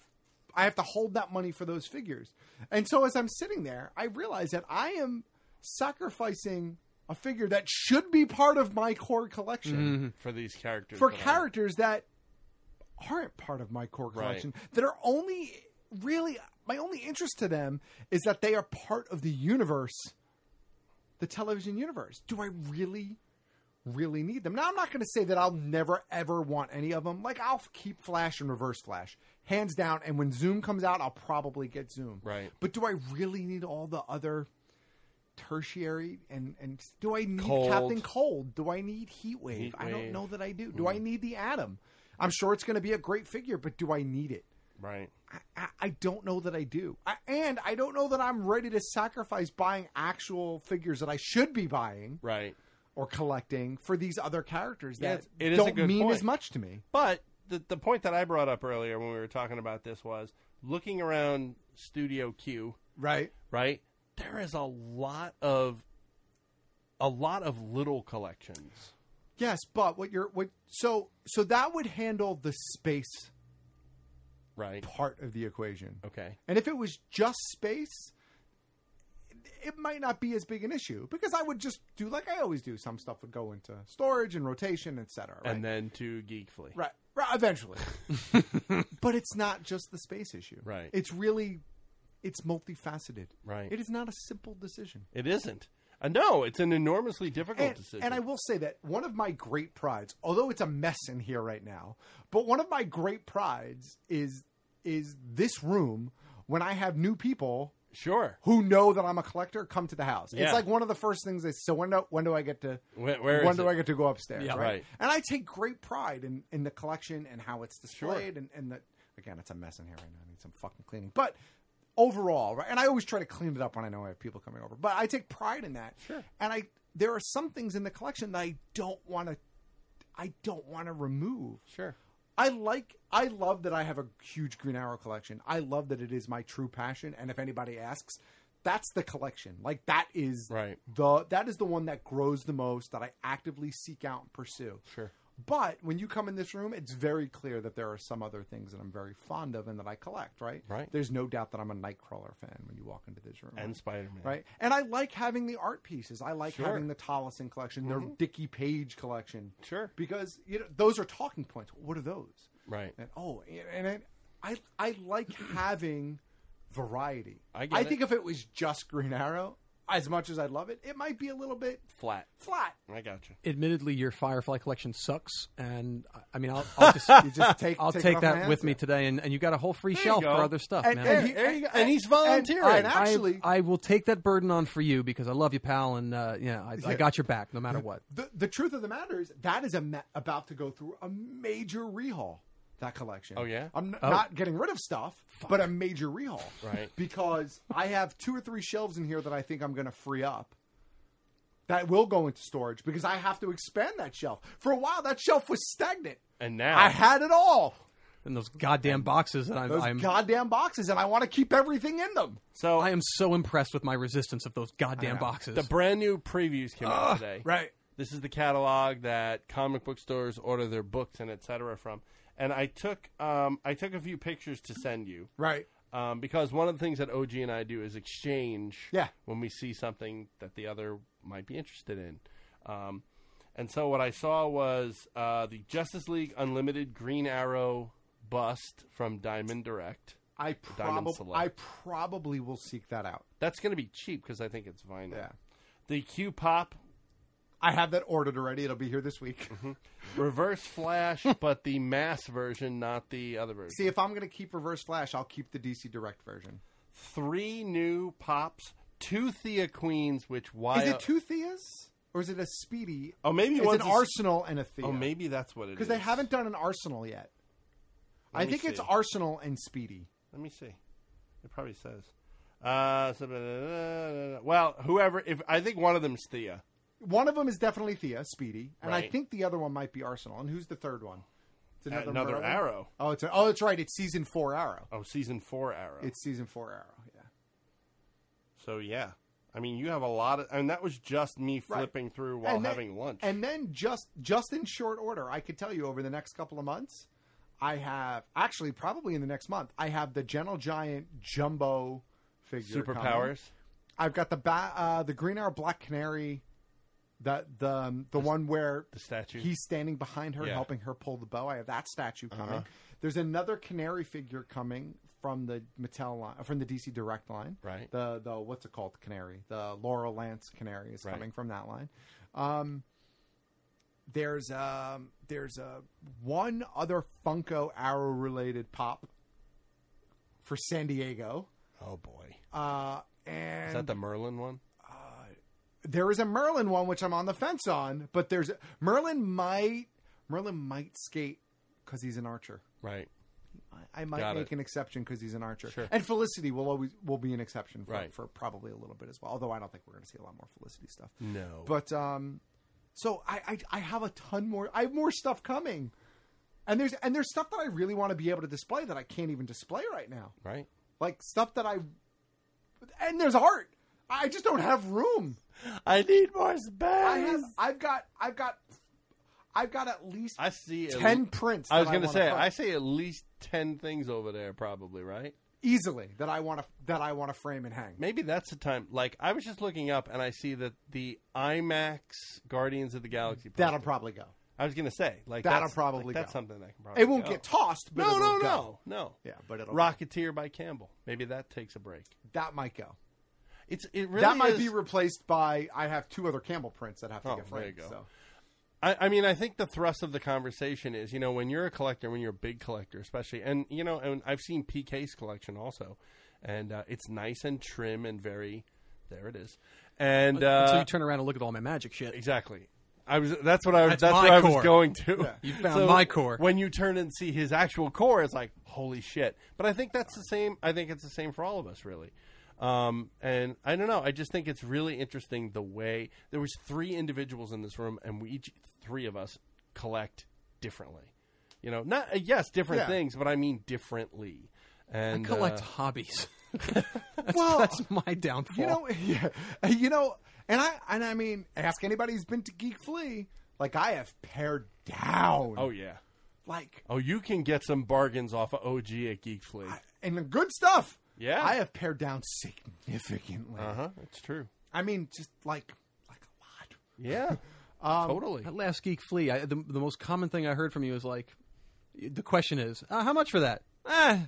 [SPEAKER 4] I have to hold that money for those figures. And so as I'm sitting there, I realize that I am sacrificing a figure that should be part of my core collection
[SPEAKER 2] for these characters.
[SPEAKER 4] for
[SPEAKER 2] that I-
[SPEAKER 4] characters that aren't part of my core
[SPEAKER 2] Right.
[SPEAKER 4] collection that are only really my only interest to them is that they are part of the universe the television universe do i really really need them now i'm not going to say that i'll never ever want any of them like i'll keep flash and reverse flash hands down and when zoom comes out i'll probably get zoom
[SPEAKER 2] Right.
[SPEAKER 4] but do i really need all the other tertiary and and do i need
[SPEAKER 2] Cold.
[SPEAKER 4] captain cold do i need heat wave
[SPEAKER 2] Heat
[SPEAKER 4] i don't
[SPEAKER 2] wave. Hmm.
[SPEAKER 4] know that I do. Do I need the Atom? I'm sure it's going to be a great figure, but do I need it?
[SPEAKER 2] Right.
[SPEAKER 4] I, I don't know that I do. I, and I don't know that I'm ready to sacrifice buying actual figures that I should be buying
[SPEAKER 2] Right.
[SPEAKER 4] or collecting for these other characters
[SPEAKER 2] Yeah,
[SPEAKER 4] that
[SPEAKER 2] it is a
[SPEAKER 4] don't
[SPEAKER 2] good
[SPEAKER 4] mean
[SPEAKER 2] point.
[SPEAKER 4] as much to me.
[SPEAKER 2] But the the point that I brought up earlier when we were talking about this was looking around Studio Q.
[SPEAKER 4] Right.
[SPEAKER 2] Right. There is a lot of a lot of little collections.
[SPEAKER 4] Yes, but what you're what so so that would handle the space
[SPEAKER 2] Right.
[SPEAKER 4] part of the equation.
[SPEAKER 2] Okay.
[SPEAKER 4] And if it was just space, it might not be as big an issue because I would just do like I always do. Some stuff would go into storage and rotation, etc. Right?
[SPEAKER 2] And then to Geekfully.
[SPEAKER 4] Right. right eventually. but it's not just the space issue.
[SPEAKER 2] Right.
[SPEAKER 4] It's really it's multifaceted.
[SPEAKER 2] Right.
[SPEAKER 4] It is not a simple decision.
[SPEAKER 2] It isn't. Uh, no, it's an enormously difficult
[SPEAKER 4] and,
[SPEAKER 2] decision.
[SPEAKER 4] And I will say that one of my great prides, although it's a mess in here right now, but one of my great prides is is this room when I have new people
[SPEAKER 2] Sure.
[SPEAKER 4] Who know that I'm a collector come to the house.
[SPEAKER 2] Yeah.
[SPEAKER 4] It's like one of the first things they so when do, when do I get to
[SPEAKER 2] Where- where
[SPEAKER 4] when
[SPEAKER 2] is
[SPEAKER 4] do
[SPEAKER 2] it?
[SPEAKER 4] I get to go upstairs,
[SPEAKER 2] Yeah,
[SPEAKER 4] right?
[SPEAKER 2] right.
[SPEAKER 4] And I take great pride in, in the collection and how it's displayed and and the, again, it's a mess in here right now. I need some fucking cleaning. But overall, right? And I always try to clean it up when I know I have people coming over. But I take pride in that.
[SPEAKER 2] Sure.
[SPEAKER 4] And I there are some things in the collection that I don't want to I don't want to remove.
[SPEAKER 2] Sure.
[SPEAKER 4] I like I love that I have a huge Green Arrow collection. I love that it is my true passion and if anybody asks, that's the collection. Like that is
[SPEAKER 2] Right.
[SPEAKER 4] the that is the one that grows the most that I actively seek out and pursue.
[SPEAKER 2] Sure.
[SPEAKER 4] But when you come in this room, it's very clear that there are some other things that I'm very fond of and that I collect, right?
[SPEAKER 2] Right.
[SPEAKER 4] There's no doubt that I'm a Nightcrawler fan when you walk into this room.
[SPEAKER 2] And Spider-Man.
[SPEAKER 4] Right. And I like having the art pieces. I like
[SPEAKER 2] Sure.
[SPEAKER 4] having the Tollison collection, the
[SPEAKER 2] Mhm.
[SPEAKER 4] Dickie Page collection.
[SPEAKER 2] Sure.
[SPEAKER 4] Because you know those are talking points. What are those?
[SPEAKER 2] Right.
[SPEAKER 4] And oh, and I I, I like having variety.
[SPEAKER 2] I get it.
[SPEAKER 4] think if it was just Green Arrow, as much as I love it, it might be a little bit
[SPEAKER 2] Flat.
[SPEAKER 4] flat.
[SPEAKER 2] I got you.
[SPEAKER 12] Admittedly, your Firefly collection sucks, and I- I mean, I'll, I'll just, you
[SPEAKER 4] just take-
[SPEAKER 12] I'll
[SPEAKER 4] take
[SPEAKER 12] take,
[SPEAKER 4] it off my
[SPEAKER 12] that
[SPEAKER 4] hands
[SPEAKER 12] with me today, and, and you got a whole free
[SPEAKER 4] There you
[SPEAKER 12] shelf
[SPEAKER 4] go.
[SPEAKER 12] for other stuff,
[SPEAKER 4] And-
[SPEAKER 12] man.
[SPEAKER 4] and- There you go. and he's volunteering.
[SPEAKER 12] I-
[SPEAKER 4] and actually-
[SPEAKER 12] I, I will take that burden on for you because I love you, pal, and uh, yeah, I, I
[SPEAKER 4] Yeah.
[SPEAKER 12] got your back no matter what.
[SPEAKER 4] The, the truth of the matter is that is a ma- about to go through a major rehaul. That collection.
[SPEAKER 2] Oh, yeah?
[SPEAKER 4] I'm n-
[SPEAKER 2] Oh.
[SPEAKER 4] not getting rid of stuff, but a major rehaul.
[SPEAKER 2] Right.
[SPEAKER 4] Because I have two or three shelves in here that I think I'm going to free up. That will go into storage because I have to expand that shelf. For a while, that shelf was stagnant.
[SPEAKER 2] And now
[SPEAKER 4] I had it all.
[SPEAKER 12] And those goddamn boxes that I'm,
[SPEAKER 4] Those
[SPEAKER 12] I'm
[SPEAKER 4] goddamn boxes, and I want to keep everything in them.
[SPEAKER 2] So
[SPEAKER 12] I am so impressed with my resistance of those goddamn boxes.
[SPEAKER 2] The brand new previews came out
[SPEAKER 12] Ugh,
[SPEAKER 2] today.
[SPEAKER 12] right.
[SPEAKER 2] This is the catalog that comic book stores order their books and etc. from. And I took um, I took a few pictures to send you.
[SPEAKER 4] Right.
[SPEAKER 2] Um, because one of the things that OG and I do is exchange
[SPEAKER 4] Yeah.
[SPEAKER 2] when we see something that the other might be interested in. Um, and so what I saw was uh, the Justice League Unlimited Green Arrow bust from Diamond Direct.
[SPEAKER 4] I
[SPEAKER 2] Diamond
[SPEAKER 4] probably,
[SPEAKER 2] Select.
[SPEAKER 4] I probably will seek that out.
[SPEAKER 2] That's going to be cheap because I think it's vinyl.
[SPEAKER 4] Yeah.
[SPEAKER 2] The Q Pop
[SPEAKER 4] I have that ordered already. It'll be here this week.
[SPEAKER 2] Reverse Flash, but the mass version, not the other version.
[SPEAKER 4] See, if I'm going to keep Reverse Flash, I'll keep the DC Direct version.
[SPEAKER 2] Three new pops, two Thea Queens, which why
[SPEAKER 4] is it two Theas or is it a Speedy?
[SPEAKER 2] Oh, maybe
[SPEAKER 4] it's
[SPEAKER 2] one's
[SPEAKER 4] an
[SPEAKER 2] uh, a s-
[SPEAKER 4] Arsenal and a Thea.
[SPEAKER 2] Oh, maybe that's what it is.
[SPEAKER 4] because they haven't done an Arsenal yet.
[SPEAKER 2] Let
[SPEAKER 4] I
[SPEAKER 2] me
[SPEAKER 4] think it's
[SPEAKER 2] see.
[SPEAKER 4] Arsenal and Speedy.
[SPEAKER 2] Let me see. It probably says. Uh, so, da- da- da- da- da. well, whoever. If I think one of them's Thea.
[SPEAKER 4] One of them is definitely Thea, Speedy, and I
[SPEAKER 2] Right. Uh,
[SPEAKER 4] think the other one might be Arsenal. And who's the third one? It's
[SPEAKER 2] Another
[SPEAKER 4] Merlin?
[SPEAKER 2] Arrow.
[SPEAKER 4] Oh, it's a, oh, that's right. It's season four Arrow.
[SPEAKER 2] Oh, season four Arrow.
[SPEAKER 4] It's season four Arrow. Yeah.
[SPEAKER 2] so yeah. I mean, you have a lot of, and that was just me
[SPEAKER 4] Right.
[SPEAKER 2] flipping through while
[SPEAKER 4] And then-
[SPEAKER 2] having lunch.
[SPEAKER 4] And then just just in short order, I could tell you over the next couple of months, I have actually probably in the next month, I have the Gentle Giant Jumbo figure. coming.
[SPEAKER 2] Superpowers.
[SPEAKER 4] I've got the ba- uh, the Green Arrow Black Canary, that the um, the one where
[SPEAKER 2] the statue.
[SPEAKER 4] he's standing behind her,
[SPEAKER 2] Yeah.
[SPEAKER 4] helping her pull the bow. I have that statue coming.
[SPEAKER 2] Uh-huh.
[SPEAKER 4] There's another canary figure coming from the Mattel line, from the DC Direct line.
[SPEAKER 2] Right.
[SPEAKER 4] The the what's it called? Canary. The Laura Lance Canary is
[SPEAKER 2] Right.
[SPEAKER 4] coming from that line. Um, there's um there's a one other Funko Arrow related pop for San Diego.
[SPEAKER 2] Oh boy.
[SPEAKER 4] Uh, and
[SPEAKER 2] Is that the Merlin one?
[SPEAKER 4] there is a Merlin one which I'm on the fence on, but there's Merlin might Merlin might skate because he's an archer.
[SPEAKER 2] Right.
[SPEAKER 4] I might
[SPEAKER 2] Got
[SPEAKER 4] make
[SPEAKER 2] it.
[SPEAKER 4] an exception because he's an archer,
[SPEAKER 2] Sure.
[SPEAKER 4] and Felicity will always will be an exception for,
[SPEAKER 2] Right.
[SPEAKER 4] for probably a little bit as well. Although I don't think we're going to see a lot more Felicity stuff.
[SPEAKER 2] No.
[SPEAKER 4] But um, so I, I I have a ton more. I have more stuff coming, and there's and there's stuff that I really want to be able to display that I can't even display right now.
[SPEAKER 2] Right.
[SPEAKER 4] Like stuff that I and there's art. I just don't have room.
[SPEAKER 2] I need more space.
[SPEAKER 4] I have, I've got, I've got, I've got at least
[SPEAKER 2] I see at
[SPEAKER 4] ten
[SPEAKER 2] le-
[SPEAKER 4] prints.
[SPEAKER 2] I was
[SPEAKER 4] going
[SPEAKER 2] gonna
[SPEAKER 4] to
[SPEAKER 2] say I say at least ten things over there, probably right.
[SPEAKER 4] easily that I want to that I want to frame and hang.
[SPEAKER 2] Maybe that's the time. Like I was just looking up and I see that the IMAX Guardians of the Galaxy poster-
[SPEAKER 4] That'll probably go.
[SPEAKER 2] I was gonna say like
[SPEAKER 4] That'll
[SPEAKER 2] that's-
[SPEAKER 4] probably
[SPEAKER 2] like, that's
[SPEAKER 4] go.
[SPEAKER 2] something that can probably
[SPEAKER 4] It won't
[SPEAKER 2] go.
[SPEAKER 4] get tossed, but
[SPEAKER 2] no
[SPEAKER 4] it'll go.
[SPEAKER 2] no no no
[SPEAKER 4] Yeah, but it'll
[SPEAKER 2] Rocketeer by Campbell. Maybe that takes a break.
[SPEAKER 4] That might go.
[SPEAKER 2] It's it really
[SPEAKER 4] that might
[SPEAKER 2] is-
[SPEAKER 4] be replaced by I have two other Campbell prints that have to
[SPEAKER 2] Oh,
[SPEAKER 4] get
[SPEAKER 2] there
[SPEAKER 4] framed.
[SPEAKER 2] you go.
[SPEAKER 4] So
[SPEAKER 2] I, I mean, I think the thrust of the conversation is, you know, when you're a collector, when you're a big collector, especially, and you know, and I've seen PK's collection also, and uh, it's nice and trim and very, there it is, and
[SPEAKER 12] Until
[SPEAKER 2] uh,
[SPEAKER 12] you turn around and look at all my magic shit.
[SPEAKER 2] Exactly. I was. That's what I. That's,
[SPEAKER 12] That's
[SPEAKER 2] what
[SPEAKER 12] my
[SPEAKER 2] I was
[SPEAKER 12] core.
[SPEAKER 2] going to.
[SPEAKER 12] Yeah. You found my core.
[SPEAKER 2] When you turn and see his actual core, it's like holy shit. But I think that's the same. I think it's the same for all of us, really. Um, and I don't know. I just think it's really interesting the way there was three individuals in this room, and we each three of us collect differently. You know, not uh, yes, different
[SPEAKER 12] Yeah.
[SPEAKER 2] things, but I mean differently. And
[SPEAKER 12] I collect
[SPEAKER 2] uh,
[SPEAKER 12] hobbies. that's,
[SPEAKER 4] Well,
[SPEAKER 12] that's my downfall.
[SPEAKER 4] you know, yeah, you know, and I and I mean, ask anybody who's been to Geek Flea. Like I have pared down.
[SPEAKER 2] Oh yeah.
[SPEAKER 4] Like
[SPEAKER 2] Oh, you can get some bargains off of OG at Geek Flea.
[SPEAKER 4] and the good stuff.
[SPEAKER 2] Yeah.
[SPEAKER 4] I have pared down significantly.
[SPEAKER 2] Uh huh. It's true.
[SPEAKER 4] I mean, just like
[SPEAKER 2] Yeah,
[SPEAKER 12] um,
[SPEAKER 2] totally.
[SPEAKER 12] At last Geek Flea, I, the, the most common thing I heard from you was like, the question is, uh, how much for that? Eh,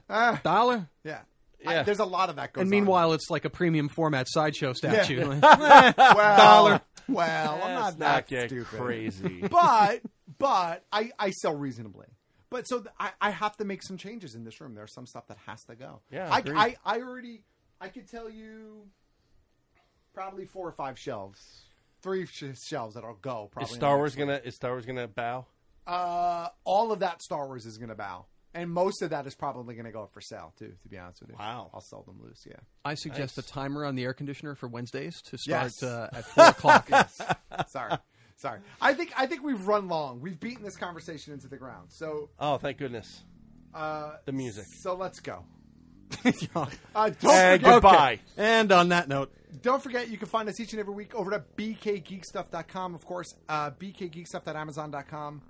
[SPEAKER 12] dollar.
[SPEAKER 4] yeah.
[SPEAKER 2] Yeah.
[SPEAKER 4] I, there's a lot of that going
[SPEAKER 12] And meanwhile, it's like a premium format sideshow statue.
[SPEAKER 4] Yeah.
[SPEAKER 12] Like, eh,
[SPEAKER 4] well,
[SPEAKER 12] dollar.
[SPEAKER 4] Well, I'm
[SPEAKER 2] Let's
[SPEAKER 4] not
[SPEAKER 2] not
[SPEAKER 4] that
[SPEAKER 2] get
[SPEAKER 4] stupid.
[SPEAKER 2] crazy.
[SPEAKER 4] but but I I sell reasonably. But so th- I I have to make some changes in this room. There's some stuff that has to go.
[SPEAKER 2] Yeah,
[SPEAKER 4] I
[SPEAKER 2] agreed.
[SPEAKER 4] I, I already I could tell you probably four or five shelves, three sh- shelves that'll go. Probably
[SPEAKER 2] Is
[SPEAKER 4] in
[SPEAKER 2] Star
[SPEAKER 4] the
[SPEAKER 2] Wars
[SPEAKER 4] next week.
[SPEAKER 2] gonna is Star Wars gonna bow?
[SPEAKER 4] Uh, all of that Star Wars is gonna bow, and most of that is probably gonna go up for sale too. To be honest with you, wow, I'll sell them loose. Yeah.
[SPEAKER 12] I suggest a timer on the air conditioner for Wednesdays to start
[SPEAKER 4] Yes.
[SPEAKER 12] uh, at four o'clock.
[SPEAKER 4] Sorry. Sorry. I think I think we've run long. We've beaten this conversation into the ground. So
[SPEAKER 2] Oh, thank goodness.
[SPEAKER 4] uh,
[SPEAKER 2] The music.
[SPEAKER 4] So let's go.
[SPEAKER 12] Yeah.
[SPEAKER 4] Uh, don't
[SPEAKER 2] And
[SPEAKER 4] forget,
[SPEAKER 2] goodbye.
[SPEAKER 12] Okay. And on that note,
[SPEAKER 4] Don't forget, you can find us each and every week over at bkgeekstuff.com, of course, uh, bkgeekstuff.amazon.com,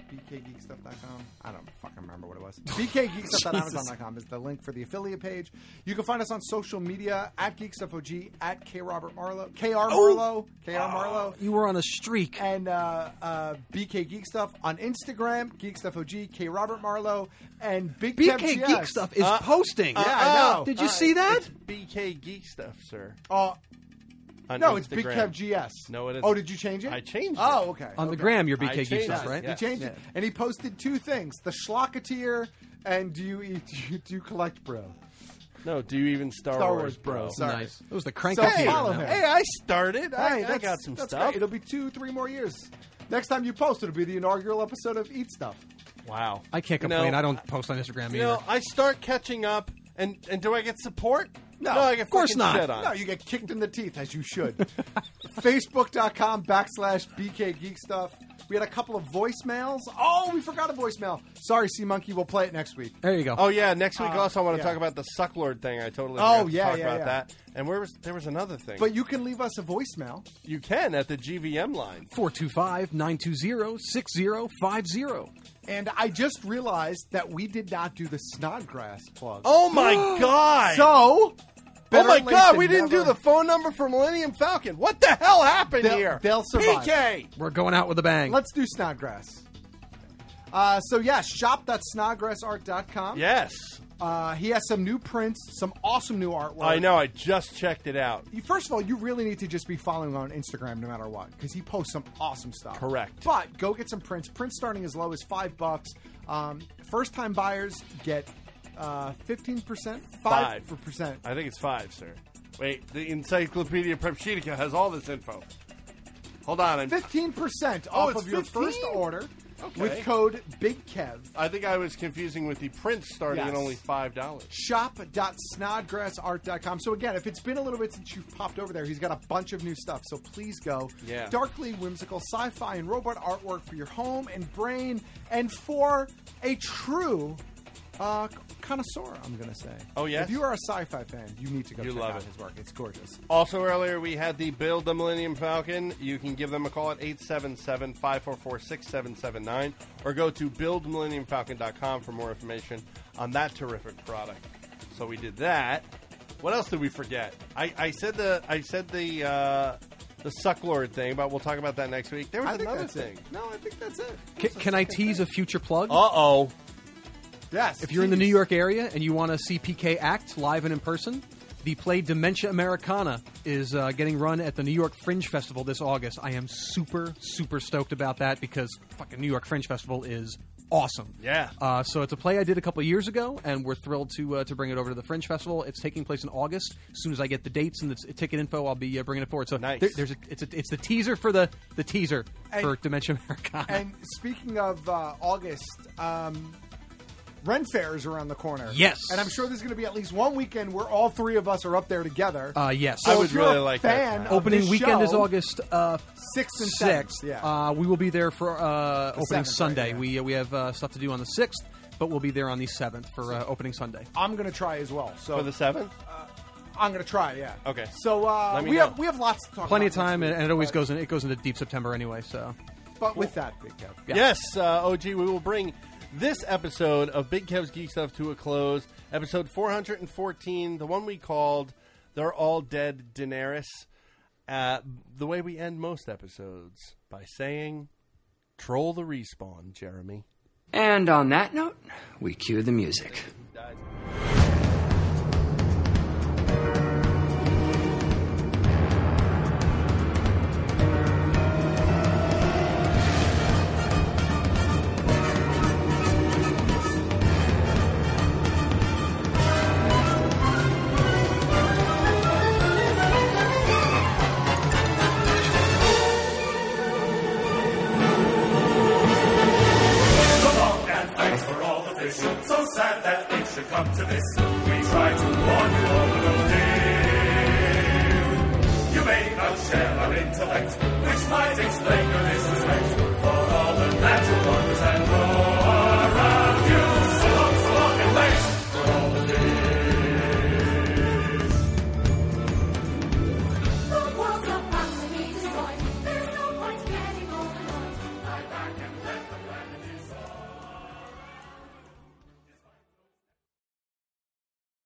[SPEAKER 4] amazon.bkgeekstuff.com. I don't fucking remember what it was. bkgeekstuff.amazon.com is the link for the affiliate page. You can find us on social media at geekstuffog, at K. Robert Marlowe, K. R. Marlowe, K. R. Marlowe.
[SPEAKER 12] you were on a streak.
[SPEAKER 4] And uh, uh, BK Geek Stuff on Instagram, Geek Stuff OG, K. Robert Marlowe, and Big
[SPEAKER 12] BK
[SPEAKER 4] Kev GS.
[SPEAKER 12] Geek Stuff
[SPEAKER 2] Uh,
[SPEAKER 12] is posting.
[SPEAKER 4] Yeah, I know.
[SPEAKER 12] Did you see that?
[SPEAKER 2] It's BK Geek stuff, sir.
[SPEAKER 4] Uh,
[SPEAKER 2] On
[SPEAKER 4] no, it's Big
[SPEAKER 2] Instagram.
[SPEAKER 4] Kev GS.
[SPEAKER 2] No, it isn't.
[SPEAKER 4] Oh, did you change it?
[SPEAKER 2] I changed
[SPEAKER 4] Oh,
[SPEAKER 2] it.
[SPEAKER 4] okay.
[SPEAKER 12] On the
[SPEAKER 4] okay.
[SPEAKER 12] gram, you're
[SPEAKER 2] I
[SPEAKER 12] BK Geek
[SPEAKER 2] changed
[SPEAKER 12] Stuff,
[SPEAKER 2] it.
[SPEAKER 12] right?
[SPEAKER 2] Yeah.
[SPEAKER 4] He changed it, and he posted two things: the Schlocketeer and do you eat? Do you, do you collect, bro?
[SPEAKER 2] No, do you even Star,
[SPEAKER 4] Star
[SPEAKER 2] Wars,
[SPEAKER 4] Wars,
[SPEAKER 2] bro?
[SPEAKER 4] bro. Sorry.
[SPEAKER 12] Nice. It was the crank.
[SPEAKER 4] So
[SPEAKER 12] computer
[SPEAKER 4] follow
[SPEAKER 12] on that
[SPEAKER 4] him.
[SPEAKER 12] one.
[SPEAKER 2] Hey, I started. I,
[SPEAKER 4] Hey,
[SPEAKER 2] I
[SPEAKER 4] that's-
[SPEAKER 2] got some
[SPEAKER 4] that's
[SPEAKER 2] stuff.
[SPEAKER 4] Great. It'll be two, three more years. Next time you post, it'll be the inaugural episode of Eat Stuff.
[SPEAKER 2] Wow.
[SPEAKER 12] I can't
[SPEAKER 2] You
[SPEAKER 12] complain.
[SPEAKER 2] know,
[SPEAKER 12] I don't post on Instagram either.
[SPEAKER 2] You know, I start catching up, and and do I get support?
[SPEAKER 4] No,
[SPEAKER 2] I get
[SPEAKER 12] of course
[SPEAKER 2] fucking
[SPEAKER 12] not.
[SPEAKER 2] shit on.
[SPEAKER 4] No, you get kicked in the teeth as you should. Facebook.com backslash BK Geek Stuff. We had a couple of voicemails. Oh, we forgot a voicemail. Sorry, Sea Monkey. We'll play it next week.
[SPEAKER 12] there you go.
[SPEAKER 2] Oh yeah, next week
[SPEAKER 4] Uh,
[SPEAKER 2] also I want to
[SPEAKER 4] yeah.
[SPEAKER 2] talk about the suck lord thing. I totally
[SPEAKER 4] Oh,
[SPEAKER 2] forgot to
[SPEAKER 4] yeah,
[SPEAKER 2] talk
[SPEAKER 4] yeah,
[SPEAKER 2] about
[SPEAKER 4] yeah.
[SPEAKER 2] that. And where was there was another thing?
[SPEAKER 4] But you can leave us a voicemail.
[SPEAKER 2] you can at the GVM line.
[SPEAKER 12] 425-920-6050.
[SPEAKER 4] And I just realized that we did not do the Snodgrass plug.
[SPEAKER 2] Oh my god!
[SPEAKER 4] So,
[SPEAKER 2] Oh
[SPEAKER 4] better
[SPEAKER 2] my
[SPEAKER 4] late
[SPEAKER 2] god,
[SPEAKER 4] than
[SPEAKER 2] we didn't do
[SPEAKER 4] never.
[SPEAKER 2] the phone number for Millennium Falcon. What the hell happened
[SPEAKER 4] They'll-
[SPEAKER 2] here?
[SPEAKER 4] they'll survive.
[SPEAKER 2] PK!
[SPEAKER 12] We're going out with a bang.
[SPEAKER 4] Let's do Snodgrass. Uh, so yeah, shop.snodgrassart.com.
[SPEAKER 2] Yes.
[SPEAKER 4] Uh, he has some new prints, some awesome new artwork.
[SPEAKER 2] I know, I just checked it out.
[SPEAKER 4] You- First of all, you really need to just be following on Instagram no matter what because he posts some awesome stuff.
[SPEAKER 2] Correct.
[SPEAKER 4] But go get some prints. Prints starting as low as five bucks. Um, First time buyers get uh, fifteen percent,
[SPEAKER 2] Five.
[SPEAKER 4] percent.
[SPEAKER 2] I think it's five, sir. Wait, the Encyclopedia Prepshetica has all this info. Hold on, I'm,
[SPEAKER 4] Fifteen percent
[SPEAKER 2] Oh,
[SPEAKER 4] off
[SPEAKER 2] it's
[SPEAKER 4] of your
[SPEAKER 2] 15?
[SPEAKER 4] first order
[SPEAKER 2] Okay.
[SPEAKER 4] with code Big Kev.
[SPEAKER 2] I think I was confusing with the print starting at
[SPEAKER 4] Yes.
[SPEAKER 2] only five dollars.
[SPEAKER 4] shop.snodgrassart.com. So again, if it's been a little bit since you've popped over there, he's got a bunch of new stuff. So please go.
[SPEAKER 2] Yeah.
[SPEAKER 4] Darkly whimsical sci-fi and robot artwork for your home and brain and for a true Uh, connoisseur, I'm going to say.
[SPEAKER 2] Oh, yes?
[SPEAKER 4] If you are a sci-fi fan, you need to go
[SPEAKER 2] You
[SPEAKER 4] check
[SPEAKER 2] love
[SPEAKER 4] out
[SPEAKER 2] it.
[SPEAKER 4] his work. It's gorgeous.
[SPEAKER 2] Also, earlier we had the Build the Millennium Falcon. You can give them a call at 877 544 6779 or go to buildmillenniumfalcon.com for more information on that terrific product. So we did that. What else did we forget? I, I said the I said the uh, the suck lord thing, but we'll talk about that next week. There was
[SPEAKER 4] I think
[SPEAKER 2] another
[SPEAKER 4] that's
[SPEAKER 2] thing.
[SPEAKER 4] it. No, I think that's it.
[SPEAKER 12] Can, can I tease a future plug?
[SPEAKER 2] Uh oh.
[SPEAKER 4] Yes.
[SPEAKER 12] If you're in the New York area and you want to see PK act live and in person, the play Dementia Americana is uh, getting run at the New York Fringe Festival this August. I am super, super stoked about that because fucking New York Fringe Festival is awesome.
[SPEAKER 2] Yeah.
[SPEAKER 12] Uh, so it's a play I did a couple years ago, and we're thrilled to uh, to bring it over to the Fringe Festival. It's taking place in August. As soon as I get the dates and the t- ticket info, I'll be uh, bringing it forward. So nice. there's a, it's a, it's the teaser for the the teaser
[SPEAKER 4] And-
[SPEAKER 12] for Dementia Americana.
[SPEAKER 4] And speaking of uh, August, um, Ren Fair is around the corner.
[SPEAKER 12] Yes.
[SPEAKER 4] and I'm sure there's going to be at least one weekend where all three of us are up there together.
[SPEAKER 12] Uh, yes,
[SPEAKER 4] So if you're a fan of
[SPEAKER 12] Opening
[SPEAKER 4] this
[SPEAKER 12] weekend
[SPEAKER 4] show-
[SPEAKER 12] is August uh,
[SPEAKER 4] Sixth and seventh, yeah.
[SPEAKER 12] Uh, we will be there for uh, opening
[SPEAKER 4] seventh, right,
[SPEAKER 12] Sunday. We uh, we have uh, stuff to do on the sixth, but we'll be there on the seventh for uh, opening Sunday.
[SPEAKER 4] I'm going to try as well. So
[SPEAKER 2] For the seventh?
[SPEAKER 4] uh, I'm going to try. Yeah.
[SPEAKER 2] Okay.
[SPEAKER 4] So uh,
[SPEAKER 12] Let me
[SPEAKER 4] we
[SPEAKER 12] know.
[SPEAKER 4] have we have lots to talk.
[SPEAKER 12] Plenty of
[SPEAKER 4] about next
[SPEAKER 12] time, and,
[SPEAKER 4] week,
[SPEAKER 12] and it always
[SPEAKER 4] but-
[SPEAKER 12] goes in, it goes into deep September anyway. So
[SPEAKER 4] But with that, Big Kev.
[SPEAKER 12] Yeah.
[SPEAKER 2] Yes, uh, OG, we will bring this episode of Big Kev's Geek Stuff to a close. Episode 414, the one we called They're All Dead Daenerys. Uh, the way we end most episodes by saying, Troll the respawn, Jeremy.
[SPEAKER 11] And on that note, we cue the music.
[SPEAKER 29] So long and thanks for all the vision. So sad that it should come to this. We tried to warn you all, but oh dear. You may not share our intellect, which might explain your this